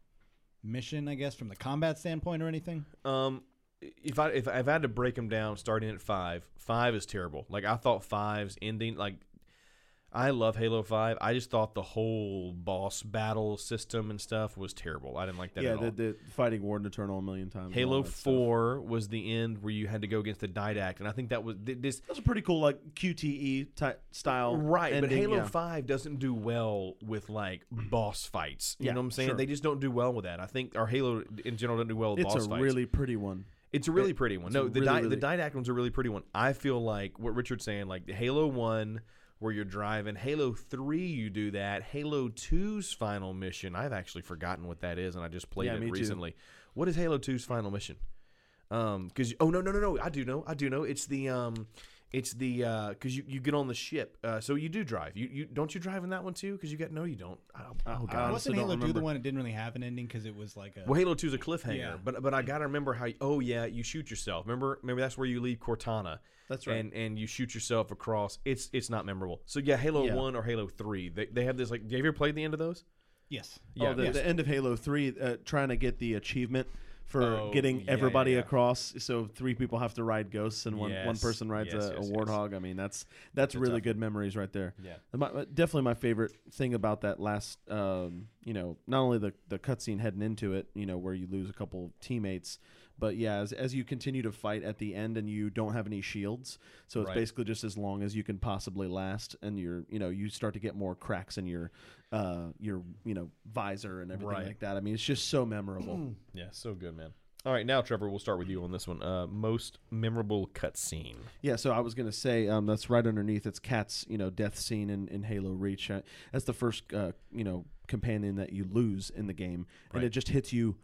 [SPEAKER 7] mission, I guess, from the combat standpoint or anything.
[SPEAKER 1] Um, if I if I've had to break them down, starting at five, five is terrible. Like I thought five's ending like. I love Halo Five. I just thought the whole boss battle system and stuff was terrible. I didn't like that
[SPEAKER 8] Yeah,
[SPEAKER 1] at all.
[SPEAKER 8] the, the fighting Warden Eternal a million times. and all
[SPEAKER 1] Halo
[SPEAKER 8] that stuff.
[SPEAKER 1] Four was the end where you had to go against the Didact, and I think that was th- this
[SPEAKER 8] That's a pretty cool like QTE type style.
[SPEAKER 1] right. but
[SPEAKER 8] ending,
[SPEAKER 1] Halo
[SPEAKER 8] yeah.
[SPEAKER 1] Five doesn't do well with like boss fights. You
[SPEAKER 8] Yeah,
[SPEAKER 1] know what I'm saying?
[SPEAKER 8] sure.
[SPEAKER 1] They just don't do well with that. I think our Halo in general doesn't do well with
[SPEAKER 8] It's
[SPEAKER 1] boss
[SPEAKER 8] a
[SPEAKER 1] fights.
[SPEAKER 8] really pretty one.
[SPEAKER 1] It's a really pretty one. No,
[SPEAKER 8] a
[SPEAKER 1] the
[SPEAKER 8] really,
[SPEAKER 1] di- the
[SPEAKER 8] really-
[SPEAKER 1] Didact one's a really pretty one. I feel like what Richard's saying, like the Halo One, where you're driving. Halo Three, you do that. Halo 2's final mission. I've actually forgotten what that is, and I just played
[SPEAKER 8] Yeah, me
[SPEAKER 1] it
[SPEAKER 8] too.
[SPEAKER 1] recently. What is Halo 2's final mission? Um, because oh no no no no, I do know I do know. It's the um. It's the because you, you get on the ship, uh, so you do drive. You you don't you drive in that one too? Because you got no, you don't. I, oh god,
[SPEAKER 8] honestly
[SPEAKER 7] Wasn't
[SPEAKER 8] don't
[SPEAKER 7] Halo Two
[SPEAKER 8] remember.
[SPEAKER 7] the one that didn't really have an ending because it was like a
[SPEAKER 1] well, Halo Two is a cliffhanger,
[SPEAKER 7] Yeah.
[SPEAKER 1] but but I gotta remember how. Oh yeah, you shoot yourself. Remember, remember that's where you leave Cortana.
[SPEAKER 8] That's right.
[SPEAKER 1] And and you shoot yourself across. It's it's not memorable. So yeah, Halo
[SPEAKER 8] Yeah.
[SPEAKER 1] One or Halo Three. They, they have this like. Have you ever played the end of those?
[SPEAKER 7] yes.
[SPEAKER 1] Yeah,
[SPEAKER 8] oh, the,
[SPEAKER 1] yes.
[SPEAKER 8] the end of Halo Three, uh, trying to get the achievement for
[SPEAKER 1] Oh,
[SPEAKER 8] getting
[SPEAKER 1] yeah, yeah,
[SPEAKER 8] everybody
[SPEAKER 1] yeah.
[SPEAKER 8] across. So three people have to ride ghosts, and one, one
[SPEAKER 1] Yes,
[SPEAKER 8] person rides
[SPEAKER 1] yes,
[SPEAKER 8] a, a
[SPEAKER 1] yes, yes.
[SPEAKER 8] warthog. I mean, that's that's really good memories right there.
[SPEAKER 1] Yeah.
[SPEAKER 8] And my- my- definitely my favorite thing about that last, um, you know, not only the the cutscene heading into it, you know, where you lose a couple teammates, but yeah, as, as you continue to fight at the end and you don't have any shields, so it's
[SPEAKER 1] Right.
[SPEAKER 8] basically just as long as you can possibly last, and you're, you know, you start to get more cracks in your, uh, your, you know, visor and everything
[SPEAKER 1] Right.
[SPEAKER 8] like that. I mean, it's just so memorable.
[SPEAKER 1] Yeah, so good, man. All right, now Trevor, we'll start with you on this one. Uh, most memorable cutscene.
[SPEAKER 8] Yeah, so I was gonna say um, that's right underneath. It's Cat's you know death scene in, in Halo Reach. Uh, that's the first uh, you know companion that you lose in the game, and it
[SPEAKER 1] Right.
[SPEAKER 8] just hits you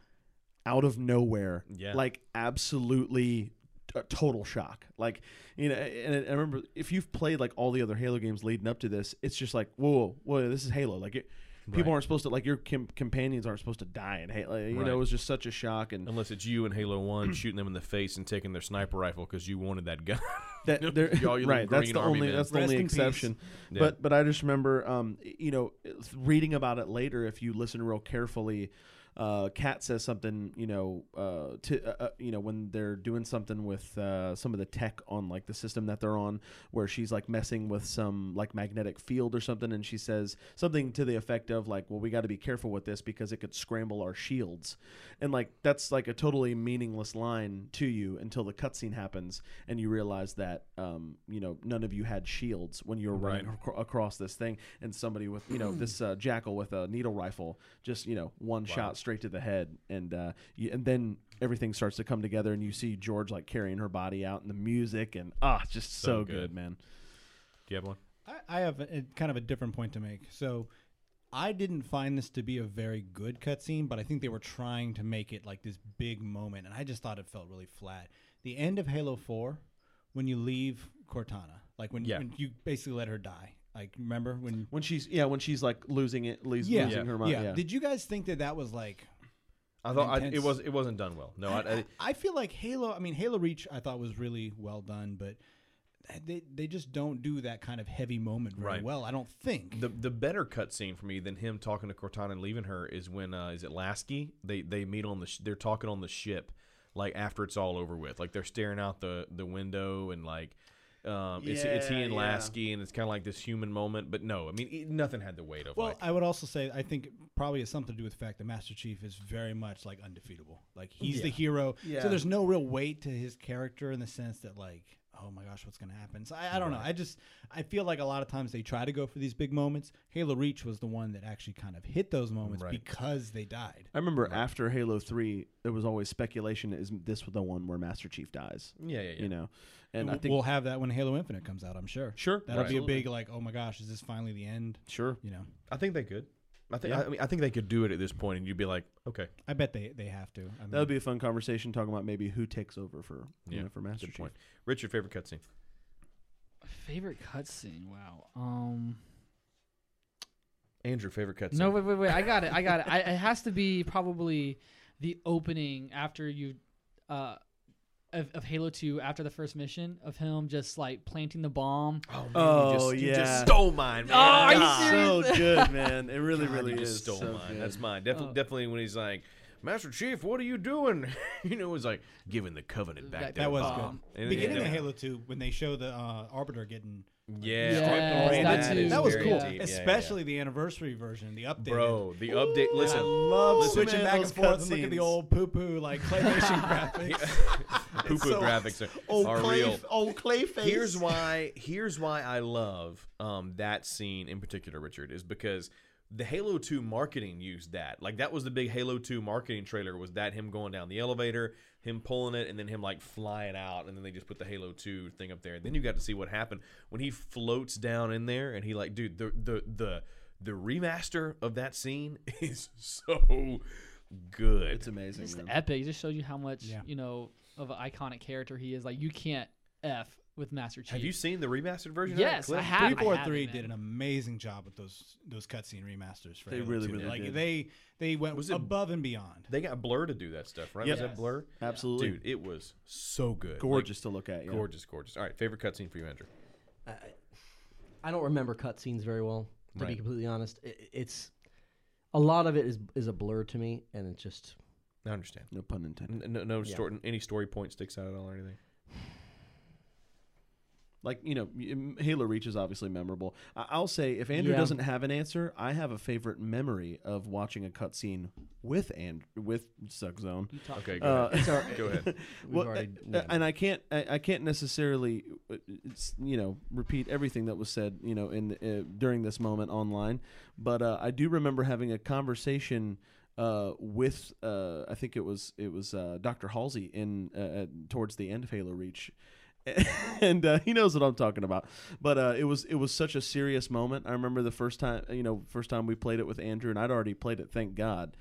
[SPEAKER 8] out of nowhere.
[SPEAKER 1] Yeah.
[SPEAKER 8] like absolutely a total shock. Like you know, and I- I remember if you've played like all the other Halo games leading up to this, it's just like whoa, whoa, this is Halo. Like it, people aren't supposed to like your com- companions aren't supposed to die in Halo. You
[SPEAKER 1] Right.
[SPEAKER 8] know, it was just such a shock and
[SPEAKER 1] Unless it's you in Halo [CLEARS THROAT] One shooting them in the face and taking their sniper rifle because you wanted that gun. [LAUGHS]
[SPEAKER 8] that there-
[SPEAKER 1] Y'all,
[SPEAKER 8] [LAUGHS]
[SPEAKER 1] you little
[SPEAKER 8] right. That's
[SPEAKER 1] green
[SPEAKER 8] the
[SPEAKER 1] army
[SPEAKER 8] only
[SPEAKER 1] men.
[SPEAKER 8] that's the
[SPEAKER 7] Rest
[SPEAKER 8] only
[SPEAKER 7] in peace.
[SPEAKER 8] exception.
[SPEAKER 1] Yeah.
[SPEAKER 8] But but I just remember, um, y- you know, it's- reading about it later. If you listen real carefully, uh, Kat says something. You know, uh, to uh, uh, you know when they're doing something with uh, some of the tech on like the system that they're on, where she's like messing with some like magnetic field or something, and she says something to the effect of like, "Well, we got to be careful with this because it could scramble our shields," and like that's like a totally meaningless line to you until the cutscene happens and you realize that um, you know none of you had shields when you were running acro- across this thing, and somebody with you know this uh, jackal with a needle rifle just you know one shot straight to the head, and uh, you, and then everything starts to come together, and you see George like carrying her body out, and the music, and ah, it's just so,
[SPEAKER 1] So
[SPEAKER 8] good.
[SPEAKER 1] good.
[SPEAKER 8] man.
[SPEAKER 1] Do you have one?
[SPEAKER 7] I, I have a, a- kind of a different point to make. So, I didn't find this to be a very good cutscene, but I think they were trying to make it like this big moment, and I just thought it felt really flat. The end of Halo Four, when you leave Cortana, like when,
[SPEAKER 1] Yeah.
[SPEAKER 7] when you basically let her die. Like remember when?
[SPEAKER 8] When she's yeah, when she's like losing it, lose,
[SPEAKER 7] Yeah,
[SPEAKER 8] losing her mind. Yeah.
[SPEAKER 7] Did you guys think that that was like?
[SPEAKER 1] I thought I, it
[SPEAKER 7] Intense.
[SPEAKER 1] was it wasn't done well. No, I, I,
[SPEAKER 7] I feel like Halo. I mean, Halo Reach. I thought was really well done, but they they just don't do that kind of heavy moment very
[SPEAKER 1] Right.
[SPEAKER 7] well. I don't think.
[SPEAKER 1] the the better cutscene for me than him talking to Cortana and leaving her is when uh, is it Lasky? They they meet on the sh- they're talking on the ship like after it's all over with. Like they're staring out the the window and like um, it's it's he
[SPEAKER 8] Yeah,
[SPEAKER 1] and
[SPEAKER 8] yeah.
[SPEAKER 1] Lasky and it's kind of like this human moment. But no, I mean it, nothing had the weight of
[SPEAKER 7] Well,
[SPEAKER 1] like
[SPEAKER 7] I would also say I think it probably has something to do with the fact that Master Chief is very much like undefeatable. Like he's the hero,
[SPEAKER 8] Yeah.
[SPEAKER 7] so there's no real weight to his character in the sense that like, oh my gosh, what's going to happen? So I, I don't know. I just I feel like a lot of times they try to go for these big moments. Halo Reach was the one that actually kind of hit those moments
[SPEAKER 1] Right.
[SPEAKER 7] because they died.
[SPEAKER 8] I remember after Halo Three, there was always speculation: is this the one where Master Chief dies?
[SPEAKER 1] Yeah, yeah, yeah.
[SPEAKER 8] You know, and I
[SPEAKER 7] W-
[SPEAKER 8] think
[SPEAKER 7] we'll have that when Halo Infinite comes out. I'm sure.
[SPEAKER 1] Sure.
[SPEAKER 7] that'll be a
[SPEAKER 1] Absolutely.
[SPEAKER 7] big like, oh my gosh, is this finally the end?
[SPEAKER 8] sure.
[SPEAKER 7] You know,
[SPEAKER 1] I think they could. I think I, mean I think they could do it at this point and you'd be like okay
[SPEAKER 7] I bet they they have to. I mean,
[SPEAKER 8] That would be a fun conversation talking about maybe who takes over for you
[SPEAKER 1] Yeah,
[SPEAKER 8] know, for Master
[SPEAKER 1] good
[SPEAKER 8] Chief.
[SPEAKER 1] point. Richard favorite cutscene.
[SPEAKER 5] Favorite cutscene? Wow. Um.
[SPEAKER 1] Andrew favorite cutscene.
[SPEAKER 5] No, wait, wait, wait. I got it. I got it. I, it has to be probably the opening after you, uh, of, of Halo Two after the first mission of him just like planting the bomb.
[SPEAKER 1] Oh, man,
[SPEAKER 8] Oh,
[SPEAKER 1] you just, you
[SPEAKER 8] yeah.
[SPEAKER 1] just stole mine.
[SPEAKER 8] Oh,
[SPEAKER 1] Man.
[SPEAKER 5] Oh, are you
[SPEAKER 1] God.
[SPEAKER 8] So [LAUGHS] good, man! It really,
[SPEAKER 1] God,
[SPEAKER 8] really
[SPEAKER 1] you
[SPEAKER 8] is.
[SPEAKER 1] just stole
[SPEAKER 8] so
[SPEAKER 1] mine.
[SPEAKER 8] good.
[SPEAKER 1] That's mine.
[SPEAKER 7] Oh.
[SPEAKER 1] Defi- Definitely when he's like, Master Chief, what are you doing? [LAUGHS] you know, it's like giving the Covenant back.
[SPEAKER 5] That-
[SPEAKER 1] their
[SPEAKER 7] That was
[SPEAKER 1] bomb.
[SPEAKER 7] good.
[SPEAKER 1] And-
[SPEAKER 7] Beginning
[SPEAKER 1] and-
[SPEAKER 7] of Halo 2, when they show the uh, Arbiter getting
[SPEAKER 1] Yeah, Oh,
[SPEAKER 5] Yes, that
[SPEAKER 1] that
[SPEAKER 5] too.
[SPEAKER 1] is
[SPEAKER 7] that was
[SPEAKER 1] very
[SPEAKER 7] cool,
[SPEAKER 1] deep. Yeah, yeah, yeah.
[SPEAKER 7] especially the anniversary version, the update.
[SPEAKER 1] bro. The update.
[SPEAKER 7] I
[SPEAKER 1] Listen,
[SPEAKER 7] love
[SPEAKER 1] Listen,
[SPEAKER 7] switching
[SPEAKER 8] man,
[SPEAKER 7] back and
[SPEAKER 8] those
[SPEAKER 7] forth and look at the
[SPEAKER 8] cutscenes.
[SPEAKER 7] old poo poo like
[SPEAKER 1] [LAUGHS]
[SPEAKER 7] claymation graphics.
[SPEAKER 1] poo poo
[SPEAKER 7] [LAUGHS] so- Oh,
[SPEAKER 1] graphics are, are real.
[SPEAKER 8] old Clayface.
[SPEAKER 1] Here's why. Here's why I love um, that scene in particular, Richard, is because the Halo Two marketing used that. Like that was the big Halo Two marketing trailer. Was that him going down the elevator, him pulling it, and then him like flying out, and then they just put the Halo Two thing up there. Then you got to see what happened when he floats down in there, and he like, dude, the the the the remaster of that scene [LAUGHS] is so good.
[SPEAKER 8] It's amazing.
[SPEAKER 5] It's
[SPEAKER 8] man.
[SPEAKER 5] epic. It just shows you how much
[SPEAKER 7] Yeah.
[SPEAKER 5] you know of an iconic character he is. Like you can't f with Master Chief.
[SPEAKER 1] have you seen the remastered version?
[SPEAKER 5] Yes,
[SPEAKER 1] of that clip?
[SPEAKER 5] I have.
[SPEAKER 7] Three
[SPEAKER 5] I
[SPEAKER 7] four
[SPEAKER 5] have it,
[SPEAKER 7] three
[SPEAKER 5] man.
[SPEAKER 7] did an amazing job with those those cutscene remasters. For
[SPEAKER 8] They
[SPEAKER 7] Halo
[SPEAKER 8] really,
[SPEAKER 7] 2.
[SPEAKER 8] really
[SPEAKER 7] like
[SPEAKER 8] did.
[SPEAKER 7] they they went
[SPEAKER 1] Was it-
[SPEAKER 7] above and beyond.
[SPEAKER 1] They got Blur to do that stuff, right?
[SPEAKER 8] Yep.
[SPEAKER 1] Was that Blur?
[SPEAKER 8] Absolutely
[SPEAKER 1] Dude, it was so good.
[SPEAKER 8] gorgeous to look at.
[SPEAKER 1] Like,
[SPEAKER 8] Yeah.
[SPEAKER 1] gorgeous, gorgeous. All right, favorite cutscene for you, Andrew.
[SPEAKER 9] I don't remember cutscenes very well, to
[SPEAKER 1] Right.
[SPEAKER 9] be completely honest. I- I it's a lot of it is is a blur to me, and it's just
[SPEAKER 1] I understand.
[SPEAKER 8] No pun intended.
[SPEAKER 1] N- No, no story, any story point sticks out at all or anything.
[SPEAKER 8] Like you know, m- Halo Reach is obviously memorable. I- I'll say if Andrew
[SPEAKER 9] Yeah.
[SPEAKER 8] doesn't have an answer, I have a favorite memory of watching a cutscene with and with Suckzone.
[SPEAKER 1] Okay, go
[SPEAKER 8] Uh,
[SPEAKER 1] ahead. [LAUGHS] go ahead.
[SPEAKER 8] well,
[SPEAKER 9] already-
[SPEAKER 8] uh, uh,
[SPEAKER 9] yeah.
[SPEAKER 8] and I can't, I, I can't necessarily, uh, s- you know, repeat everything that was said, you know, in uh, during this moment online. But uh, I do remember having a conversation uh, with, uh, I think it was it was uh, Dr. Halsey in uh, uh, towards the end of Halo Reach. [LAUGHS] and uh, he knows what I'm talking about, but uh, it was it was such a serious moment. I remember the first time, you know, first time we played it with Andrew, and I'd already played it, thank God,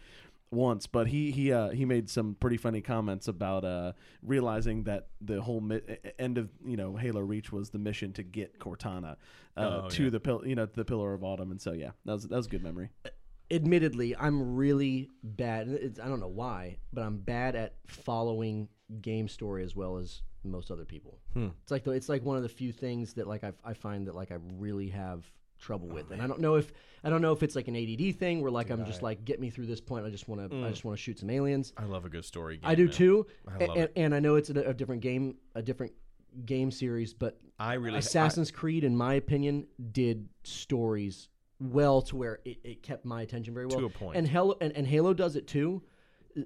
[SPEAKER 8] once, but he he uh, he made some pretty funny comments about uh, realizing that the whole mi- e, end of you know Halo Reach was the mission to get Cortana uh,
[SPEAKER 1] Oh,
[SPEAKER 8] to
[SPEAKER 1] yeah.
[SPEAKER 8] the pill you know to the Pillar of Autumn, and so yeah, that was that was a good memory.
[SPEAKER 9] admittedly, I'm really bad. and It's, I don't know why, but I'm bad at following game story as well as most other people. It's like the, it's like one of the few things that like I, I find that like I really have trouble with, and I don't know if I don't know if it's like an ADD thing where like I'm just like get me through this point. I just want to I just want to shoot some aliens.
[SPEAKER 1] I love a good story game.
[SPEAKER 9] I do
[SPEAKER 1] man.
[SPEAKER 9] too,
[SPEAKER 1] I love
[SPEAKER 9] and,
[SPEAKER 1] it.
[SPEAKER 9] and I know it's a, a different game, a different game series, but
[SPEAKER 1] I really
[SPEAKER 9] Assassin's Creed, in my opinion, did stories well to where it, it kept my attention very well.
[SPEAKER 1] To a point.
[SPEAKER 9] And Halo and, and Halo does it too,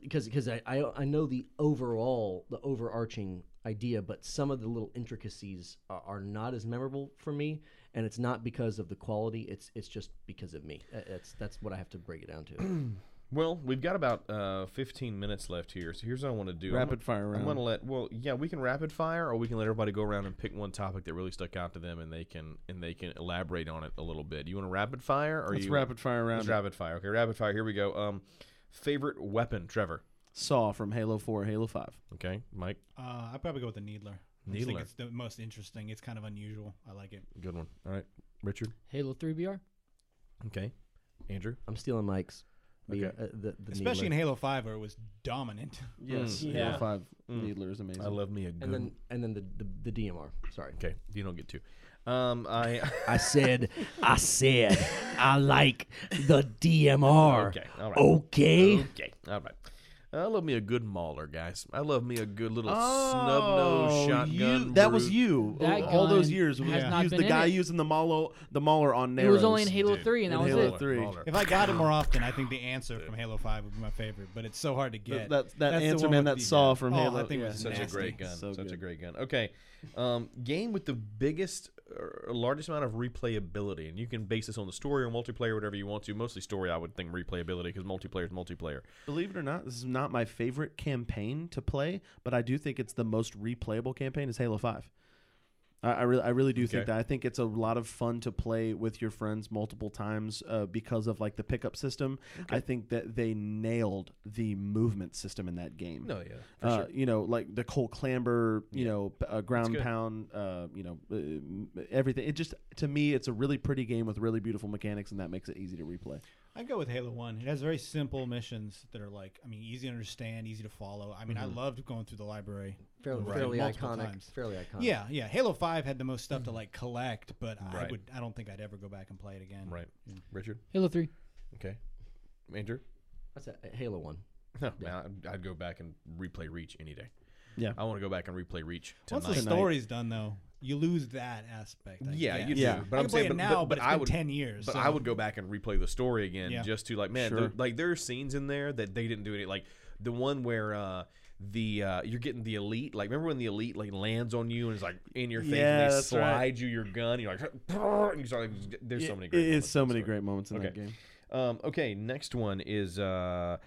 [SPEAKER 9] because I, I I know the overall the overarching idea, but some of the little intricacies are, are not as memorable for me. And it's not because of the quality; it's it's just because of me. Uh, That's that's what I have to break it down to. [CLEARS THROAT]
[SPEAKER 1] Well, we've got about uh, 15 minutes left here, so here's what I want to do. I'm
[SPEAKER 8] Rapid
[SPEAKER 1] gonna-
[SPEAKER 8] fire
[SPEAKER 1] I'm
[SPEAKER 8] round.
[SPEAKER 1] going to let well, yeah, we can rapid fire, or we can let everybody go around and pick one topic that really stuck out to them, and they can and they can elaborate on it a little bit. You want to rapid fire, or
[SPEAKER 8] Let's
[SPEAKER 1] you
[SPEAKER 8] rapid fire round.
[SPEAKER 1] Let's
[SPEAKER 8] it.
[SPEAKER 1] rapid fire. Okay, rapid fire. Here we go. Um, favorite weapon, Trevor.
[SPEAKER 8] Saw from Halo Four, Halo Five.
[SPEAKER 1] Okay, Mike.
[SPEAKER 7] Uh, I probably go with the Needler. I just
[SPEAKER 1] Needler.
[SPEAKER 7] think it's the most interesting. It's kind of unusual. I like it.
[SPEAKER 1] Good one. All right, Richard.
[SPEAKER 5] Halo 3 BR.
[SPEAKER 1] Okay, Andrew.
[SPEAKER 9] I'm stealing Mike's. The, uh, the, the
[SPEAKER 7] Especially in
[SPEAKER 9] needler.
[SPEAKER 7] Halo 5 where it was dominant. [LAUGHS]
[SPEAKER 8] Yes,
[SPEAKER 1] Mm.
[SPEAKER 8] Halo Five
[SPEAKER 1] Mm.
[SPEAKER 8] Needler is amazing.
[SPEAKER 1] I love me a good.
[SPEAKER 9] and then and then the, the, the DMR. Sorry.
[SPEAKER 1] okay, you don't get to. Um, I
[SPEAKER 9] [LAUGHS]
[SPEAKER 1] [LAUGHS]
[SPEAKER 9] I said, I said, I like the DMR.
[SPEAKER 1] okay. All
[SPEAKER 8] Oh.
[SPEAKER 1] right.
[SPEAKER 9] Okay.
[SPEAKER 1] Okay. All right. I love me a good mauler, guys. I love me a good little
[SPEAKER 8] Oh,
[SPEAKER 1] snub nose shotgun.
[SPEAKER 8] you- that was
[SPEAKER 1] brute.
[SPEAKER 8] you
[SPEAKER 5] That
[SPEAKER 8] all those
[SPEAKER 5] gun
[SPEAKER 8] years. Was
[SPEAKER 5] has not
[SPEAKER 8] used
[SPEAKER 5] been
[SPEAKER 8] the
[SPEAKER 5] in
[SPEAKER 8] guy
[SPEAKER 5] it.
[SPEAKER 8] using the mauler, the mauler on
[SPEAKER 5] It
[SPEAKER 8] narrows.
[SPEAKER 5] was only in Halo 3, and
[SPEAKER 8] In
[SPEAKER 5] that was
[SPEAKER 8] Halo
[SPEAKER 5] it.
[SPEAKER 8] 3.
[SPEAKER 1] Mauler.
[SPEAKER 7] If I got it more often, I think the answer from Halo 5 would be my favorite, but it's so hard to
[SPEAKER 8] Th-
[SPEAKER 7] get.
[SPEAKER 8] that that
[SPEAKER 7] That's the
[SPEAKER 8] answer
[SPEAKER 7] one
[SPEAKER 8] man
[SPEAKER 7] with
[SPEAKER 8] that
[SPEAKER 7] the-
[SPEAKER 8] saw from
[SPEAKER 7] oh,
[SPEAKER 8] Halo.
[SPEAKER 7] that thing
[SPEAKER 8] yeah.
[SPEAKER 7] was
[SPEAKER 1] Such a
[SPEAKER 7] nasty.
[SPEAKER 1] great gun.
[SPEAKER 8] So
[SPEAKER 1] Such a
[SPEAKER 8] good.
[SPEAKER 1] great gun. Okay. Um, game with the biggest or largest amount of replayability. And you can base this on the story or multiplayer, whatever you want to. Mostly story, I would think replayability because multiplayer is multiplayer.
[SPEAKER 8] Believe it or not, this is not my favorite campaign to play, but I do think it's the most replayable campaign is Halo Five. I, I really, I really do think
[SPEAKER 1] Okay.
[SPEAKER 8] that. I think it's a lot of fun to play with your friends multiple times uh, because of like the pickup system. I think that they nailed the movement system in that game.
[SPEAKER 1] No, yeah.
[SPEAKER 8] uh, you know, like the Cole Clamber, you know, p- uh, ground
[SPEAKER 1] good.
[SPEAKER 8] pound, uh, you know, uh, m- everything. It just to me, it's a really pretty game with really beautiful mechanics, and that makes it easy to replay.
[SPEAKER 7] I go with Halo One. It has very simple missions that are like, I mean, easy to understand, easy to follow. I mean,
[SPEAKER 8] Mm-hmm.
[SPEAKER 7] I loved going through the library.
[SPEAKER 9] Fairly,
[SPEAKER 7] Right.
[SPEAKER 9] fairly
[SPEAKER 7] Multiple
[SPEAKER 9] iconic.
[SPEAKER 7] times.
[SPEAKER 9] Fairly iconic. Mm-hmm.
[SPEAKER 7] Yeah, yeah. Halo Five had the most stuff to like collect, but
[SPEAKER 1] Right.
[SPEAKER 7] I would, I don't think I'd ever go back and play it again.
[SPEAKER 1] Right. Richard.
[SPEAKER 5] Halo 3.
[SPEAKER 1] Okay. Andrew.
[SPEAKER 9] That's a a Halo one.
[SPEAKER 1] No, man, I'd- I'd go back and replay Reach any day.
[SPEAKER 8] Yeah.
[SPEAKER 1] I want to go back and replay Reach
[SPEAKER 7] Once
[SPEAKER 1] tonight.
[SPEAKER 7] the story's done, though, you lose that aspect. I
[SPEAKER 1] Yeah,
[SPEAKER 7] guess.
[SPEAKER 1] you do.
[SPEAKER 8] Yeah.
[SPEAKER 1] But
[SPEAKER 7] I
[SPEAKER 1] I'm
[SPEAKER 7] can play
[SPEAKER 1] saying, but,
[SPEAKER 7] it now,
[SPEAKER 1] but,
[SPEAKER 7] but,
[SPEAKER 1] but
[SPEAKER 7] it's
[SPEAKER 1] I
[SPEAKER 7] been
[SPEAKER 1] would,
[SPEAKER 7] ten years.
[SPEAKER 1] But
[SPEAKER 7] so-
[SPEAKER 1] I would go back and replay the story again,
[SPEAKER 7] Yeah.
[SPEAKER 1] just to like, man,
[SPEAKER 8] Sure.
[SPEAKER 1] there, like there are scenes in there that they didn't do any, like the one where. uh the uh, you're getting the elite like remember when the elite like lands on you and is like in your face
[SPEAKER 8] Yeah,
[SPEAKER 1] and they
[SPEAKER 8] that's
[SPEAKER 1] slide
[SPEAKER 8] right.
[SPEAKER 1] you your gun you're like [LAUGHS] and you start like, there's so many great
[SPEAKER 8] it
[SPEAKER 1] moments
[SPEAKER 8] is so
[SPEAKER 1] in the
[SPEAKER 8] many
[SPEAKER 1] story.
[SPEAKER 8] great moments in that
[SPEAKER 1] Okay.
[SPEAKER 8] game.
[SPEAKER 1] Um, okay, next one is uh,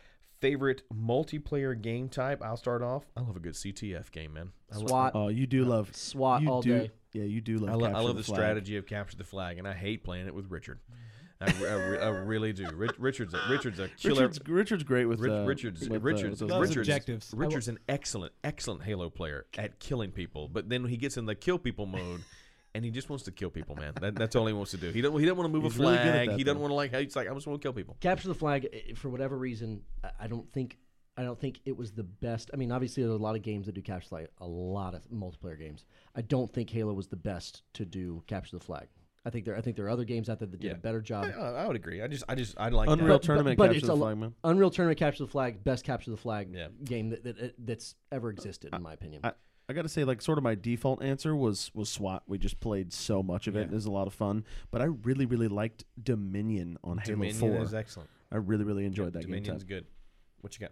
[SPEAKER 1] favorite multiplayer game type. I'll start off. I love a good CTF game, man. I, lo-
[SPEAKER 9] SWAT.
[SPEAKER 8] Oh, you do love
[SPEAKER 9] SWAT
[SPEAKER 8] you
[SPEAKER 9] all
[SPEAKER 8] do-
[SPEAKER 9] day.
[SPEAKER 8] Yeah, you do love.
[SPEAKER 1] I, lo- I
[SPEAKER 8] Capture
[SPEAKER 1] love
[SPEAKER 8] the
[SPEAKER 1] the
[SPEAKER 8] Flag.
[SPEAKER 1] strategy of capture the flag, and I hate playing it with Richard. I, re- I, re- I really do. Rich- Richard's a, Richard's a killer.
[SPEAKER 8] Richard's, Richard's great with
[SPEAKER 1] Rich-
[SPEAKER 8] uh,
[SPEAKER 1] Richards,
[SPEAKER 8] with, uh,
[SPEAKER 1] Richards,
[SPEAKER 8] with those-
[SPEAKER 7] Loves
[SPEAKER 1] Richards,
[SPEAKER 7] objectives.
[SPEAKER 1] Richards, an excellent, excellent Halo player at killing people. But then he gets in the kill people mode, and he just wants to kill people, man. That, that's all he wants to do. He don't, he doesn't want to move a
[SPEAKER 8] He's really good at
[SPEAKER 1] flag.
[SPEAKER 8] that,
[SPEAKER 1] he doesn't
[SPEAKER 8] though.
[SPEAKER 1] want to like. He's like, I just want to kill people.
[SPEAKER 9] Capture the flag. eh, For whatever reason, I- I don't think. I don't think it was the best. I mean, obviously, there's a lot of games that do capture the flag. A lot of multiplayer games. I don't think Halo was the best to do capture the flag. I think there I think there are other games out there that did
[SPEAKER 1] Yeah.
[SPEAKER 9] a better job.
[SPEAKER 1] I, I would agree. I just, I just, I like that.
[SPEAKER 8] Unreal Tournament
[SPEAKER 9] but
[SPEAKER 8] Capture
[SPEAKER 9] it's
[SPEAKER 8] the
[SPEAKER 9] a lo-
[SPEAKER 8] Flag, man.
[SPEAKER 9] Unreal Tournament Capture the Flag, best capture the flag
[SPEAKER 1] Yeah.
[SPEAKER 9] game that, that that's ever existed in my opinion.
[SPEAKER 8] I, I got to say, like, sort of my default answer was was SWAT. We just played so much of it. It was a lot of fun. But I really, really liked Dominion on
[SPEAKER 1] Dominion
[SPEAKER 8] Halo Four.
[SPEAKER 1] is excellent.
[SPEAKER 8] I really, really enjoyed that game.
[SPEAKER 1] Dominion's
[SPEAKER 8] type.
[SPEAKER 1] good. What you got?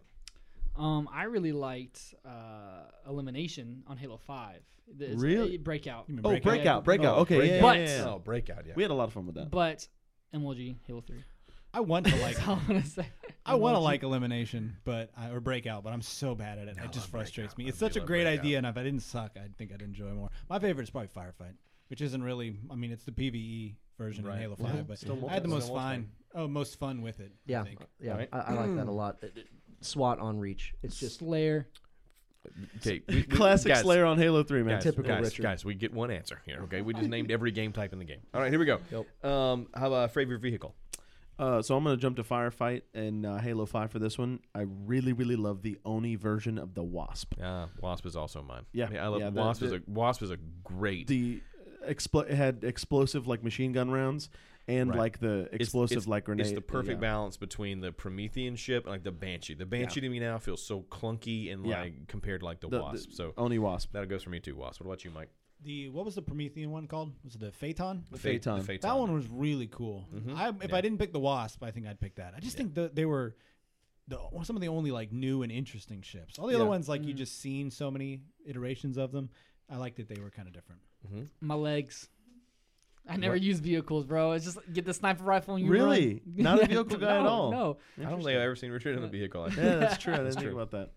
[SPEAKER 5] Um, I really liked uh, Elimination on Halo Five. The- it's-
[SPEAKER 8] Really?
[SPEAKER 5] uh, Breakout.
[SPEAKER 7] You mean
[SPEAKER 8] Oh,
[SPEAKER 7] Breakout.
[SPEAKER 8] Breakout, Breakout.
[SPEAKER 1] Oh,
[SPEAKER 8] okay,
[SPEAKER 1] Breakout.
[SPEAKER 8] yeah,
[SPEAKER 5] But-
[SPEAKER 8] yeah, yeah, yeah.
[SPEAKER 1] Oh, breakout. Yeah.
[SPEAKER 8] we had a lot of fun with that.
[SPEAKER 5] But MLG Halo
[SPEAKER 8] [LAUGHS]
[SPEAKER 5] Three.
[SPEAKER 7] I want to like [LAUGHS]
[SPEAKER 9] [LAUGHS]
[SPEAKER 5] That's all I'm gonna say.
[SPEAKER 7] I want to like elimination, but I, or breakout, but I'm so bad at it. it just frustrates me. It's such a great idea, and if I didn't suck, I think I'd enjoy more. My favorite is probably firefight, which isn't really. I mean, it's the PVE version of Halo Five, but I had the most fun. Oh, most fun with it. I
[SPEAKER 9] yeah. uh,
[SPEAKER 7] think.
[SPEAKER 9] Yeah. I, I like that a lot. It- it- SWAT on Reach. It's just
[SPEAKER 5] Slayer.
[SPEAKER 1] [LAUGHS] Okay, we- we-
[SPEAKER 8] Classic
[SPEAKER 1] guys,
[SPEAKER 8] Slayer on Halo Three, man.
[SPEAKER 1] Guys,
[SPEAKER 9] Typical
[SPEAKER 1] guys,
[SPEAKER 9] Richard.
[SPEAKER 1] guys, we get one answer here. Okay, [LAUGHS] we just named every game type in the game. All right, here we go. Um, how about favorite vehicle?
[SPEAKER 8] Uh, so I'm gonna jump to firefight and uh, Halo Five for this one. I really, really love the Oni version of the Wasp.
[SPEAKER 1] Uh, Wasp is also mine.
[SPEAKER 8] Yeah,
[SPEAKER 1] I love
[SPEAKER 8] yeah, the-
[SPEAKER 1] Wasp. is
[SPEAKER 8] the-
[SPEAKER 1] a Wasp is a great.
[SPEAKER 8] The expl- it had explosive like machine gun rounds and
[SPEAKER 1] Right.
[SPEAKER 8] like the
[SPEAKER 1] it's-
[SPEAKER 8] explosive
[SPEAKER 1] it's-
[SPEAKER 8] like grenade.
[SPEAKER 1] It's the perfect
[SPEAKER 8] yeah.
[SPEAKER 1] balance between the Promethean ship and like the Banshee. The Banshee to me now feels so clunky and
[SPEAKER 8] Yeah.
[SPEAKER 1] like compared to like the, oh.
[SPEAKER 8] The- the
[SPEAKER 1] Wasp. So
[SPEAKER 8] Oni Wasp.
[SPEAKER 1] that goes for me too. Wasp. What about you, Mike?
[SPEAKER 7] The what was the Promethean one called? Was it the Phaeton?
[SPEAKER 1] The
[SPEAKER 8] Phaeton.
[SPEAKER 1] The Phaeton.
[SPEAKER 7] That one was really cool. I, if
[SPEAKER 1] Yeah.
[SPEAKER 7] I didn't pick the Wasp, I think I'd pick that. I just think that they were the some of the only like new and interesting ships. All the other
[SPEAKER 8] Yeah.
[SPEAKER 7] ones like you just seen so many iterations of them. I liked that they were kind of different.
[SPEAKER 5] My legs. I never use vehicles, bro. It's just like, get the sniper rifle and you
[SPEAKER 8] Really?
[SPEAKER 5] run.
[SPEAKER 8] [LAUGHS] Not a
[SPEAKER 5] [LAUGHS] Yeah,
[SPEAKER 8] vehicle guy at
[SPEAKER 5] no,
[SPEAKER 8] all.
[SPEAKER 5] No.
[SPEAKER 1] I don't think I've ever seen Richard in a vehicle. I think.
[SPEAKER 8] Yeah,
[SPEAKER 1] [LAUGHS]
[SPEAKER 8] that's true. I didn't
[SPEAKER 1] That's
[SPEAKER 8] think
[SPEAKER 1] true.
[SPEAKER 8] about that.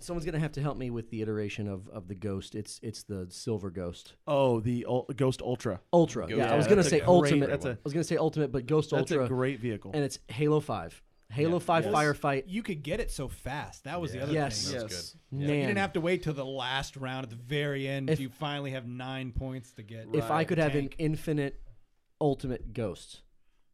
[SPEAKER 9] someone's gonna have to help me with the iteration of, of the ghost. It's it's the silver ghost.
[SPEAKER 8] Oh, the ul- Ghost Ultra.
[SPEAKER 9] Ultra.
[SPEAKER 1] Ghost
[SPEAKER 9] yeah, I was
[SPEAKER 1] Ultra.
[SPEAKER 9] gonna
[SPEAKER 1] That's a
[SPEAKER 9] say
[SPEAKER 1] great-
[SPEAKER 9] ultimate.
[SPEAKER 8] that's a-
[SPEAKER 9] I was gonna say ultimate, but Ghost
[SPEAKER 8] That's
[SPEAKER 9] Ultra
[SPEAKER 8] a great vehicle.
[SPEAKER 9] and it's Halo Five. Halo Five Firefight.
[SPEAKER 7] You could get it so fast. That was the other
[SPEAKER 9] Yes.
[SPEAKER 7] thing.
[SPEAKER 1] That was
[SPEAKER 8] Yes.
[SPEAKER 1] good.
[SPEAKER 9] Man,
[SPEAKER 7] You didn't have to wait till the last round at the very end.
[SPEAKER 9] If-
[SPEAKER 7] you finally have nine points to get.
[SPEAKER 9] if I
[SPEAKER 7] the
[SPEAKER 9] could have an
[SPEAKER 7] tank.
[SPEAKER 9] infinite ultimate ghost,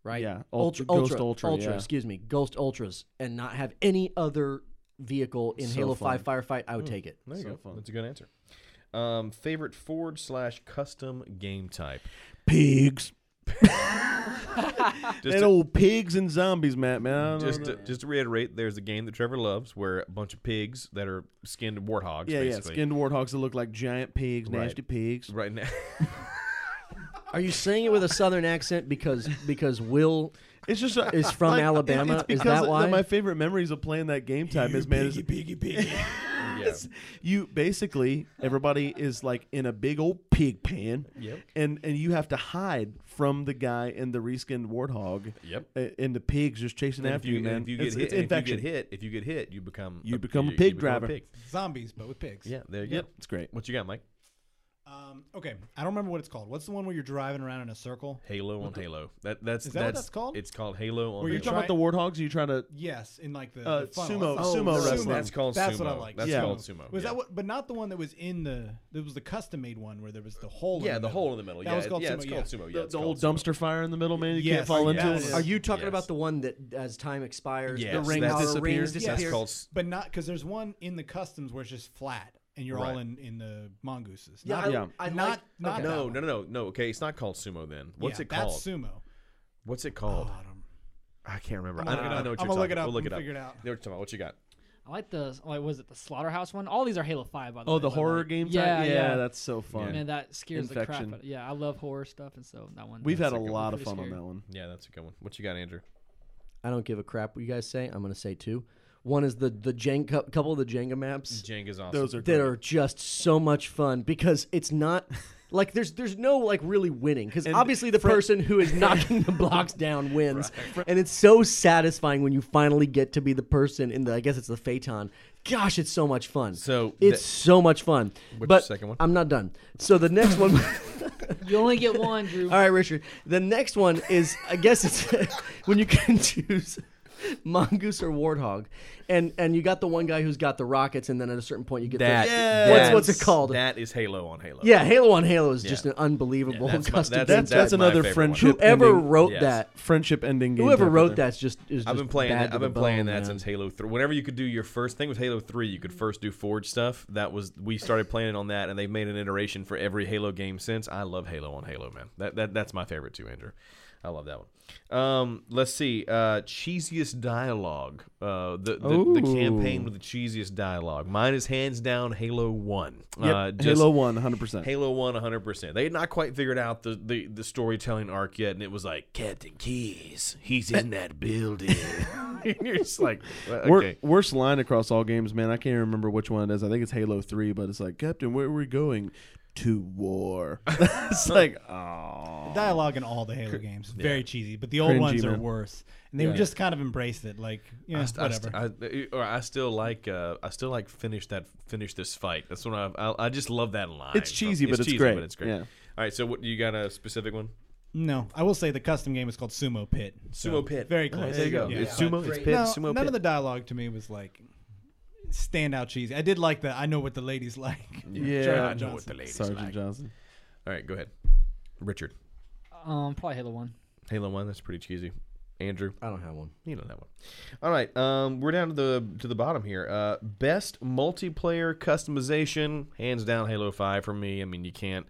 [SPEAKER 9] right?
[SPEAKER 8] Yeah, ul-
[SPEAKER 9] Ultra,
[SPEAKER 8] Ghost
[SPEAKER 9] ultra,
[SPEAKER 8] Ultra, yeah.
[SPEAKER 9] Excuse me, Ghost Ultras, and not have any other vehicle in Halo Five Firefight. I would
[SPEAKER 1] Hmm.
[SPEAKER 9] take it.
[SPEAKER 1] There you
[SPEAKER 8] So
[SPEAKER 1] go.
[SPEAKER 8] fun.
[SPEAKER 1] That's a good answer. Um, favorite Ford slash custom game type.
[SPEAKER 8] pigs. [LAUGHS]
[SPEAKER 1] Just
[SPEAKER 8] that
[SPEAKER 1] to-
[SPEAKER 8] old pigs and zombies, Matt, man. I don't
[SPEAKER 1] just
[SPEAKER 8] know.
[SPEAKER 1] to, just to reiterate, there's a game that Trevor loves where a bunch of pigs that are skinned warthogs,
[SPEAKER 8] yeah, yeah.
[SPEAKER 1] basically.
[SPEAKER 8] Skinned warthogs that look like giant pigs,
[SPEAKER 1] Right.
[SPEAKER 8] nasty pigs.
[SPEAKER 1] Right
[SPEAKER 8] [LAUGHS]
[SPEAKER 1] now,
[SPEAKER 9] Are you saying it with a southern accent because because Will
[SPEAKER 8] It's just a,
[SPEAKER 9] Is
[SPEAKER 8] [LAUGHS]
[SPEAKER 9] from
[SPEAKER 8] like,
[SPEAKER 9] Alabama?
[SPEAKER 8] It's
[SPEAKER 9] Is that
[SPEAKER 8] because of-
[SPEAKER 9] why?
[SPEAKER 8] my favorite memories of playing that game type is man. is-
[SPEAKER 1] yeah. [LAUGHS]
[SPEAKER 8] you basically everybody is like in a big old pig pen,
[SPEAKER 1] Yep.
[SPEAKER 8] and and you have to hide from the guy in the reskinned warthog.
[SPEAKER 1] Yep.
[SPEAKER 8] a- And the pigs just chasing
[SPEAKER 1] And if
[SPEAKER 8] after
[SPEAKER 1] you,
[SPEAKER 8] you, man.
[SPEAKER 1] and if you get
[SPEAKER 8] it's,
[SPEAKER 1] hit,
[SPEAKER 8] it's
[SPEAKER 1] and if you
[SPEAKER 8] infection.
[SPEAKER 1] get hit, if you get hit, you become
[SPEAKER 8] You become a pig driver.
[SPEAKER 7] zombies, but with pigs.
[SPEAKER 1] Yeah, there you
[SPEAKER 8] Yep,
[SPEAKER 1] go.
[SPEAKER 8] it's great.
[SPEAKER 1] What you got, Mike?
[SPEAKER 7] Um, okay, I don't remember what it's called. What's the one where you're driving around in a circle?
[SPEAKER 1] Halo on Halo. That that's
[SPEAKER 7] Is that what
[SPEAKER 1] that's,
[SPEAKER 7] that's called?
[SPEAKER 1] It's called Halo on
[SPEAKER 7] Where you're
[SPEAKER 1] Halo.
[SPEAKER 8] You talking about the warthogs? Or you trying to?
[SPEAKER 7] Yes, in like the,
[SPEAKER 8] Uh,
[SPEAKER 7] the funnel.
[SPEAKER 8] sumo-
[SPEAKER 7] That's-
[SPEAKER 8] sumo wrestling.
[SPEAKER 1] That's called
[SPEAKER 7] That's
[SPEAKER 1] sumo.
[SPEAKER 7] what I like.
[SPEAKER 1] That's
[SPEAKER 8] Yeah.
[SPEAKER 1] called sumo.
[SPEAKER 7] Was
[SPEAKER 1] yeah.
[SPEAKER 7] that what? But not the one that was in the. There was the custom made one where there was the hole.
[SPEAKER 1] Yeah,
[SPEAKER 7] in
[SPEAKER 1] the
[SPEAKER 7] the
[SPEAKER 1] hole in the middle.
[SPEAKER 7] That
[SPEAKER 1] yeah,
[SPEAKER 7] was
[SPEAKER 1] it-
[SPEAKER 7] called
[SPEAKER 1] yeah,
[SPEAKER 7] sumo.
[SPEAKER 1] it's
[SPEAKER 7] yeah.
[SPEAKER 1] called sumo. Yeah,
[SPEAKER 8] The,
[SPEAKER 1] it's
[SPEAKER 8] the old
[SPEAKER 1] called sumo.
[SPEAKER 8] dumpster fire in the middle, man. You
[SPEAKER 7] Yes,
[SPEAKER 8] can't fall into.
[SPEAKER 7] yes.
[SPEAKER 8] it.
[SPEAKER 9] Are you talking
[SPEAKER 1] Yes.
[SPEAKER 9] about the one that as time expires,
[SPEAKER 1] Yes,
[SPEAKER 9] the ring
[SPEAKER 1] that's-
[SPEAKER 9] power
[SPEAKER 8] disappear.
[SPEAKER 9] rings
[SPEAKER 8] That's
[SPEAKER 9] disappear?
[SPEAKER 1] That's called s-
[SPEAKER 7] But not because there's one in the customs where it's just flat and you're
[SPEAKER 1] Right.
[SPEAKER 7] all in in the mongooses.
[SPEAKER 9] yeah,
[SPEAKER 7] Not-
[SPEAKER 9] I,
[SPEAKER 8] Yeah.
[SPEAKER 9] I
[SPEAKER 7] Not-
[SPEAKER 9] like-
[SPEAKER 7] not
[SPEAKER 9] okay.
[SPEAKER 7] that
[SPEAKER 1] No,
[SPEAKER 7] one.
[SPEAKER 1] no, no, no, no. Okay, it's not called sumo. Then what's
[SPEAKER 7] yeah,
[SPEAKER 1] it called?
[SPEAKER 7] That's sumo.
[SPEAKER 1] what's it called?
[SPEAKER 7] Oh, I don't-
[SPEAKER 1] I can't remember.
[SPEAKER 7] I'ma
[SPEAKER 1] I,
[SPEAKER 7] look it
[SPEAKER 1] I
[SPEAKER 7] up.
[SPEAKER 1] know what
[SPEAKER 7] I'ma
[SPEAKER 1] you're
[SPEAKER 7] look
[SPEAKER 1] talking
[SPEAKER 7] it
[SPEAKER 1] about.
[SPEAKER 7] up
[SPEAKER 1] We'll look
[SPEAKER 7] and
[SPEAKER 1] it up.
[SPEAKER 7] figure it out.
[SPEAKER 1] They were talking about what you got.
[SPEAKER 5] I like the like was it the slaughterhouse one? All these are Halo Five by the
[SPEAKER 8] Oh,
[SPEAKER 5] way,
[SPEAKER 8] the
[SPEAKER 5] but,
[SPEAKER 8] horror
[SPEAKER 5] like,
[SPEAKER 8] game type.
[SPEAKER 5] Yeah,
[SPEAKER 8] Yeah,
[SPEAKER 5] yeah.
[SPEAKER 8] that's so fun.
[SPEAKER 5] Man, that scares the crap
[SPEAKER 8] Infection.
[SPEAKER 5] out of Yeah, I love horror stuff, and so that one.
[SPEAKER 8] We've had
[SPEAKER 5] that's
[SPEAKER 8] a
[SPEAKER 5] good one.
[SPEAKER 8] lot of
[SPEAKER 5] Pretty
[SPEAKER 8] fun on
[SPEAKER 5] scary.
[SPEAKER 8] that one.
[SPEAKER 1] Yeah, that's a good one. What you got, Andrew?
[SPEAKER 9] I don't give a crap what you guys say. I'm going to say two. One is the the Jen, cou- couple of the Jenga maps
[SPEAKER 1] Jenga's awesome.
[SPEAKER 8] Those are
[SPEAKER 9] that
[SPEAKER 8] great.
[SPEAKER 9] are just so much fun because
[SPEAKER 1] [LAUGHS]
[SPEAKER 9] it's not like there's there's no like really winning because obviously the person who
[SPEAKER 1] [LAUGHS]
[SPEAKER 9] is knocking the blocks down wins, and it's so satisfying when you finally get to be the person in the I guess it's the phaeton. Gosh, it's so much fun.
[SPEAKER 1] So
[SPEAKER 9] it's
[SPEAKER 1] that-
[SPEAKER 9] so much fun.
[SPEAKER 1] What's
[SPEAKER 9] but
[SPEAKER 1] the second one?
[SPEAKER 9] I'm not done. So the next one. [LAUGHS]
[SPEAKER 5] You
[SPEAKER 8] [LAUGHS]
[SPEAKER 5] only get one, Drew.
[SPEAKER 9] [LAUGHS] All right, Richard. The next one is, I guess it's when you can choose mongoose or warthog, and and you got the one guy who's got the rockets, and then at a certain point you get
[SPEAKER 1] That,
[SPEAKER 9] the,
[SPEAKER 1] that's-
[SPEAKER 9] what's what's it called?
[SPEAKER 1] That is Halo on Halo.
[SPEAKER 9] yeah, Halo on Halo is just
[SPEAKER 1] Yeah.
[SPEAKER 9] an unbelievable
[SPEAKER 1] Yeah, that's my-
[SPEAKER 9] custom.
[SPEAKER 1] that's-
[SPEAKER 8] That's
[SPEAKER 9] That's,
[SPEAKER 8] that's
[SPEAKER 1] my
[SPEAKER 8] another
[SPEAKER 1] favorite one.
[SPEAKER 8] friendship.
[SPEAKER 9] whoever
[SPEAKER 8] ending,
[SPEAKER 9] wrote
[SPEAKER 1] Yes.
[SPEAKER 9] that,
[SPEAKER 8] friendship ending game.
[SPEAKER 9] whoever
[SPEAKER 8] type of
[SPEAKER 9] wrote
[SPEAKER 8] thing.
[SPEAKER 9] that's just is.
[SPEAKER 1] I've
[SPEAKER 9] just
[SPEAKER 1] been playing
[SPEAKER 9] bad
[SPEAKER 1] that.
[SPEAKER 9] to
[SPEAKER 1] I've
[SPEAKER 9] the
[SPEAKER 1] been playing
[SPEAKER 9] bone,
[SPEAKER 1] that
[SPEAKER 9] man.
[SPEAKER 1] since Halo Three. Whenever you could do your first thing with Halo Three, you could first do Forge stuff. That was we started playing it on that, and they've made an iteration for every Halo game since. I love Halo on Halo, man. That, that that's my favorite too, Andrew. I love that one. Um, let's see, uh, cheesiest dialogue. Uh, the the, the campaign with the cheesiest dialogue. Mine is hands down Halo One.
[SPEAKER 8] Yep,
[SPEAKER 1] Uh, just-
[SPEAKER 8] Halo One, hundred percent.
[SPEAKER 1] Halo 1 100%. They had not quite figured out the, the, the storytelling arc yet, and it was like, Captain Keys, he's in that building. [LAUGHS] and you're just like, well,
[SPEAKER 8] Wor-
[SPEAKER 1] okay.
[SPEAKER 8] worst line across all games, man. I can't remember which one it is. I think it's Halo Three, but it's like Captain, where are we going?
[SPEAKER 1] [LAUGHS]
[SPEAKER 8] To war. [LAUGHS] it's like, oh,
[SPEAKER 7] dialogue in all the Halo games. is Very cheesy, but the old
[SPEAKER 8] Cringy,
[SPEAKER 7] ones are
[SPEAKER 8] man.
[SPEAKER 7] worse. And they were just kind of embraced it, like yeah,
[SPEAKER 1] I, st- I,
[SPEAKER 7] whatever.
[SPEAKER 1] st- I- or I still like uh, I still like finish that finish this fight. That's when I I, I just love that line.
[SPEAKER 8] It's cheesy, but it's great.
[SPEAKER 1] But it's great.
[SPEAKER 8] Yeah.
[SPEAKER 1] All right, so what you got a specific one?
[SPEAKER 7] no, I will say the custom game is called Sumo Pit. so
[SPEAKER 1] Sumo Pit.
[SPEAKER 7] Very
[SPEAKER 1] All
[SPEAKER 7] close.
[SPEAKER 1] right, there you go.
[SPEAKER 7] Yeah.
[SPEAKER 1] it's
[SPEAKER 7] Yeah.
[SPEAKER 1] sumo. It's
[SPEAKER 9] Great.
[SPEAKER 1] pit.
[SPEAKER 7] No,
[SPEAKER 1] sumo
[SPEAKER 7] none
[SPEAKER 1] pit.
[SPEAKER 7] of the dialogue to me was like standout cheesy. I did like the I know what the ladies [LAUGHS] like.
[SPEAKER 8] yeah.
[SPEAKER 1] I know what the ladies
[SPEAKER 8] Sergeant
[SPEAKER 1] like.
[SPEAKER 8] Johnson.
[SPEAKER 1] All right, go ahead, Richard.
[SPEAKER 5] Um, probably Halo One.
[SPEAKER 1] Halo One. That's pretty cheesy. Andrew.
[SPEAKER 9] I don't have one.
[SPEAKER 1] You know that one. All right, um, we're down to the to the bottom here. Uh, best multiplayer customization, hands down, Halo Five for me. I mean, you can't.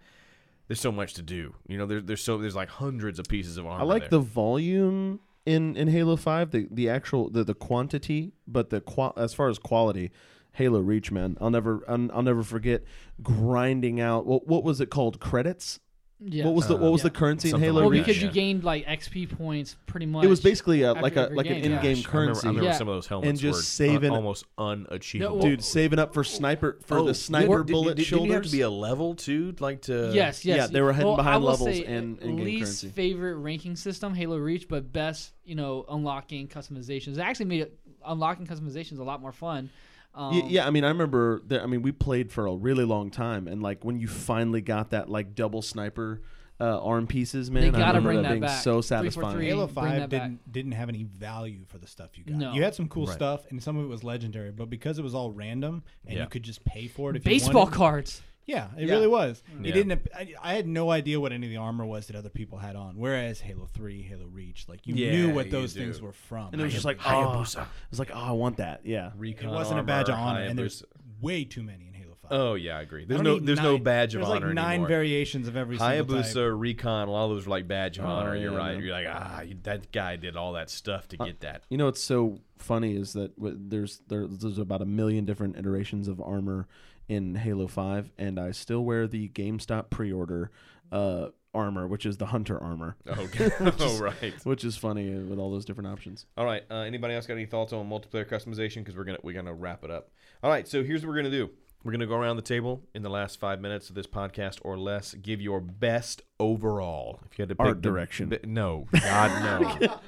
[SPEAKER 1] There's so much to do. You know, there, there's so there's like hundreds of pieces of armor.
[SPEAKER 8] I like
[SPEAKER 1] there.
[SPEAKER 8] the volume in in Halo Five, the the actual the the quantity, but the qua- as far as quality, Halo Reach, man, I'll never I'll, I'll never forget grinding out what what was it called credits.
[SPEAKER 5] Yeah.
[SPEAKER 8] What was the what was
[SPEAKER 5] yeah.
[SPEAKER 8] the currency
[SPEAKER 1] Uh,
[SPEAKER 8] in
[SPEAKER 1] Something
[SPEAKER 8] Halo
[SPEAKER 5] well,
[SPEAKER 1] like
[SPEAKER 8] Reach?
[SPEAKER 1] that,
[SPEAKER 5] because you
[SPEAKER 1] yeah.
[SPEAKER 5] gained like XP points, pretty much.
[SPEAKER 8] It was basically a,
[SPEAKER 5] after
[SPEAKER 8] like a
[SPEAKER 5] every
[SPEAKER 8] like an
[SPEAKER 5] game.
[SPEAKER 8] in game
[SPEAKER 1] Gosh, I remember,
[SPEAKER 8] currency.
[SPEAKER 1] I remember
[SPEAKER 5] Yeah.
[SPEAKER 1] some of those helmets
[SPEAKER 8] And just
[SPEAKER 1] were
[SPEAKER 8] saving-
[SPEAKER 1] un- almost unachievable.
[SPEAKER 5] No, well-
[SPEAKER 8] Dude, saving up for sniper for
[SPEAKER 1] Oh,
[SPEAKER 8] the sniper
[SPEAKER 1] did- did-
[SPEAKER 8] bullet
[SPEAKER 1] did, did
[SPEAKER 8] shoulders.
[SPEAKER 1] you have to be a level too, like to
[SPEAKER 5] Yes, yes.
[SPEAKER 8] yeah, they were hidden
[SPEAKER 5] well,
[SPEAKER 8] behind
[SPEAKER 5] I will
[SPEAKER 8] levels
[SPEAKER 5] say,
[SPEAKER 8] and-
[SPEAKER 5] uh,
[SPEAKER 8] and game
[SPEAKER 5] least
[SPEAKER 8] currency.
[SPEAKER 5] favorite ranking system, Halo Reach, but best, you know, unlocking customizations. It actually made it, unlocking customizations a lot more fun. Um,
[SPEAKER 8] Y- yeah, I mean, I remember. That, I mean, we played for a really long time, and like when you finally got that like double sniper uh, arm pieces, man,
[SPEAKER 5] They
[SPEAKER 8] I
[SPEAKER 5] gotta
[SPEAKER 8] remember
[SPEAKER 5] bring
[SPEAKER 8] that
[SPEAKER 5] that
[SPEAKER 8] being
[SPEAKER 5] back.
[SPEAKER 8] so
[SPEAKER 5] Three for
[SPEAKER 8] satisfying.
[SPEAKER 5] three.
[SPEAKER 7] Halo
[SPEAKER 5] Bring
[SPEAKER 7] Five
[SPEAKER 5] that back.
[SPEAKER 7] didn't didn't have any value for the stuff you got.
[SPEAKER 5] No.
[SPEAKER 7] You had some cool stuff, and some of it was legendary, but because it was all random and
[SPEAKER 1] Yeah.
[SPEAKER 7] you could just pay for it. If you
[SPEAKER 5] baseball
[SPEAKER 7] wanted,
[SPEAKER 5] cards.
[SPEAKER 7] Yeah, it really was.
[SPEAKER 1] Yeah.
[SPEAKER 7] It didn't. ap- I, I had no idea what any of the armor was that other people had on. Whereas Halo Three, Halo Reach, like you
[SPEAKER 1] Yeah,
[SPEAKER 7] knew what
[SPEAKER 1] you
[SPEAKER 7] those
[SPEAKER 1] do.
[SPEAKER 7] things were from.
[SPEAKER 8] And it was just like, oh, it was like, oh, I want that. Yeah,
[SPEAKER 7] it
[SPEAKER 1] recon
[SPEAKER 7] wasn't a
[SPEAKER 1] armor,
[SPEAKER 7] badge of honor,
[SPEAKER 1] Hayabusa.
[SPEAKER 7] and there's way too many in Halo Five.
[SPEAKER 1] oh yeah, I agree. There's
[SPEAKER 7] I don't
[SPEAKER 1] no
[SPEAKER 7] need
[SPEAKER 1] there's no
[SPEAKER 7] nine-
[SPEAKER 1] badge of
[SPEAKER 7] there's
[SPEAKER 1] honor
[SPEAKER 7] like nine
[SPEAKER 1] anymore. uh,
[SPEAKER 7] variations of every single type. Oh,
[SPEAKER 1] Hayabusa, Recon, a lot of those were like badge of honor. You're
[SPEAKER 8] yeah,
[SPEAKER 1] right.
[SPEAKER 8] man.
[SPEAKER 1] You're like, ah, you- that guy did all that stuff
[SPEAKER 7] Uh,
[SPEAKER 1] to get that.
[SPEAKER 8] You know what's so funny is that w- there's there, there's about a million different iterations of armor in Halo Five, and I still wear the GameStop pre-order uh, armor, which is the Hunter armor,
[SPEAKER 1] Oh, okay. [LAUGHS] oh, right.
[SPEAKER 8] [LAUGHS] which is funny uh, with all those different options.
[SPEAKER 1] All right. Uh, anybody else got any thoughts on multiplayer customization? Because we're gonna we're gonna wrap it up. All right. So here's what we're gonna do. We're gonna go around the table in the last five minutes of this podcast or less. Give your best overall. If you had to pick
[SPEAKER 8] Art
[SPEAKER 1] the-
[SPEAKER 8] direction.
[SPEAKER 1] be- no, God no,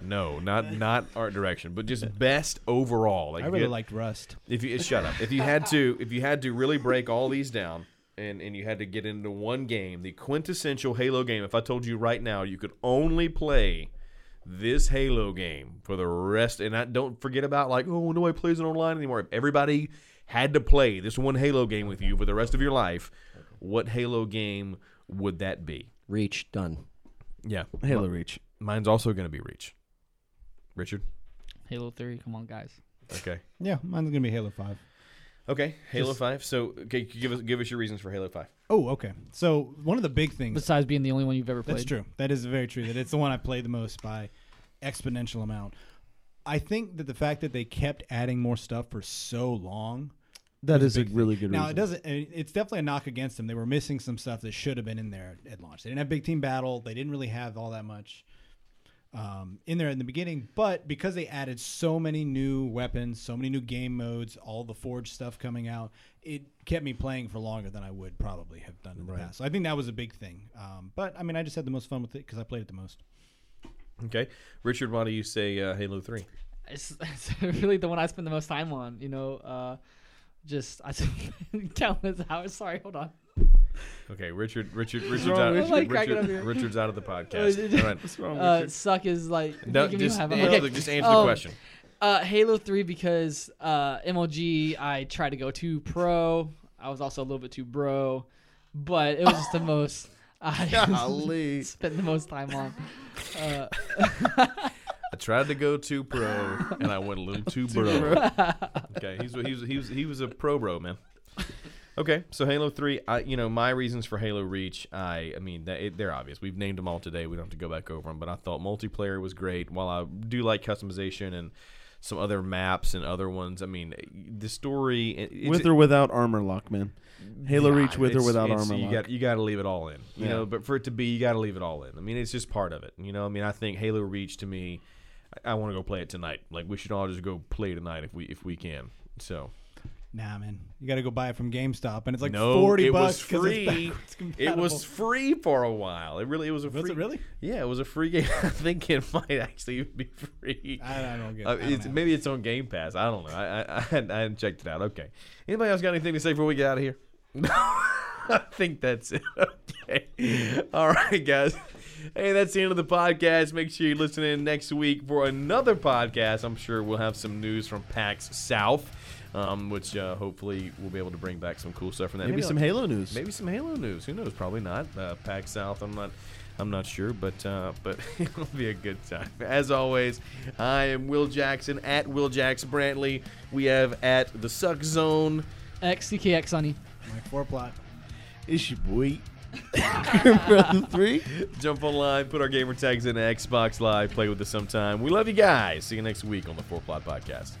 [SPEAKER 1] no, not not art direction, but just best overall. Like
[SPEAKER 7] I
[SPEAKER 1] if you
[SPEAKER 7] really
[SPEAKER 1] had-
[SPEAKER 7] liked Rust.
[SPEAKER 1] If you shut up. If you had to, if you had to really break all these down, and and you had to get into one game, the quintessential Halo game. If I told you right now, you could only play this Halo game for the rest, and I don't forget about like oh nobody plays it online anymore. If everybody had to play this one Halo game with you for the rest of your life, what Halo game would that be?
[SPEAKER 9] Reach done.
[SPEAKER 1] Yeah,
[SPEAKER 8] Halo Reach.
[SPEAKER 1] mine's also going to be Reach. Richard,
[SPEAKER 5] Halo Three. Come on, guys.
[SPEAKER 1] okay.
[SPEAKER 7] Yeah, mine's gonna be Halo Five.
[SPEAKER 1] Okay, Halo Five. So, okay, give us give us your reasons for Halo Five.
[SPEAKER 7] Oh, okay. So one of the big things
[SPEAKER 5] Besides being the only one you've ever played.
[SPEAKER 7] That's true. That is very true. That it's the one I played the most by exponential amount. I think that the fact that they kept adding more stuff for so long.
[SPEAKER 8] That is a really good
[SPEAKER 7] Now
[SPEAKER 8] reason.
[SPEAKER 7] it doesn't. I mean, It's definitely a knock against them. They were missing some stuff that should have been in there at launch. They didn't have big team battle. They didn't really have all that much um, in there in the beginning. But because they added so many new weapons, so many new game modes, all the Forge stuff coming out, it kept me playing for longer than I would probably have done in the past. So I think that was a big thing. Um, but I mean, I just had the most fun with it because I played it the most.
[SPEAKER 1] Okay, Richard, why do you say uh, Halo Three?
[SPEAKER 5] It's, [LAUGHS] it's really the one I spend the most [LAUGHS] time on. You know, uh, just I countless hours. Sorry, hold on.
[SPEAKER 1] Okay, Richard, Richard, Richard's
[SPEAKER 5] wrong,
[SPEAKER 1] out.
[SPEAKER 5] Richard?
[SPEAKER 1] Richard,
[SPEAKER 5] Like, I get up here. Oh,
[SPEAKER 1] Richard's out of the podcast. All right.
[SPEAKER 5] Uh, suck is like
[SPEAKER 1] No,
[SPEAKER 5] making me
[SPEAKER 1] just
[SPEAKER 5] have
[SPEAKER 1] answer
[SPEAKER 5] okay.
[SPEAKER 1] the- just answer the question.
[SPEAKER 5] Um, Uh, Halo Three because uh, MLG I tried to go too pro. I was also a little bit too bro, but it was just the most [LAUGHS] I
[SPEAKER 8] Golly.
[SPEAKER 5] [LAUGHS] spent the most time on. Uh,
[SPEAKER 1] I tried to go too
[SPEAKER 5] [LAUGHS]
[SPEAKER 1] pro, and I went a little too bro. okay, he's he's he was he was a pro bro man. Okay, so Halo Three, I you know my reasons for Halo Reach, I I mean they, they're obvious. We've named them all today. We don't have to go back over them, but I thought multiplayer was great. While I do like customization and some other maps and other ones, I mean the story it's-
[SPEAKER 8] with or without armor lock, man. Halo
[SPEAKER 1] Yeah,
[SPEAKER 8] Reach with or
[SPEAKER 1] it's-
[SPEAKER 8] without
[SPEAKER 1] it's-
[SPEAKER 8] armor
[SPEAKER 1] You
[SPEAKER 8] lock.
[SPEAKER 1] got you got to leave it all in, you
[SPEAKER 8] Yeah.
[SPEAKER 1] know. But for it to be, you got to leave it all in. I mean, it's just part of it, you know. I mean, I think Halo Reach to me, I, I want to go play it tonight. Like we should all just go play tonight if we if we can. So
[SPEAKER 7] Nah, man, you got to go buy it from GameStop, and it's like
[SPEAKER 1] no,
[SPEAKER 7] forty
[SPEAKER 1] it
[SPEAKER 7] bucks.
[SPEAKER 1] was
[SPEAKER 7] 'cause it's
[SPEAKER 1] free.
[SPEAKER 7] backwards
[SPEAKER 1] It
[SPEAKER 7] compatible.
[SPEAKER 1] was free for a while. It really it was a free.
[SPEAKER 7] Was it really?
[SPEAKER 1] Yeah, it was a free [LAUGHS] game. I think it might actually be free.
[SPEAKER 7] I don't- I don't get-
[SPEAKER 1] Uh,
[SPEAKER 7] I don't
[SPEAKER 1] it's,
[SPEAKER 7] know.
[SPEAKER 1] maybe it's on Game Pass. I don't know. I I, I, hadn't, I hadn't checked it out. Okay. Anybody else got anything to say before we get out of here? [LAUGHS] I think that's it. [LAUGHS] Okay. All right, guys. Hey, that's the end of the podcast. Make sure you listen in next week for another podcast. I'm sure we'll have some news from PAX South, um, which uh, hopefully we'll be able to bring back some cool stuff from that.
[SPEAKER 8] Maybe some
[SPEAKER 1] like-
[SPEAKER 8] Halo news.
[SPEAKER 1] Maybe some Halo news. Who knows? Probably not. Uh, Pack South. I'm not. I'm not sure, but uh, but [LAUGHS] it'll be a good time. As always, I am Will Jackson at Will Jax Brantley. We have at the Suck Zone.
[SPEAKER 5] XCKX on you.
[SPEAKER 7] Like four plot.
[SPEAKER 8] Is your
[SPEAKER 1] [LAUGHS]
[SPEAKER 8] boy [LAUGHS] brother three?
[SPEAKER 1] Jump online, put our gamer tags in Xbox Live, play with us sometime. We love you guys. See you next week on the Four Plot Podcast.